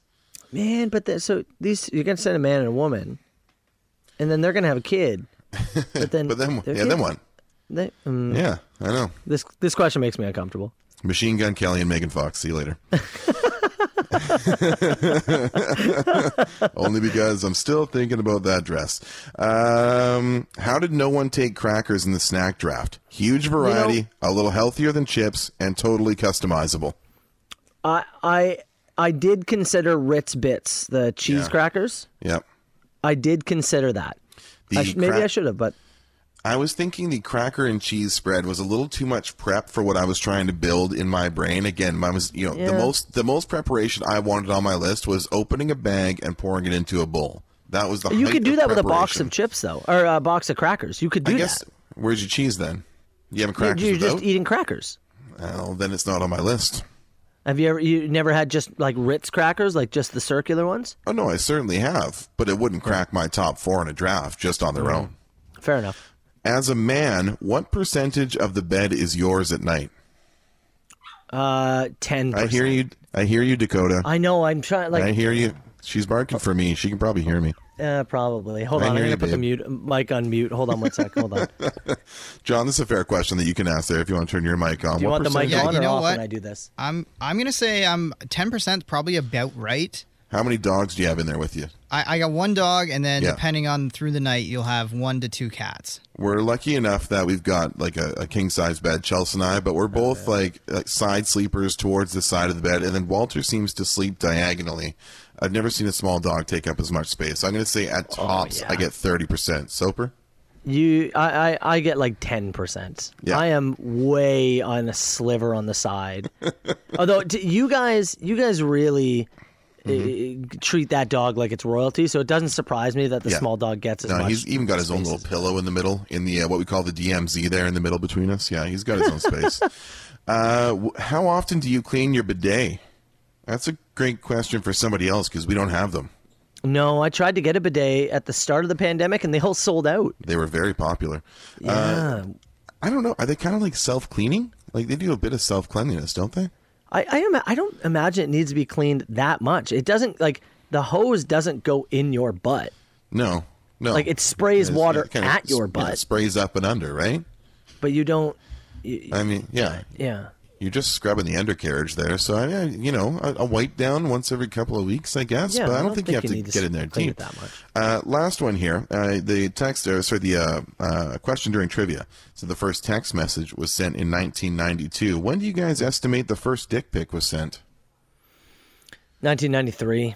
Speaker 2: Man, but the, so these, you're going to send a man and a woman, and then they're going to have a
Speaker 3: *laughs*
Speaker 2: kid. But then,
Speaker 3: But then
Speaker 2: their
Speaker 3: yeah, then
Speaker 2: kids-
Speaker 3: what?
Speaker 2: They, mm,
Speaker 3: Yeah, I know.
Speaker 2: This, this question makes me uncomfortable.
Speaker 3: Machine Gun Kelly and Megan Fox. See you
Speaker 2: *laughs*
Speaker 3: later. Only because I'm still thinking about that dress. Um, how did no one take crackers in the snack draft? Huge variety, a little healthier than chips, and totally customizable.
Speaker 2: I, I, I did consider Ritz Bits, the cheese
Speaker 3: Yeah.
Speaker 2: crackers.
Speaker 3: Yep.
Speaker 2: I did consider that.
Speaker 3: The
Speaker 2: I sh- maybe
Speaker 3: crack-
Speaker 2: I should have, but
Speaker 3: I was thinking the cracker and cheese spread was a little too much prep for what I was trying to build in my brain. Again, mine was you know the
Speaker 2: Yeah.
Speaker 3: most the most preparation I wanted on my list was opening a bag and pouring it into a bowl. That was the
Speaker 2: you
Speaker 3: height
Speaker 2: could do
Speaker 3: of
Speaker 2: that with a box
Speaker 3: preparation.
Speaker 2: of chips, though, or a box of crackers. You could do
Speaker 3: I guess
Speaker 2: that.
Speaker 3: where's your cheese then? You haven't
Speaker 2: You're,
Speaker 3: crackers
Speaker 2: you're
Speaker 3: without?
Speaker 2: just eating crackers.
Speaker 3: well, then it's not on my list.
Speaker 2: Have you ever you never had just like Ritz crackers, like just the circular ones?
Speaker 3: Oh no, I certainly have, but it wouldn't crack my top four in a draft just on
Speaker 2: Mm.
Speaker 3: their own.
Speaker 2: Fair enough.
Speaker 3: As a man, what percentage of the bed is yours at night?
Speaker 2: Uh, ten.
Speaker 3: I hear you. I hear you, Dakota.
Speaker 2: I know. I'm trying. Like
Speaker 3: I hear you. She's barking for me. She can probably hear me.
Speaker 2: Uh, probably. Hold
Speaker 3: I
Speaker 2: on. I'm
Speaker 3: hear
Speaker 2: going
Speaker 3: you,
Speaker 2: to put the mute mic on mute. Hold on one sec. Hold
Speaker 3: *laughs*
Speaker 2: on. Do
Speaker 3: John, this is a fair question that you can ask there if you want to turn your mic on.
Speaker 2: you
Speaker 3: What
Speaker 2: want the mic
Speaker 3: percentage-
Speaker 2: on or off when I do this?
Speaker 4: I'm I'm gonna say I'm ten percent probably about right.
Speaker 3: How many dogs do you have in there with you?
Speaker 4: I, I got one dog, and then
Speaker 3: Yeah.
Speaker 4: depending on through the night, you'll have one to two cats.
Speaker 3: We're lucky enough that we've got like a, a king size bed, Chelsea and I, but we're
Speaker 2: Uh-huh.
Speaker 3: both like, like side sleepers towards the side of the bed. And then Walter seems to sleep diagonally. I've never seen a small dog take up as much space. So I'm going to say at
Speaker 2: Oh,
Speaker 3: tops, I get 30%. Soper?
Speaker 2: You, I, I, I get like ten percent.
Speaker 3: Yeah.
Speaker 2: I am way on a sliver on the
Speaker 3: *laughs*
Speaker 2: side. Although t- you guys, you guys really uh, treat that dog like it's royalty, so it doesn't surprise me that the
Speaker 3: Mm-hmm. Yeah.
Speaker 2: small dog gets as
Speaker 3: No,
Speaker 2: much.
Speaker 3: he's even got his own little pillow in the middle, in the uh, what we call the DMZ there in the middle between us. Yeah, he's got his
Speaker 2: *laughs*
Speaker 3: own space. Uh, w- how often do you clean your bidet? That's a great question for somebody else because we don't have them.
Speaker 2: No, I tried to get a bidet at the start of the pandemic, and they all sold out.
Speaker 3: They were very popular. Uh, I don't know. Are they kind of like self cleaning? Like they do a bit of self cleanliness, don't they?
Speaker 2: I, I, ima- I don't imagine it needs to be cleaned that much. It doesn't like the hose doesn't go in your butt.
Speaker 3: No, no.
Speaker 2: Like it sprays
Speaker 3: It's-
Speaker 2: water
Speaker 3: Oh. it kinda
Speaker 2: at your
Speaker 3: sp- yeah,
Speaker 2: butt,
Speaker 3: sprays up and under, right?
Speaker 2: but you don't. y-
Speaker 3: I mean, yeah.
Speaker 2: Yeah.
Speaker 3: You're just scrubbing the undercarriage there, so I, I- you know, a, a wipe down once every couple of weeks, I guess.
Speaker 2: Yeah,
Speaker 3: but I don't, think, you have
Speaker 2: need
Speaker 3: to
Speaker 2: to
Speaker 3: get in there
Speaker 2: clean it
Speaker 3: deep.
Speaker 2: that much.
Speaker 3: Uh, last one here. Uh, the text, or sorry, the uh, uh, question during trivia. So the first text message was sent in 1992. When do you guys estimate the first dick pic was sent? *laughs*
Speaker 2: 1993.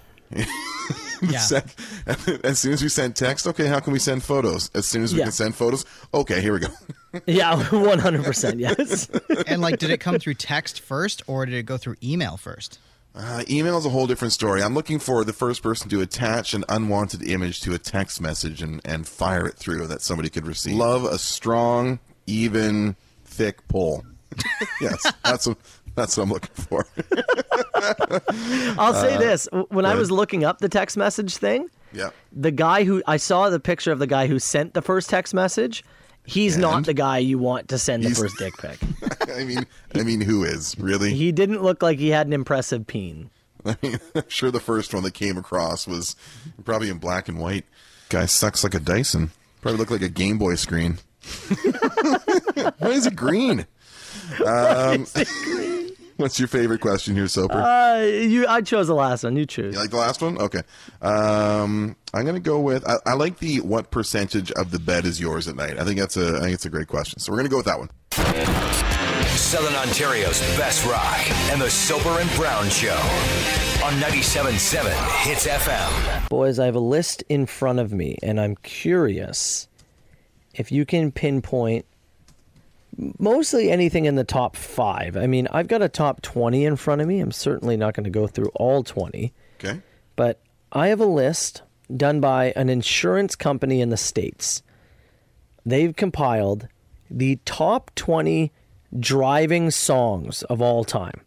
Speaker 4: Yeah.
Speaker 3: Sent- *laughs* as soon as we send text, okay, how can we send photos? As soon as we
Speaker 2: Yeah.
Speaker 3: can send photos, okay, here we go. *laughs*
Speaker 2: Yeah, *laughs* 100%. Yes.
Speaker 4: And like, did it come through text first, or did it go through email first?
Speaker 3: Uh, email is a whole different story. I'm looking for the first person to attach an unwanted image to a text message and, and fire it through that somebody could receive. Love a strong, even, thick pull. *laughs* yes, that's what, that's what I'm looking for.
Speaker 2: *laughs*
Speaker 3: *laughs*
Speaker 2: I'll say
Speaker 3: Uh,
Speaker 2: this. W- When I
Speaker 3: good.
Speaker 2: was looking up the text message thing,
Speaker 3: yeah.
Speaker 2: the guy who I saw the picture of the guy who sent the first text message, he's
Speaker 3: And?
Speaker 2: not the guy you want to send the
Speaker 3: He's-
Speaker 2: first dick
Speaker 3: *laughs*
Speaker 2: pic.
Speaker 3: I mean, I mean, who is really?
Speaker 2: He didn't look like he had an impressive peen.
Speaker 3: I mean, I'm *laughs* sure the first one that came across was probably in black and white. Guy sucks like a Dyson. Probably looked like a Game Boy screen. *laughs* Why is it green? Um,
Speaker 2: *laughs*
Speaker 3: *laughs* what's your favorite question here, Soper?
Speaker 2: Uh, you, I chose the last one. You choose.
Speaker 3: you like the last one? Okay. Um, I'm gonna go with I, I like the what percentage of the bed is yours at night. I think that's a I think it's a great question. So we're gonna go with that one.
Speaker 19: Southern Ontario's best rock and the Soper and Brown Show on 97.7 Hits FM.
Speaker 2: Boys, I have a list in front of me, and I'm curious if you can pinpoint mostly anything in the top five. I mean, I've got a top 20 in front of me. I'm certainly not going to go through all 20,
Speaker 3: Okay.
Speaker 2: but I have a list done by an insurance company in the States. They've compiled the top 20 driving songs of all time.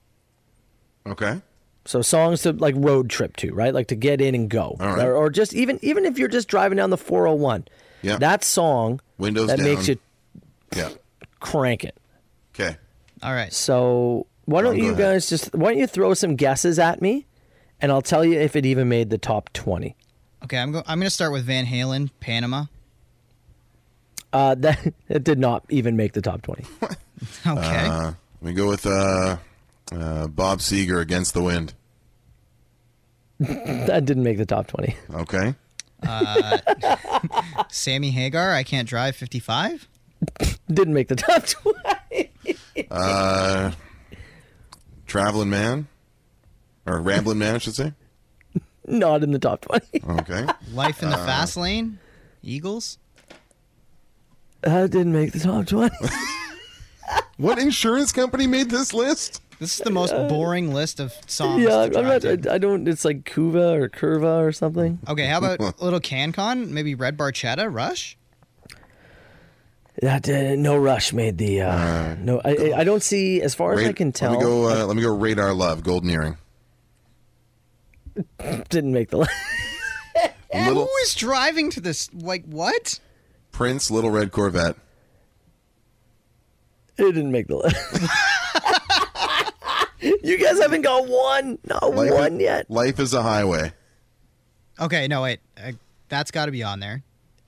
Speaker 3: Okay.
Speaker 2: So songs to like road trip to, right? Like to get in and go,
Speaker 3: right.
Speaker 2: or, or just even even if you're just driving down the 401,
Speaker 3: Yeah.
Speaker 2: that song
Speaker 3: Windows
Speaker 2: that
Speaker 3: down.
Speaker 2: makes you
Speaker 3: Yeah.
Speaker 2: crank it.
Speaker 3: Okay.
Speaker 4: All right.
Speaker 2: So why don't
Speaker 3: go
Speaker 2: you
Speaker 3: ahead.
Speaker 2: guys just why don't you throw some guesses at me, and I'll tell you if it even made the top 20.
Speaker 4: Okay, I'm go- I'm gonna start with Van Halen, Panama. *laughs*
Speaker 2: Uh, *laughs* that it did not even make the top 20.
Speaker 4: Okay.
Speaker 3: Uh, let me go with uh, uh, Bob Seger against the wind.
Speaker 2: that didn't make the top 20.
Speaker 3: Okay.
Speaker 4: Sammy Hagar, I can't drive 55.
Speaker 2: *laughs* Didn't make the top 20.
Speaker 3: Uh, traveling man, or rambling man, I should say.
Speaker 2: *laughs* Not in the top *laughs* 20.
Speaker 3: Okay.
Speaker 4: Life
Speaker 3: Uh.
Speaker 4: in the fast lane, Eagles.
Speaker 2: That didn't make the top
Speaker 3: *laughs*
Speaker 2: 20.
Speaker 3: What insurance company made this list?
Speaker 4: This is the most boring list of
Speaker 3: Oh,
Speaker 4: songs.
Speaker 2: yeah,
Speaker 4: to
Speaker 2: I'm
Speaker 4: drive
Speaker 2: not. *laughs*
Speaker 4: to.
Speaker 2: I, I don't. It's like Cuva or Curva or something.
Speaker 4: Okay, how
Speaker 3: *laughs*
Speaker 4: about little CanCon? Maybe Red Barchetta, Rush.
Speaker 2: That uh, no rush made the uh, no. I, I- I don't see as far as I
Speaker 3: Ra-
Speaker 2: can tell.
Speaker 3: Let me go. Uh, let me go. Radar love, golden earring.
Speaker 2: Didn't make the list. *laughs*
Speaker 3: Little
Speaker 4: Who is driving to this? Like what?
Speaker 3: Prince, little red Corvette.
Speaker 2: It didn't make the list. *laughs* you guys haven't got one, not
Speaker 3: Life
Speaker 2: one
Speaker 3: is,
Speaker 2: yet.
Speaker 3: Life is a highway.
Speaker 4: Okay, no wait. I, That's got to be on there.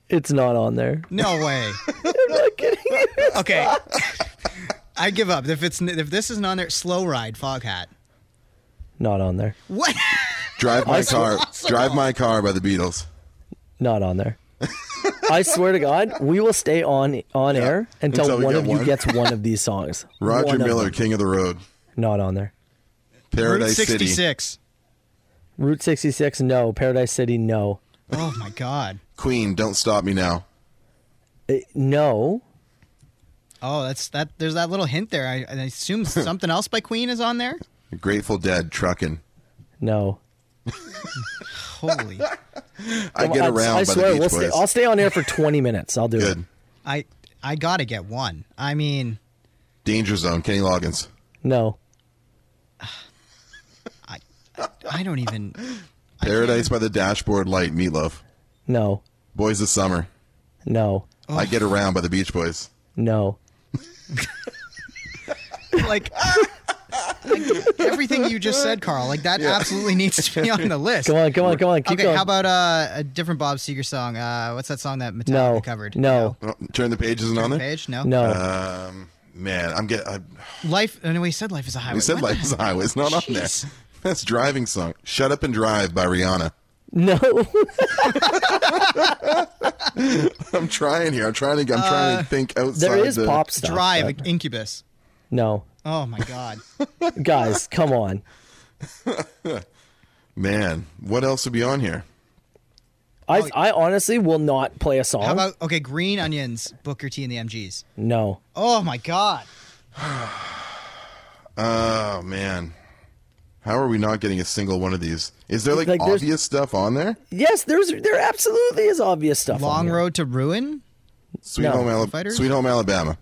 Speaker 2: It's not on there. *laughs*
Speaker 4: No
Speaker 3: *laughs*
Speaker 4: way. okay. *laughs* I give up. If it's if this isn't on there, slow ride, fog hat.
Speaker 2: Not on there.
Speaker 4: What?
Speaker 3: Drive my car. Drive my car by the Beatles.
Speaker 2: Not on there. I swear to God, we will stay on on air until,
Speaker 3: Until we
Speaker 2: one
Speaker 3: get
Speaker 2: of you
Speaker 3: one.
Speaker 2: gets one of these songs.
Speaker 3: *laughs* Roger
Speaker 2: One of
Speaker 3: Miller,
Speaker 2: them.
Speaker 3: King of the Road.
Speaker 2: Not on there.
Speaker 3: Paradise
Speaker 4: *laughs* Route
Speaker 3: City.
Speaker 4: 66.
Speaker 2: Route 66, no. Paradise City, no.
Speaker 4: Oh my god.
Speaker 3: Queen, don't stop me now.
Speaker 2: Eh, no.
Speaker 4: Oh, that's that. There's that little hint there. I, I
Speaker 3: *laughs*
Speaker 4: assume something else by Queen is on there.
Speaker 3: Grateful Dead, trucking.
Speaker 2: No.
Speaker 4: Holy.
Speaker 3: I get around by the Beach
Speaker 2: we'll
Speaker 3: Boys.
Speaker 2: stay, I'll stay on air for 20 minutes. I'll do it.
Speaker 4: I I gotta get one. I mean,
Speaker 3: Danger Zone, Kenny Loggins.
Speaker 2: No.
Speaker 4: I don't even.
Speaker 3: Paradise by the Dashboard Light, Meatloaf.
Speaker 2: No.
Speaker 3: Boys of Summer.
Speaker 2: No.
Speaker 3: I get around by the Beach Boys.
Speaker 2: No.
Speaker 4: like, like everything you just said, Carl. Like that absolutely needs to be
Speaker 3: *laughs*
Speaker 4: on the list.
Speaker 2: Come on, come on, come on. Keep
Speaker 4: okay,
Speaker 2: going.
Speaker 4: how about uh, a different Bob Seger song? Uh, what's that song that Metallica
Speaker 2: no.
Speaker 4: covered?
Speaker 2: No.
Speaker 3: Oh, Turn the page isn't on
Speaker 4: the
Speaker 3: there.
Speaker 4: Page? No.
Speaker 2: No.
Speaker 3: Um, man, I'm getting.
Speaker 4: Life. oh, No, we said life is a highway.
Speaker 3: We said
Speaker 4: What the
Speaker 3: Life *laughs* is a Highway. It's not on there.
Speaker 4: Jeez.
Speaker 3: That's driving song. Shut up and drive by Rihanna.
Speaker 2: No. *laughs*
Speaker 3: I'm trying here. I'm trying to. I'm trying to think outside.
Speaker 2: there is
Speaker 3: the,
Speaker 2: pop stuff.
Speaker 4: Drive
Speaker 2: but-
Speaker 4: Incubus.
Speaker 2: No.
Speaker 4: Oh my god.
Speaker 2: Guys, come on.
Speaker 3: Man, what else would be on here?
Speaker 2: I, I honestly will not play a song.
Speaker 4: Oh, How about okay, Green Onions, Booker T and the MGs.
Speaker 2: no.
Speaker 4: Oh my god.
Speaker 3: Oh man, how are we not getting a single one of these? Is there like,
Speaker 2: Like, there's-
Speaker 3: obvious stuff on there?
Speaker 2: Yes, there's there absolutely is obvious stuff. on
Speaker 4: Long
Speaker 2: here.
Speaker 4: Road to Ruin?
Speaker 3: Sweet
Speaker 2: No.
Speaker 3: home Alabama.
Speaker 4: Fighters?
Speaker 3: Sweet home Alabama.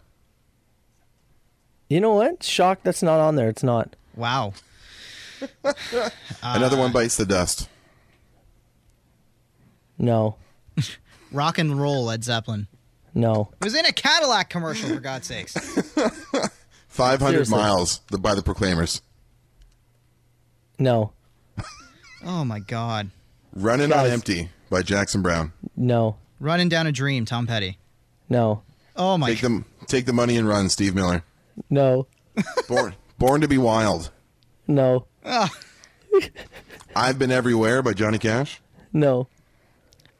Speaker 2: You know what? Shock that's not on there. It's not.
Speaker 4: Wow.
Speaker 3: Another one bites the dust.
Speaker 2: No.
Speaker 4: Rock and roll Led Zeppelin.
Speaker 2: No.
Speaker 4: It was in a Cadillac commercial for God's sakes.
Speaker 3: Five hundred
Speaker 2: Seriously.
Speaker 3: miles the, by the Proclaimers.
Speaker 2: No.
Speaker 4: Oh my god.
Speaker 3: Running
Speaker 2: Guys.
Speaker 3: on empty by Jackson Brown.
Speaker 2: No.
Speaker 4: Running down a dream, Tom Petty.
Speaker 2: No.
Speaker 4: Oh my
Speaker 3: Take them. Take the money and run, Steve Miller.
Speaker 2: No.
Speaker 3: Born, *laughs* born to be wild.
Speaker 2: No.
Speaker 3: I've been everywhere by Johnny Cash.
Speaker 2: No.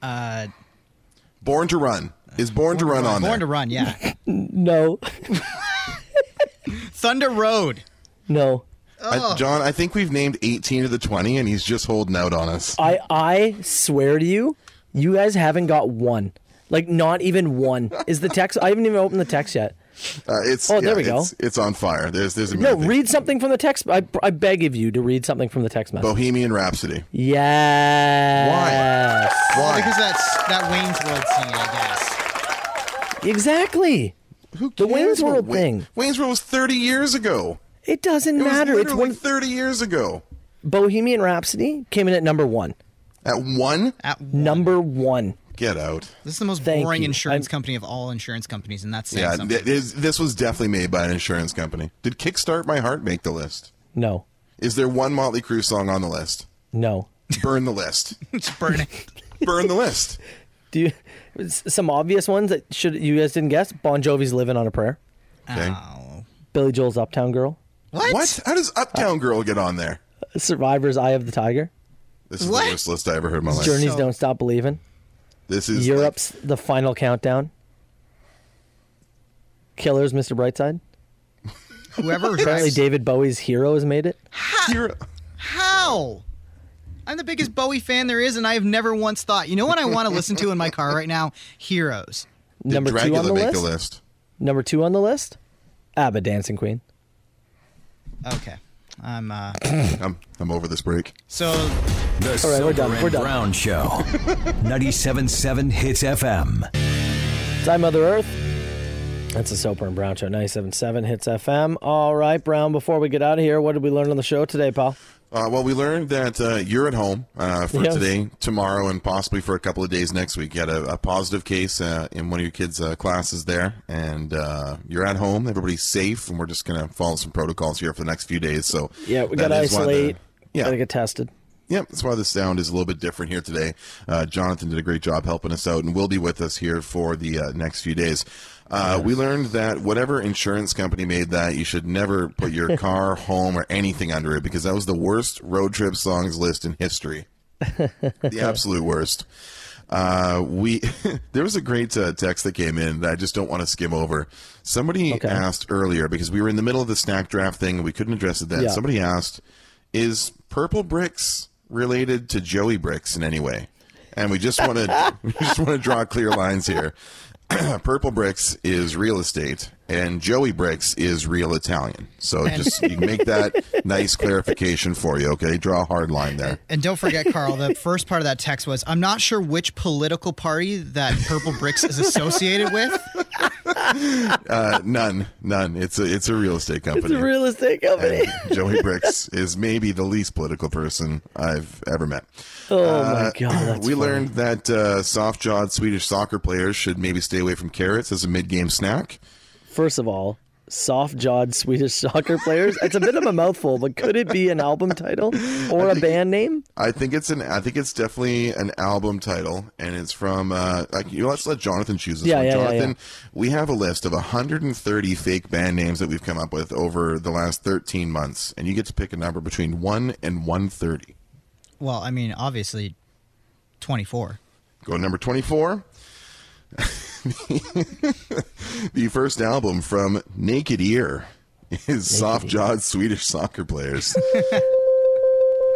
Speaker 4: uh
Speaker 3: Born to run is born, to run on
Speaker 4: Born
Speaker 3: there.
Speaker 4: to Run, yeah.
Speaker 2: No.
Speaker 4: Thunder Road.
Speaker 2: No.
Speaker 3: I, John, I think we've named 18 of the 20, and he's just holding out on us.
Speaker 2: I I swear to you, you guys haven't got one. Like not even one. Is the text I haven't even opened the text yet.
Speaker 3: Uh, it's
Speaker 2: Oh, there we go.
Speaker 3: It's, it's on fire. There's there's a
Speaker 2: No,
Speaker 3: movie.
Speaker 2: read something from the text. I, I beg of you to read something from the text message.
Speaker 3: Bohemian Rhapsody.
Speaker 2: Yes.
Speaker 3: Why?
Speaker 4: Because that's that Wayne's World scene, I
Speaker 2: Exactly.
Speaker 3: Who
Speaker 2: the
Speaker 3: cares
Speaker 2: Wayne's
Speaker 3: about
Speaker 2: World
Speaker 3: Wa-
Speaker 2: thing.
Speaker 3: Wayne's World was 30 years ago.
Speaker 2: It doesn't
Speaker 3: It was
Speaker 2: matter. It's
Speaker 3: literally
Speaker 2: one
Speaker 3: 30 years ago.
Speaker 2: Bohemian Rapsody came in at number one.
Speaker 3: At one,
Speaker 4: guess. At
Speaker 2: Number one.
Speaker 3: get out.
Speaker 4: This is the most
Speaker 2: Thank
Speaker 4: boring
Speaker 2: you.
Speaker 4: insurance
Speaker 2: I'm-
Speaker 4: company of all insurance companies, and that's saying
Speaker 3: Yeah,
Speaker 4: something.
Speaker 3: th- is- this was definitely made by an insurance company. Did Kickstart My Heart make the list?
Speaker 2: No.
Speaker 3: Is there one Motley Crue song on the list?
Speaker 2: No.
Speaker 3: Burn the
Speaker 4: *laughs*
Speaker 3: list.
Speaker 4: it's burning.
Speaker 3: Burn the list.
Speaker 2: Do you s- some obvious ones that should you guys didn't guess? Bon Jovi's "Living on a Prayer."
Speaker 3: Okay.
Speaker 4: Oh.
Speaker 2: Billy Joel's "Uptown Girl."
Speaker 4: What?
Speaker 3: What? How does Uptown Girl get on there?
Speaker 2: Survivor's "Eye of the Tiger."
Speaker 3: This is
Speaker 4: What?
Speaker 3: the worst list I ever heard in my life.
Speaker 2: Journeys
Speaker 4: So-
Speaker 2: don't stop believing.
Speaker 3: This is like-
Speaker 2: Europe's "The Final Countdown." Killers, Mr. Brightside.
Speaker 3: *laughs*
Speaker 4: Whoever
Speaker 2: Apparently,
Speaker 4: writes-
Speaker 2: David Bowie's "Heroes" made it.
Speaker 3: Hero-
Speaker 4: How? I'm the biggest Bowie fan there is, and I have never once thought, you know what I want to listen to in my car right now? Heroes.
Speaker 3: Did
Speaker 2: Number
Speaker 3: Dracula
Speaker 2: two on the
Speaker 3: make
Speaker 2: list.
Speaker 3: the list?
Speaker 2: Number two on the list. ABBA, "Dancing Queen."
Speaker 4: Okay. I'm, uh.
Speaker 3: I'm, I'm over this break.
Speaker 4: So,
Speaker 19: The
Speaker 2: All right,
Speaker 19: Soper
Speaker 2: we're done,
Speaker 19: and
Speaker 2: we're done.
Speaker 19: Brown Show. *laughs* 97.7 Hits FM.
Speaker 2: It's I Mother Earth. That's the Soper and Brown Show, 97.7 Hits FM. All right, Brown, before we get out of here, what did we learn on the show today, pal?
Speaker 3: Uh, well, we learned that uh, you're at home uh, for
Speaker 2: Yes.
Speaker 3: today, tomorrow, and possibly for a couple of days next week. You had a, a positive case uh, in one of your kids' uh, classes there, and uh, you're at home. Everybody's safe, and we're just going to follow some protocols here for the next few days. So
Speaker 2: Yeah, we
Speaker 3: that
Speaker 2: got to
Speaker 3: is why the-
Speaker 2: isolate.
Speaker 3: yeah,
Speaker 2: Got to get tested.
Speaker 3: Yep, that's why the sound is a little bit different here today. Uh, Jonathan did a great job helping us out and will be with us here for the uh, next few days. Uh, We learned that whatever insurance company made that, you should never put your car, home, or anything under it because that was the worst road trip songs list in history. the absolute worst. Uh, we *laughs* there was a great uh, text that came in that I just don't want to skim over. Somebody asked earlier because we were in the middle of the snack draft thing and we couldn't address it then.
Speaker 20: Yeah.
Speaker 3: Somebody asked, "Is purple bricks related to Joey bricks in any way?" And we just want to *laughs* we just want to draw clear lines here. *clears throat* purple bricks is real estate, and Joey bricks is real Italian. So
Speaker 4: And-
Speaker 3: just you make that nice clarification for you. Okay, draw a hard line there.
Speaker 4: And don't forget, Carl, the first part of that text was I'm not sure which political party that Purple Bricks is associated with.
Speaker 3: Uh, none, none. It's a it's a real estate company.
Speaker 2: It's a real estate *laughs* company.
Speaker 3: And Joey Bricks is maybe the least political person I've ever met. Uh,
Speaker 2: Oh my God, that's
Speaker 3: we
Speaker 2: funny.
Speaker 3: learned that uh, soft jawed Swedish soccer players should maybe stay away from carrots as a mid game snack.
Speaker 2: First of all, soft jawed Swedish *laughs* soccer players. It's a bit of a mouthful, but could it be an album
Speaker 3: *laughs*
Speaker 2: title or a band name?
Speaker 3: I think it's an I think it's definitely an album title, and it's from uh, like you know, let's let Jonathan choose this
Speaker 2: Yeah,
Speaker 3: one.
Speaker 2: yeah, yeah,
Speaker 3: Jonathan, we have a list of 130 fake band names that we've come up with over the last 13 months, and you get to pick a number between one and 130.
Speaker 4: Well, I mean, obviously, 24.
Speaker 3: Go to number 24. *laughs* the first album from Naked Ear is soft jawed Swedish
Speaker 2: *laughs*
Speaker 3: soccer players.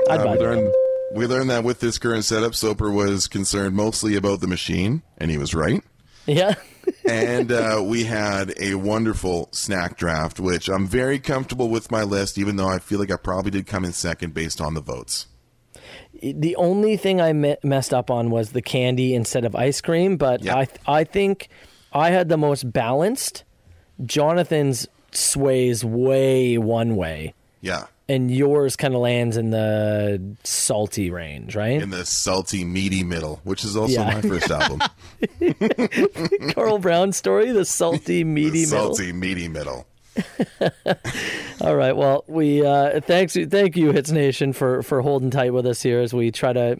Speaker 2: I'd
Speaker 3: Uh,
Speaker 2: buy
Speaker 3: we,
Speaker 2: that.
Speaker 3: learned, we learned that with this current setup, Soper was concerned mostly about the machine, and he was right.
Speaker 2: Yeah. *laughs*
Speaker 3: and uh, we had a wonderful snack draft, which I'm very comfortable with my list, even though I feel like I probably did come in second based on the votes.
Speaker 2: The only thing I me- messed up on was the candy instead of ice cream, but I th- I think I had the most balanced. Jonathan's sways way one way.
Speaker 3: Yeah.
Speaker 2: And yours kind of lands in the salty range, right?
Speaker 3: In the salty, meaty middle, which is also
Speaker 2: Yeah.
Speaker 3: my first album.
Speaker 2: *laughs* Carl Brown story, the salty meaty
Speaker 3: *laughs* the
Speaker 2: middle.
Speaker 3: salty, meaty middle.
Speaker 2: All right. Well, we uh, thanks thank you Hits Nation for for holding tight with us here as we try to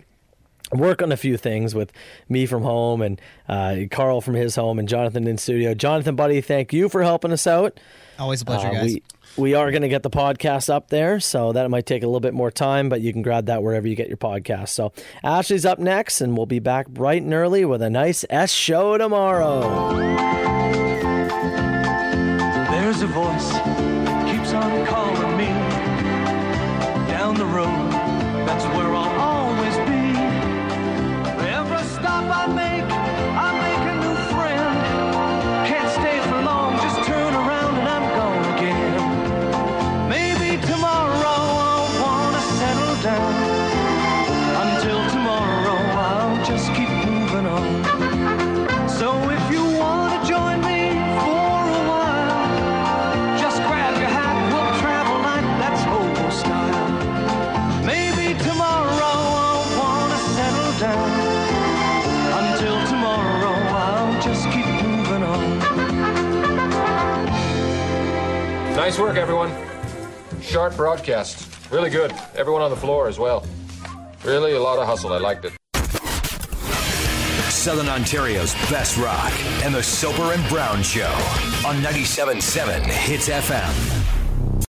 Speaker 2: work on a few things with me from home and uh, Carl from his home and Jonathan in studio. Jonathan, buddy, thank you for helping us out.
Speaker 4: Always a pleasure,
Speaker 2: Uh,
Speaker 4: guys.
Speaker 2: We, we are going to get the podcast up there, so that might take a little bit more time, but you can grab that wherever you get your podcast. So Ashley's up next, and we'll be back bright and early with a nice S show tomorrow.
Speaker 9: There's a voice keeps on calling me down the road. That's where I'll always be. Every stop I make, I make a new friend. Can't stay for long, just turn around and I'm gone again. Maybe tomorrow I'll wanna settle down. Until tomorrow I'll just keep moving on. So if you wanna join me for a while. Just grab your hat, we'll travel like that's hobo style. Maybe tomorrow I'll wanna settle down. Until tomorrow I'll just keep moving on.
Speaker 21: Nice work, everyone. Sharp broadcast. Really good. Everyone on the floor as well. Really a lot of hustle. I liked it.
Speaker 1: Southern Ontario's best rock and the Soper and Brown Show on 97.7 Hits FM.